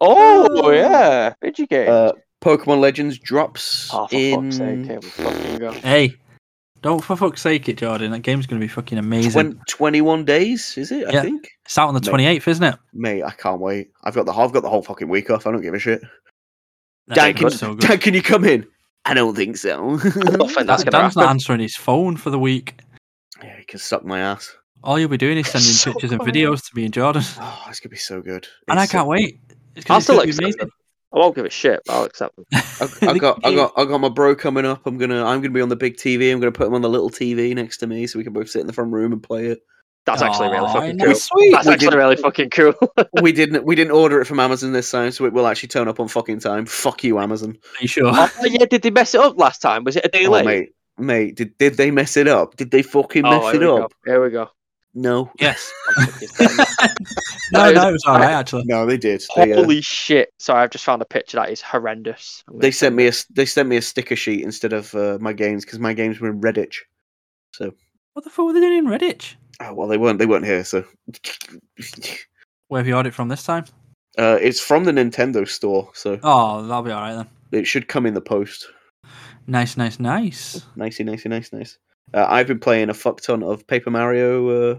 [SPEAKER 5] oh yeah, video games.
[SPEAKER 3] Uh, Pokemon Legends drops
[SPEAKER 5] oh, for
[SPEAKER 3] in
[SPEAKER 5] fuck's sake, here we fucking go.
[SPEAKER 4] Hey, don't for fuck's sake it, Jordan. That game's going to be fucking amazing.
[SPEAKER 3] twen- 21 days. Is it? I
[SPEAKER 4] Yeah.
[SPEAKER 3] think.
[SPEAKER 4] It's out on the
[SPEAKER 3] Mate.
[SPEAKER 4] 28th, isn't it?
[SPEAKER 3] Mate, I can't wait. I've got the I've got the whole fucking week off. I don't give a shit.
[SPEAKER 4] That
[SPEAKER 3] Dan,
[SPEAKER 4] game's
[SPEAKER 3] can,
[SPEAKER 4] so good.
[SPEAKER 3] Dan, can you come in? I don't think so. [LAUGHS]
[SPEAKER 5] [LAUGHS] think that's gonna
[SPEAKER 4] Dan's not
[SPEAKER 5] happen.
[SPEAKER 4] answering his phone for the week.
[SPEAKER 3] yeah, he can suck my ass.
[SPEAKER 4] All you'll be doing is sending
[SPEAKER 5] So
[SPEAKER 4] pictures and
[SPEAKER 5] funny.
[SPEAKER 4] videos to me and Jordan.
[SPEAKER 3] Oh, it's gonna be so good.
[SPEAKER 4] And I
[SPEAKER 3] It's so-
[SPEAKER 4] can't wait. It's 'cause
[SPEAKER 5] I'll
[SPEAKER 4] it's
[SPEAKER 5] still
[SPEAKER 4] gonna be
[SPEAKER 5] accept
[SPEAKER 4] amazing.
[SPEAKER 5] them. I won't give a shit. But I'll accept them.
[SPEAKER 3] I, I got, I got, I got my bro coming up. I'm gonna, I'm gonna be on the big TV. I'm gonna put him on the little TV next to me, so we can both sit in the front room and play it.
[SPEAKER 5] That's actually really
[SPEAKER 4] Aw,
[SPEAKER 5] fucking
[SPEAKER 4] I
[SPEAKER 5] cool.
[SPEAKER 4] know.
[SPEAKER 3] Sweet.
[SPEAKER 5] That's
[SPEAKER 3] we,
[SPEAKER 5] actually
[SPEAKER 3] didn't,
[SPEAKER 5] really
[SPEAKER 4] [LAUGHS]
[SPEAKER 5] fucking cool.
[SPEAKER 3] we didn't we didn't order it from Amazon this time, so it will actually turn up on fucking time. Fuck you, Amazon.
[SPEAKER 4] Are you sure?
[SPEAKER 5] [LAUGHS] oh, yeah, did they mess it up last time? Was it a day
[SPEAKER 3] Oh,
[SPEAKER 5] late?
[SPEAKER 3] mate, mate, did, did they mess it up? Did they fucking
[SPEAKER 5] Oh,
[SPEAKER 3] mess
[SPEAKER 5] here
[SPEAKER 3] it
[SPEAKER 5] we
[SPEAKER 3] up?
[SPEAKER 5] go. Here we go.
[SPEAKER 3] No,
[SPEAKER 4] yes. [LAUGHS] No,
[SPEAKER 5] No, it was-
[SPEAKER 4] no, it was
[SPEAKER 5] [LAUGHS]
[SPEAKER 4] alright actually.
[SPEAKER 3] no, they did. They, uh,
[SPEAKER 5] Holy shit! Sorry, I've just found a picture that is horrendous. I'm gonna
[SPEAKER 3] they
[SPEAKER 5] send
[SPEAKER 3] sent me a they sent me a sticker sheet instead of uh, my games because my games were in Redditch. So
[SPEAKER 4] What the fuck were they doing in Redditch?
[SPEAKER 3] oh, well, they weren't they weren't here. So [LAUGHS]
[SPEAKER 4] Where have you ordered it from this time?
[SPEAKER 3] uh, it's from the Nintendo store, so
[SPEAKER 4] Oh, that'll be alright then.
[SPEAKER 3] it should come in the post.
[SPEAKER 4] Nice, nice, nice.
[SPEAKER 3] Nicey, nicey, nice, nice. Uh, I've been playing a fuck ton of Paper Mario uh,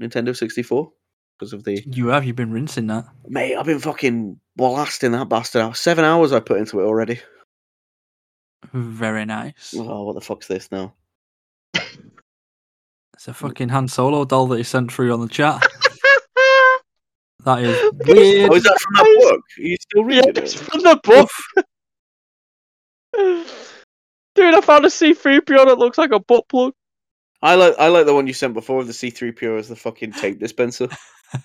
[SPEAKER 3] Nintendo 64 because of the
[SPEAKER 4] You have. You've been rinsing that.
[SPEAKER 3] mate. I've been fucking blasting that bastard out. Seven hours I put into it already.
[SPEAKER 4] Very nice.
[SPEAKER 3] Oh, what the fuck's this now?
[SPEAKER 4] It's a fucking Han Solo doll that he sent through on the chat.
[SPEAKER 5] it.
[SPEAKER 4] That is
[SPEAKER 3] [LAUGHS]
[SPEAKER 4] [LAUGHS]
[SPEAKER 3] Oh, is
[SPEAKER 4] weird.
[SPEAKER 3] that from that book? Are you still
[SPEAKER 5] yeah,
[SPEAKER 3] reading
[SPEAKER 5] it's
[SPEAKER 3] it?
[SPEAKER 5] from the book. [LAUGHS] Dude, I found a C3PO that looks like a butt plug.
[SPEAKER 3] I like I like the one you sent before of the C3PO as the fucking tape dispenser.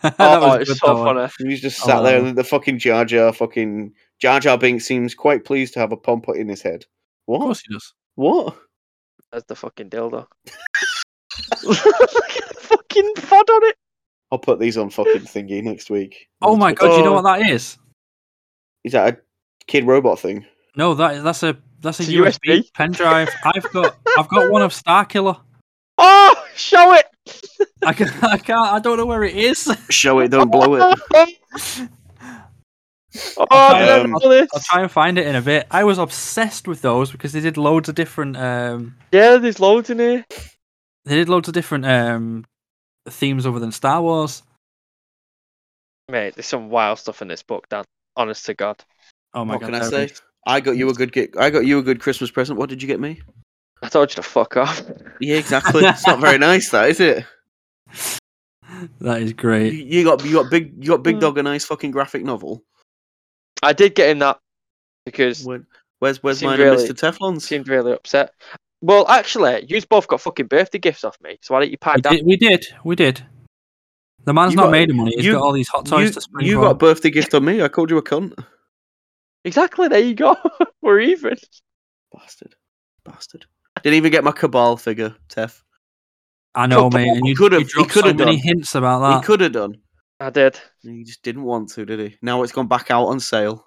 [SPEAKER 4] That
[SPEAKER 5] Oh,
[SPEAKER 4] was
[SPEAKER 5] it's
[SPEAKER 4] good,
[SPEAKER 5] so
[SPEAKER 4] that one.
[SPEAKER 5] funny.
[SPEAKER 3] He's just sat there and the fucking Jar Jar fucking Jar Jar Binks seems quite pleased to have a pom put in his head.
[SPEAKER 4] Of
[SPEAKER 3] What?
[SPEAKER 4] course he does.
[SPEAKER 3] What?
[SPEAKER 5] That's the fucking dildo. [LAUGHS] Look at the fucking fod on it.
[SPEAKER 3] I'll put these on fucking thingy next week.
[SPEAKER 4] Oh my god! You know
[SPEAKER 5] Oh.
[SPEAKER 4] what that is?
[SPEAKER 3] Is that a kid robot thing?
[SPEAKER 4] No, that is that's a that's a
[SPEAKER 5] It's a
[SPEAKER 4] USB,
[SPEAKER 5] USB.
[SPEAKER 4] pen drive. I've got I've got one of Star Killer.
[SPEAKER 5] Oh,
[SPEAKER 4] [LAUGHS]
[SPEAKER 5] show it.
[SPEAKER 4] I can [LAUGHS] I can't I don't know where it is.
[SPEAKER 3] Show it, don't blow
[SPEAKER 5] oh,
[SPEAKER 3] it.
[SPEAKER 5] I don't
[SPEAKER 3] Um,
[SPEAKER 5] know this.
[SPEAKER 4] I'll try and find it in a bit. I was obsessed with those because they did loads of different um
[SPEAKER 5] Yeah, there's loads in here.
[SPEAKER 4] they did loads of different um themes other than Star Wars.
[SPEAKER 5] Mate, there's some wild stuff in this book, Dan. Honest to God.
[SPEAKER 4] Oh my
[SPEAKER 3] what
[SPEAKER 4] god!
[SPEAKER 3] can I
[SPEAKER 4] there it
[SPEAKER 3] say?
[SPEAKER 4] is.
[SPEAKER 3] I got you a good get. I got you a good Christmas present. What did you get me?
[SPEAKER 5] I told you to fuck off.
[SPEAKER 3] Yeah, exactly. it's not very nice, that is it?
[SPEAKER 4] That
[SPEAKER 3] [LAUGHS]
[SPEAKER 4] is
[SPEAKER 3] You,
[SPEAKER 4] great.
[SPEAKER 3] you got you got big you got
[SPEAKER 4] Hmm.
[SPEAKER 3] big
[SPEAKER 5] Mm.
[SPEAKER 3] dog a nice fucking graphic novel.
[SPEAKER 5] I did get in that because
[SPEAKER 3] When, where's where's
[SPEAKER 5] Seemed
[SPEAKER 3] mine
[SPEAKER 5] really-
[SPEAKER 3] and Mr. Teflon's?
[SPEAKER 5] seemed really upset. Well, actually, you both got fucking birthday gifts off me, so why don't you pipe
[SPEAKER 4] We
[SPEAKER 5] down?
[SPEAKER 4] did, we did. We did. The man's
[SPEAKER 3] You
[SPEAKER 4] not
[SPEAKER 3] got-
[SPEAKER 4] made of money. He's
[SPEAKER 3] you-
[SPEAKER 4] got all these hot toys
[SPEAKER 3] You,
[SPEAKER 4] to spend.
[SPEAKER 3] you got a birthday gift on me. I called you a
[SPEAKER 4] [LAUGHS]
[SPEAKER 3] cunt.
[SPEAKER 5] Exactly, there you go. [LAUGHS] We're even.
[SPEAKER 3] Bastard. Bastard. Didn't even get my cabal figure, Tef.
[SPEAKER 4] I know,
[SPEAKER 3] Couple-
[SPEAKER 4] mate. And
[SPEAKER 3] he
[SPEAKER 4] you
[SPEAKER 3] could have-
[SPEAKER 4] You
[SPEAKER 3] he
[SPEAKER 4] dropped
[SPEAKER 3] could
[SPEAKER 4] so
[SPEAKER 3] have
[SPEAKER 4] many
[SPEAKER 3] done.
[SPEAKER 4] hints about that.
[SPEAKER 3] He could have done.
[SPEAKER 5] I did.
[SPEAKER 3] He just didn't want to, did he? Now it's gone back out on sale.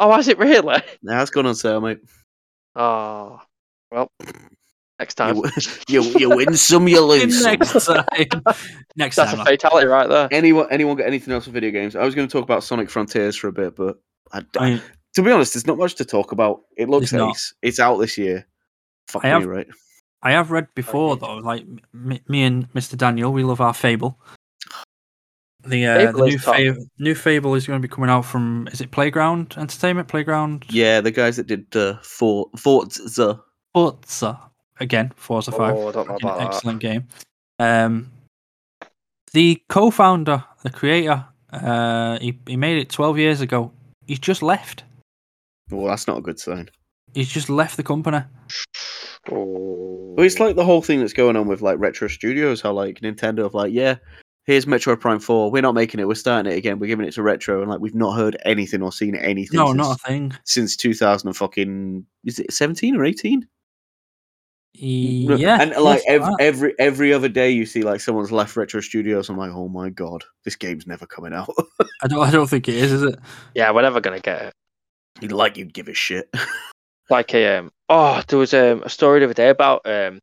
[SPEAKER 5] Oh, has it really?
[SPEAKER 3] Now it's gone on sale, mate.
[SPEAKER 5] Oh, well, next
[SPEAKER 3] You,
[SPEAKER 5] time.
[SPEAKER 3] w- [LAUGHS] you,
[SPEAKER 5] [LAUGHS]
[SPEAKER 3] you win some,
[SPEAKER 4] [LAUGHS]
[SPEAKER 3] you lose some. [LAUGHS]
[SPEAKER 4] next time. next
[SPEAKER 5] That's
[SPEAKER 4] time.
[SPEAKER 5] a
[SPEAKER 4] I-
[SPEAKER 5] fatality right there.
[SPEAKER 3] Anyone, anyone got anything else for video games? I was going to talk about Sonic Frontiers for a bit, but I, d-
[SPEAKER 4] I,
[SPEAKER 3] to be honest, there's not much to talk about. It looks
[SPEAKER 4] There's not.
[SPEAKER 3] ace. It's out this year. Fuck
[SPEAKER 4] I
[SPEAKER 3] me,
[SPEAKER 4] have-
[SPEAKER 3] right?
[SPEAKER 4] I have read before though, like me, me and Mr. Daniel, we love our Fable. The, uh,
[SPEAKER 5] Fable
[SPEAKER 4] the
[SPEAKER 5] is
[SPEAKER 4] new,
[SPEAKER 5] top.
[SPEAKER 4] fa- new Fable is going to be coming out from is it Playground Entertainment Playground
[SPEAKER 3] Yeah, the guys that did uh, For Forza.
[SPEAKER 4] Forza again Forza Five,
[SPEAKER 5] Oh, I don't know
[SPEAKER 4] fucking
[SPEAKER 5] about that.
[SPEAKER 4] excellent game. Um, the co-founder, the creator, uh, he he made it twelve years ago. He's just left.
[SPEAKER 3] Well, that's not a good sign.
[SPEAKER 4] He's just left the company.
[SPEAKER 5] Oh.
[SPEAKER 3] Well, it's like the whole thing that's going on with like retro studios, how like Nintendo have like, yeah, here's Metro Prime Four. We're not making it. We're starting it again. We're giving it to retro, and like we've not heard anything or seen anything.
[SPEAKER 4] No,
[SPEAKER 3] since,
[SPEAKER 4] not a thing.
[SPEAKER 3] since 2000 and fucking is it 17 or 18? No,
[SPEAKER 4] Yeah,
[SPEAKER 3] and like
[SPEAKER 4] yes,
[SPEAKER 3] every,
[SPEAKER 4] that.
[SPEAKER 3] every every other day you see like someone's left retro studios. I'm like, oh my god, this game's never coming out.
[SPEAKER 4] I don't, I don't think it is, is it?
[SPEAKER 5] Yeah, we're never gonna get it.
[SPEAKER 3] You'd like you'd give a shit.
[SPEAKER 5] Like a um, oh, there was um, a story the other day about um,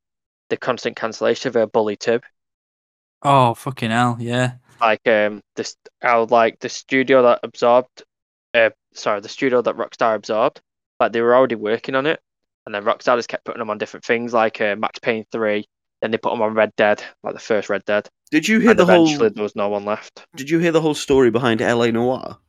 [SPEAKER 5] the constant cancellation of a bully tip.
[SPEAKER 4] Oh fucking hell, yeah.
[SPEAKER 5] Like um, this how like the studio that absorbed, uh, sorry, the studio that Rockstar absorbed. Like they were already working on it, and then Rockstar just kept putting them on different things, like uh, Max Payne three. Then they put them on Red Dead, like the first Red Dead.
[SPEAKER 3] Did you hear
[SPEAKER 5] And
[SPEAKER 3] the
[SPEAKER 5] eventually,
[SPEAKER 3] whole?
[SPEAKER 5] there was no one left.
[SPEAKER 3] Did you hear the whole story behind LA Noir?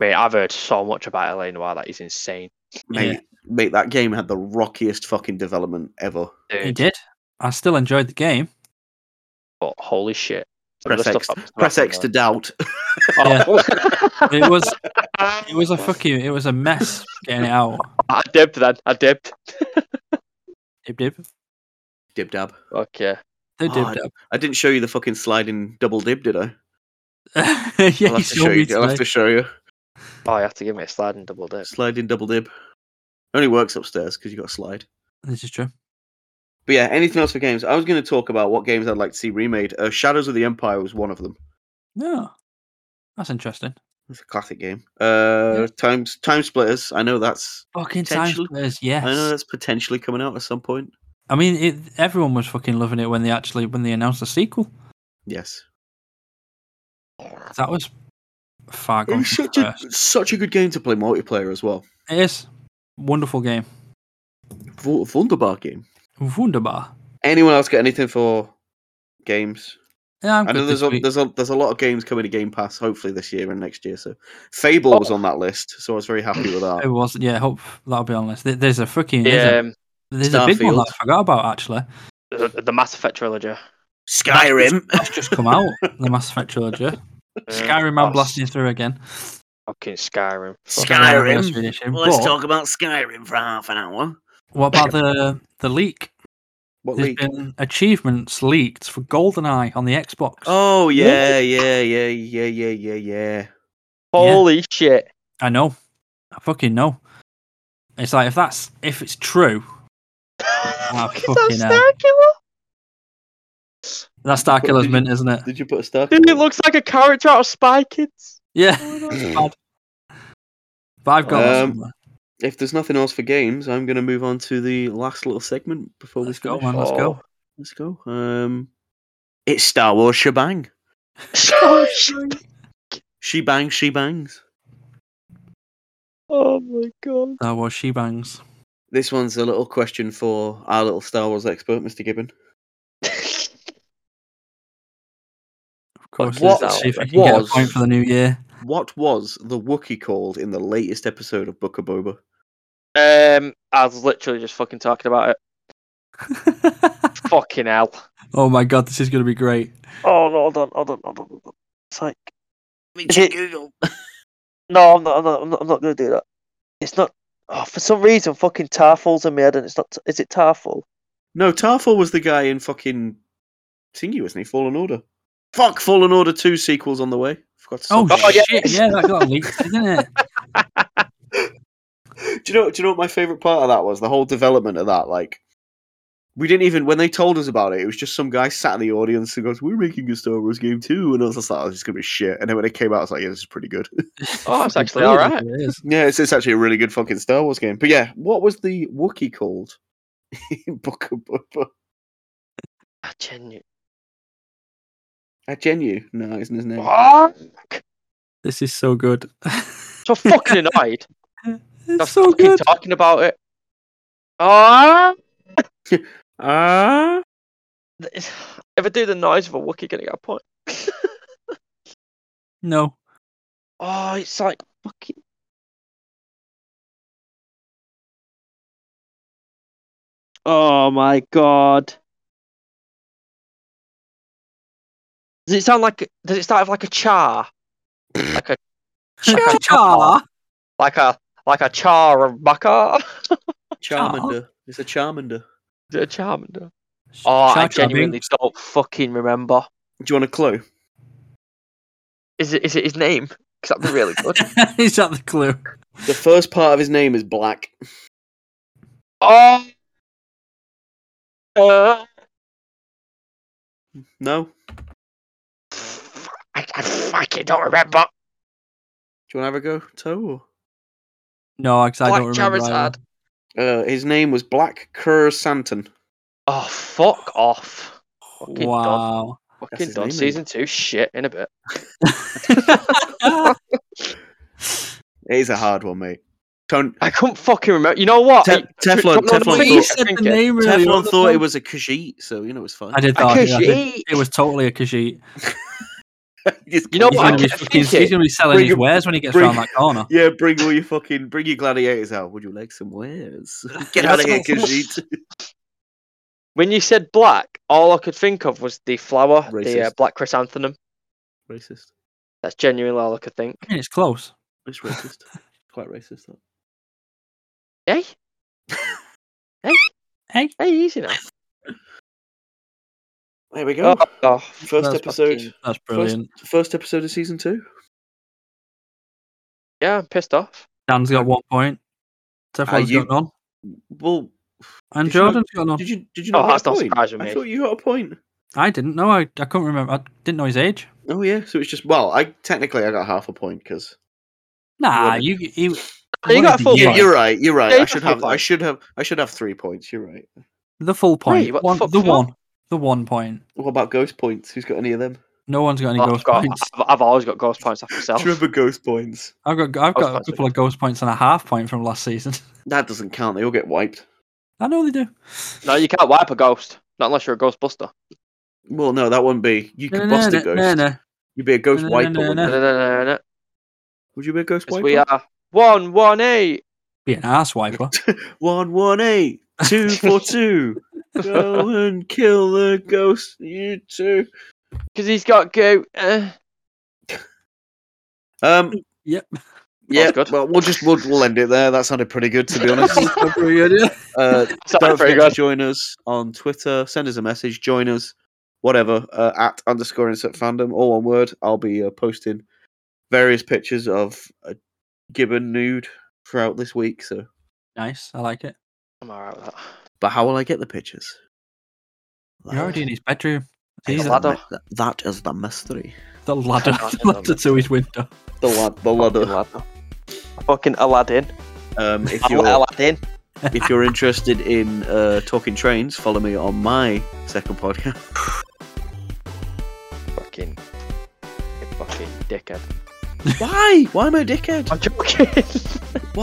[SPEAKER 5] Mate, I've heard so much about LA Noir that is insane.
[SPEAKER 3] Mate, mate, that game had the rockiest fucking development ever.
[SPEAKER 5] Dude.
[SPEAKER 4] It did. I still enjoyed the game.
[SPEAKER 5] But holy shit! Some of
[SPEAKER 3] Press
[SPEAKER 5] the
[SPEAKER 3] X,
[SPEAKER 5] stuff that was
[SPEAKER 3] press
[SPEAKER 5] on
[SPEAKER 3] X to
[SPEAKER 5] there.
[SPEAKER 3] doubt. [LAUGHS]
[SPEAKER 5] Oh.
[SPEAKER 4] It was
[SPEAKER 3] [LAUGHS]
[SPEAKER 4] it was a fucking it was a mess getting it out.
[SPEAKER 5] [LAUGHS] I [LAUGHS] dipped then. I dipped.
[SPEAKER 4] Dib dib.
[SPEAKER 3] Dib dab.
[SPEAKER 5] Okay.
[SPEAKER 4] Who
[SPEAKER 3] Oh,
[SPEAKER 4] did
[SPEAKER 3] I-
[SPEAKER 4] that?
[SPEAKER 3] I didn't show you the fucking sliding double dib, did I?
[SPEAKER 4] [LAUGHS] yeah,
[SPEAKER 3] I'll
[SPEAKER 4] you
[SPEAKER 3] have to
[SPEAKER 4] showed
[SPEAKER 3] show
[SPEAKER 4] me
[SPEAKER 3] you. I'll have
[SPEAKER 4] today.
[SPEAKER 3] to show you.
[SPEAKER 5] Oh, you have to give me a slide and double dip.
[SPEAKER 3] Sliding double dib. Only works upstairs because you got a slide.
[SPEAKER 4] This is true.
[SPEAKER 3] But yeah, anything else for games? I was going to talk about what games I'd like to see remade. Uh, Shadows of the Empire was one of them.
[SPEAKER 4] No, that's interesting.
[SPEAKER 3] It's a classic game. Uh, Times Time Splitters. I know that's.
[SPEAKER 4] Fucking time
[SPEAKER 3] Potentially.
[SPEAKER 4] splitters, yes.
[SPEAKER 3] I know that's potentially coming out at some point.
[SPEAKER 4] I mean, it, everyone was fucking loving it when they actually when they announced the sequel.
[SPEAKER 3] Yes.
[SPEAKER 4] That was far
[SPEAKER 3] It
[SPEAKER 4] gone.
[SPEAKER 3] was
[SPEAKER 4] from
[SPEAKER 3] such a
[SPEAKER 4] first.
[SPEAKER 3] such a good game to play multiplayer as well.
[SPEAKER 4] It is wonderful game,
[SPEAKER 3] W- Wunderbar game.
[SPEAKER 4] wunderbar.
[SPEAKER 3] Anyone else got anything for games?
[SPEAKER 4] Yeah, I'm
[SPEAKER 3] I know
[SPEAKER 4] good
[SPEAKER 3] there's
[SPEAKER 4] this
[SPEAKER 3] a,
[SPEAKER 4] week.
[SPEAKER 3] there's a there's a lot of games coming to Game Pass. Hopefully this year and next year. So Fable
[SPEAKER 4] Oh.
[SPEAKER 3] was on that list, so I was very happy with
[SPEAKER 4] It
[SPEAKER 3] that.
[SPEAKER 4] was yeah. Hope that'll be on list. There- There's a fucking there's a-
[SPEAKER 5] Yeah, um,
[SPEAKER 4] There's a big one
[SPEAKER 3] Starfield.
[SPEAKER 4] that I forgot about actually.
[SPEAKER 5] the, the Mass
[SPEAKER 4] [LAUGHS]
[SPEAKER 5] Effect trilogy.
[SPEAKER 3] Skyrim.
[SPEAKER 4] That's just
[SPEAKER 3] [LAUGHS]
[SPEAKER 4] come out. the Mass Effect trilogy. Skyrim man
[SPEAKER 5] that's
[SPEAKER 4] blasting through again.
[SPEAKER 5] Fucking Skyrim.
[SPEAKER 4] Fucking
[SPEAKER 3] Skyrim.
[SPEAKER 4] anniversary edition.
[SPEAKER 3] Well, let's
[SPEAKER 4] But
[SPEAKER 3] talk about Skyrim for half an hour.
[SPEAKER 4] What about the the leak?
[SPEAKER 3] What
[SPEAKER 4] There's
[SPEAKER 3] leak?
[SPEAKER 4] been achievements leaked for GoldenEye on the Xbox.
[SPEAKER 3] Oh yeah, yeah, yeah, yeah, yeah, yeah, yeah.
[SPEAKER 5] Holy shit!
[SPEAKER 4] I know. I fucking know. It's like if that's if it's true,
[SPEAKER 5] [LAUGHS] Is that
[SPEAKER 4] Ah, fucking hell.
[SPEAKER 5] Starkiller?
[SPEAKER 4] that's Star
[SPEAKER 3] But
[SPEAKER 4] Killer's
[SPEAKER 3] did you-
[SPEAKER 4] mint, isn't
[SPEAKER 3] [LAUGHS]
[SPEAKER 4] it?
[SPEAKER 3] Did you put a star?
[SPEAKER 5] Dude, it
[SPEAKER 3] [CLEARS THROAT]
[SPEAKER 5] looks like a character out of Spy Kids.
[SPEAKER 4] Yeah.
[SPEAKER 5] Why
[SPEAKER 4] Bad. But I've got that
[SPEAKER 3] Um,
[SPEAKER 4] somewhere.
[SPEAKER 3] If there's nothing else for games, I'm going to move on to the last little segment before
[SPEAKER 4] Let's
[SPEAKER 3] we
[SPEAKER 4] go,
[SPEAKER 3] finish.
[SPEAKER 4] man. Let's
[SPEAKER 5] Oh. [LAUGHS]
[SPEAKER 4] go.
[SPEAKER 3] Let's go. Um, it's Star Wars shebang.
[SPEAKER 5] not?
[SPEAKER 3] She bangs, she bangs.
[SPEAKER 5] oh my god. [LAUGHS]
[SPEAKER 4] Star Wars She Bangs.
[SPEAKER 3] This one's a little question for our little Star Wars expert, Mr. Gibbon.
[SPEAKER 4] Of course,
[SPEAKER 5] what
[SPEAKER 4] let's see if I can get
[SPEAKER 3] was-
[SPEAKER 4] a point for the new year.
[SPEAKER 3] What was the Wookiee called in the latest episode of Book of Boba?
[SPEAKER 5] Um, I was literally just fucking talking about
[SPEAKER 4] [LAUGHS]
[SPEAKER 5] it. Fucking hell.
[SPEAKER 4] oh my god, this is going to be great.
[SPEAKER 5] Oh no, hold on, hold on, hold on. Hold on. It's like
[SPEAKER 3] Is
[SPEAKER 5] check
[SPEAKER 3] Google.
[SPEAKER 5] no, I'm not, I'm not, I'm not, I'm not gonna do that. It's not. Oh, for some reason, fucking Tarful's in my head, and it's not. Is it Tarful?
[SPEAKER 3] No, Tarful was the guy in fucking Thingy, wasn't he? Fallen Order. Fuck, Fallen Order 2 sequels on the way. Forgot to
[SPEAKER 4] Oh,
[SPEAKER 3] sub-
[SPEAKER 5] Oh, yeah.
[SPEAKER 4] shit, yeah, that got leaked, didn't
[SPEAKER 5] [LAUGHS]
[SPEAKER 4] it?
[SPEAKER 3] do you know? Do you know what my favorite part of that was? The whole development of that. Like, we didn't even when they told us about it. It was just some guy sat in the audience who goes, "We're making a Star Wars game too," and I was just like, "Oh, "This is gonna be shit." And then when it came out, I was like, "Yeah, this is pretty good."
[SPEAKER 5] Oh, it's
[SPEAKER 4] Fucking
[SPEAKER 5] actually
[SPEAKER 4] brilliant,
[SPEAKER 5] alright.
[SPEAKER 4] It is.
[SPEAKER 3] yeah, it's, it's actually a really good fucking Star Wars game. But yeah, what was the Wookiee called? [LAUGHS] in Book of Boba.
[SPEAKER 5] I genuinely.
[SPEAKER 3] A Genu? No, isn't his name.
[SPEAKER 5] Fuck!
[SPEAKER 4] This is so good. [LAUGHS]
[SPEAKER 5] So fucking annoyed. They're
[SPEAKER 4] it's so
[SPEAKER 5] fucking
[SPEAKER 4] good.
[SPEAKER 5] talking about it. Ah!
[SPEAKER 3] Ah,
[SPEAKER 5] If I do the noise of a Wookiee, gonna get a point. [LAUGHS]
[SPEAKER 4] [LAUGHS] No.
[SPEAKER 5] oh, it's like fucking. Oh my god. Does it sound like? Does it start with like a char? like a
[SPEAKER 4] Cha.
[SPEAKER 5] like a like a char of baka?
[SPEAKER 3] Charmander. It's a Charmander.
[SPEAKER 5] [LAUGHS] Is it a charmander? Oh, I
[SPEAKER 4] Cha-cha [LAUGHS]
[SPEAKER 5] genuinely
[SPEAKER 4] Binks.
[SPEAKER 5] don't fucking remember.
[SPEAKER 3] Do you want a clue?
[SPEAKER 5] Is it is it his name? Because that'd be really
[SPEAKER 4] [LAUGHS]
[SPEAKER 5] good.
[SPEAKER 4] is that the clue?
[SPEAKER 3] The first part of his name is Black.
[SPEAKER 5] oh. Uh,
[SPEAKER 3] No.
[SPEAKER 5] I, I fucking don't remember.
[SPEAKER 3] Do you want to have a go, Toe? Or?
[SPEAKER 4] No, because I
[SPEAKER 5] Black
[SPEAKER 4] don't remember.
[SPEAKER 5] Charizard.
[SPEAKER 4] either.
[SPEAKER 3] Uh, his name was Black Kerr Santon.
[SPEAKER 5] Oh, fuck off. Fucking dog.
[SPEAKER 4] Wow.
[SPEAKER 5] Fucking
[SPEAKER 3] his
[SPEAKER 5] done.
[SPEAKER 3] name, isn't
[SPEAKER 5] Season 2, shit, in a bit.
[SPEAKER 3] It is a hard one, mate. Ton-
[SPEAKER 5] I couldn't fucking remember. You know what?
[SPEAKER 3] Te-
[SPEAKER 5] I-
[SPEAKER 3] Teflon-
[SPEAKER 5] don't know the
[SPEAKER 3] Teflon
[SPEAKER 5] name,
[SPEAKER 3] thought-
[SPEAKER 5] I think it-
[SPEAKER 4] earlier on
[SPEAKER 3] Teflon thought
[SPEAKER 4] the phone.
[SPEAKER 3] it was a Khajiit, so you know it's fine. [LAUGHS]
[SPEAKER 4] I did
[SPEAKER 5] I
[SPEAKER 4] thought
[SPEAKER 5] could
[SPEAKER 4] Oh, yeah, I did.
[SPEAKER 5] eat.
[SPEAKER 4] It was totally a Khajiit.
[SPEAKER 3] Just
[SPEAKER 5] You know
[SPEAKER 4] He's
[SPEAKER 5] what, I
[SPEAKER 4] going, to be
[SPEAKER 5] could
[SPEAKER 4] fucking,
[SPEAKER 5] think it.
[SPEAKER 4] he's going to be selling
[SPEAKER 3] Bring
[SPEAKER 4] his
[SPEAKER 3] him-
[SPEAKER 4] wares when he gets
[SPEAKER 3] bring-
[SPEAKER 4] round that
[SPEAKER 5] [LAUGHS]
[SPEAKER 4] corner.
[SPEAKER 3] Yeah, bring all your fucking, bring your gladiators out. Would you like some [LAUGHS] wares? Get out of here, Khajiit.
[SPEAKER 5] When you said black, all I could think of was the flower, the uh,
[SPEAKER 3] Racist.
[SPEAKER 5] black chrysanthemum.
[SPEAKER 3] [LAUGHS] racist.
[SPEAKER 5] That's genuinely all I could think.
[SPEAKER 4] I mean, it's close.
[SPEAKER 3] It's racist.
[SPEAKER 5] [LAUGHS]
[SPEAKER 3] Quite racist. That.
[SPEAKER 5] Hey,
[SPEAKER 4] Hey,
[SPEAKER 5] hey, easy now.
[SPEAKER 3] There we go.
[SPEAKER 5] Oh, oh,
[SPEAKER 3] first
[SPEAKER 4] That's
[SPEAKER 3] episode.
[SPEAKER 5] fucking-
[SPEAKER 4] That's
[SPEAKER 3] First,
[SPEAKER 4] brilliant.
[SPEAKER 3] first episode of season two.
[SPEAKER 5] yeah, I'm pissed off.
[SPEAKER 4] Dan's got one point. Teflon's
[SPEAKER 3] you-
[SPEAKER 4] got none.
[SPEAKER 3] Well,
[SPEAKER 4] And
[SPEAKER 3] did you not-
[SPEAKER 4] Jordan's got none.
[SPEAKER 3] did you did you
[SPEAKER 5] Oh,
[SPEAKER 3] not? get
[SPEAKER 5] that's
[SPEAKER 3] a
[SPEAKER 5] not
[SPEAKER 3] point?
[SPEAKER 5] surprising
[SPEAKER 3] I
[SPEAKER 5] me.
[SPEAKER 3] thought you got a point.
[SPEAKER 4] I didn't know. I, I couldn't remember. I didn't know his age.
[SPEAKER 3] Oh yeah, so it's just well, I technically I got half a point because
[SPEAKER 4] Nah,
[SPEAKER 3] Wouldn't.
[SPEAKER 4] you. you
[SPEAKER 5] You got a full
[SPEAKER 3] you,
[SPEAKER 5] point.
[SPEAKER 3] you're right, you're right.
[SPEAKER 5] Yeah,
[SPEAKER 3] I
[SPEAKER 5] you
[SPEAKER 3] should
[SPEAKER 5] Oh, got a
[SPEAKER 3] have
[SPEAKER 5] full
[SPEAKER 3] I
[SPEAKER 5] point.
[SPEAKER 3] should have I should have three points. You're right.
[SPEAKER 4] The full point.
[SPEAKER 5] what the
[SPEAKER 4] one, the,
[SPEAKER 5] fuck was that?
[SPEAKER 4] one. The one point.
[SPEAKER 3] What about ghost points? Who's got any of them?
[SPEAKER 4] No one's got any
[SPEAKER 5] Oh,
[SPEAKER 4] ghost
[SPEAKER 5] I've, got,
[SPEAKER 4] points.
[SPEAKER 5] I've, I've always got ghost points after myself.
[SPEAKER 3] Do you remember ghost points?
[SPEAKER 4] I've got I've got a
[SPEAKER 5] points,
[SPEAKER 4] couple of ghost points and a half point from last season. [LAUGHS]
[SPEAKER 3] That doesn't count. They all get wiped.
[SPEAKER 4] I know they do.
[SPEAKER 5] No, you can't wipe a ghost. Not unless you're a ghost buster.
[SPEAKER 4] [LAUGHS]
[SPEAKER 3] Well, no, that wouldn't be. You could bust a ghost. You'd be a ghost
[SPEAKER 4] No, no,
[SPEAKER 3] wiper.
[SPEAKER 4] no,
[SPEAKER 3] wouldn't
[SPEAKER 4] no.
[SPEAKER 5] No,
[SPEAKER 3] you?
[SPEAKER 5] no, no, no, no.
[SPEAKER 3] Would you be a ghost
[SPEAKER 5] 'Cause
[SPEAKER 3] wiper?
[SPEAKER 5] we are one, one, eight.
[SPEAKER 4] Be an ass wiper.
[SPEAKER 3] One one eight two four two. Go and kill the ghost. You two.
[SPEAKER 5] Because he's got go. Uh,
[SPEAKER 3] Um.
[SPEAKER 4] Yep.
[SPEAKER 3] Yeah.
[SPEAKER 5] That's good.
[SPEAKER 3] Well, we'll just we'll, we'll end it there. That sounded pretty good, [LAUGHS] to be honest. Uh,
[SPEAKER 5] sorry,
[SPEAKER 3] don't
[SPEAKER 5] very
[SPEAKER 3] forget
[SPEAKER 5] good.
[SPEAKER 3] to
[SPEAKER 5] [LAUGHS]
[SPEAKER 3] join us on Twitter. Send us a message. Join us, whatever uh, at underscore insert fandom, all one word. I'll be uh, posting various pictures of a gibbon nude throughout this week. So,
[SPEAKER 4] Nice. I like it.
[SPEAKER 5] I'm alright with that.
[SPEAKER 3] but how will I get the pictures?
[SPEAKER 4] You're already in his bedroom.
[SPEAKER 3] That is
[SPEAKER 4] He's
[SPEAKER 3] the
[SPEAKER 5] ladder.
[SPEAKER 3] mi- that is the mystery.
[SPEAKER 4] the ladder,
[SPEAKER 5] Not in the
[SPEAKER 4] ladder to his window.
[SPEAKER 3] The lad, the
[SPEAKER 5] Fucking
[SPEAKER 3] ladder.
[SPEAKER 5] Aladdin. Fucking Aladdin.
[SPEAKER 3] Um, if
[SPEAKER 5] I'm
[SPEAKER 3] you're
[SPEAKER 5] Aladdin.
[SPEAKER 3] if you're interested in uh, talking trains, follow me on my second podcast.
[SPEAKER 5] Fucking. Fucking dickhead.
[SPEAKER 3] Why? Why am I a dickhead?
[SPEAKER 5] I'm joking.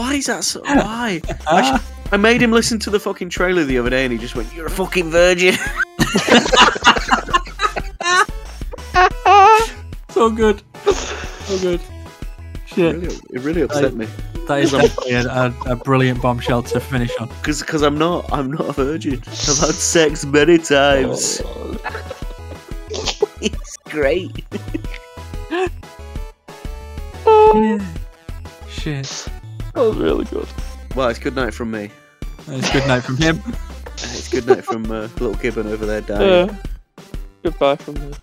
[SPEAKER 5] [LAUGHS]
[SPEAKER 3] Why is that so? Why? I, sh- I made him listen to the fucking trailer the other day, and he just went, "You're a fucking virgin."
[SPEAKER 4] [LAUGHS] So good. So good.
[SPEAKER 3] It
[SPEAKER 4] Shit.
[SPEAKER 3] really, it really upset me
[SPEAKER 4] That is definitely a, a, a brilliant bombshell to finish on.
[SPEAKER 3] because I'm not I'm not a virgin. I've had sex many times. it's great.
[SPEAKER 4] Shit.
[SPEAKER 5] That was really good.
[SPEAKER 3] Well, it's good night from me.
[SPEAKER 4] It's good night from him. [LAUGHS]
[SPEAKER 3] And It's good night from uh, [LAUGHS] little Gibbon over there dying.
[SPEAKER 5] Yeah. Goodbye from me.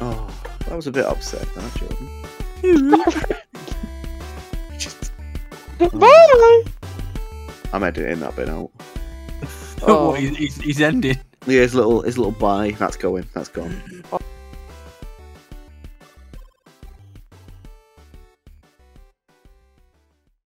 [SPEAKER 3] Oh, that was a bit upset, that Jordan. Just-
[SPEAKER 5] [LAUGHS] Bye.
[SPEAKER 3] I'm editing that bit out.
[SPEAKER 4] Oh. he's, he's ended.
[SPEAKER 3] Yeah, his little his little bye. That's going. That's gone.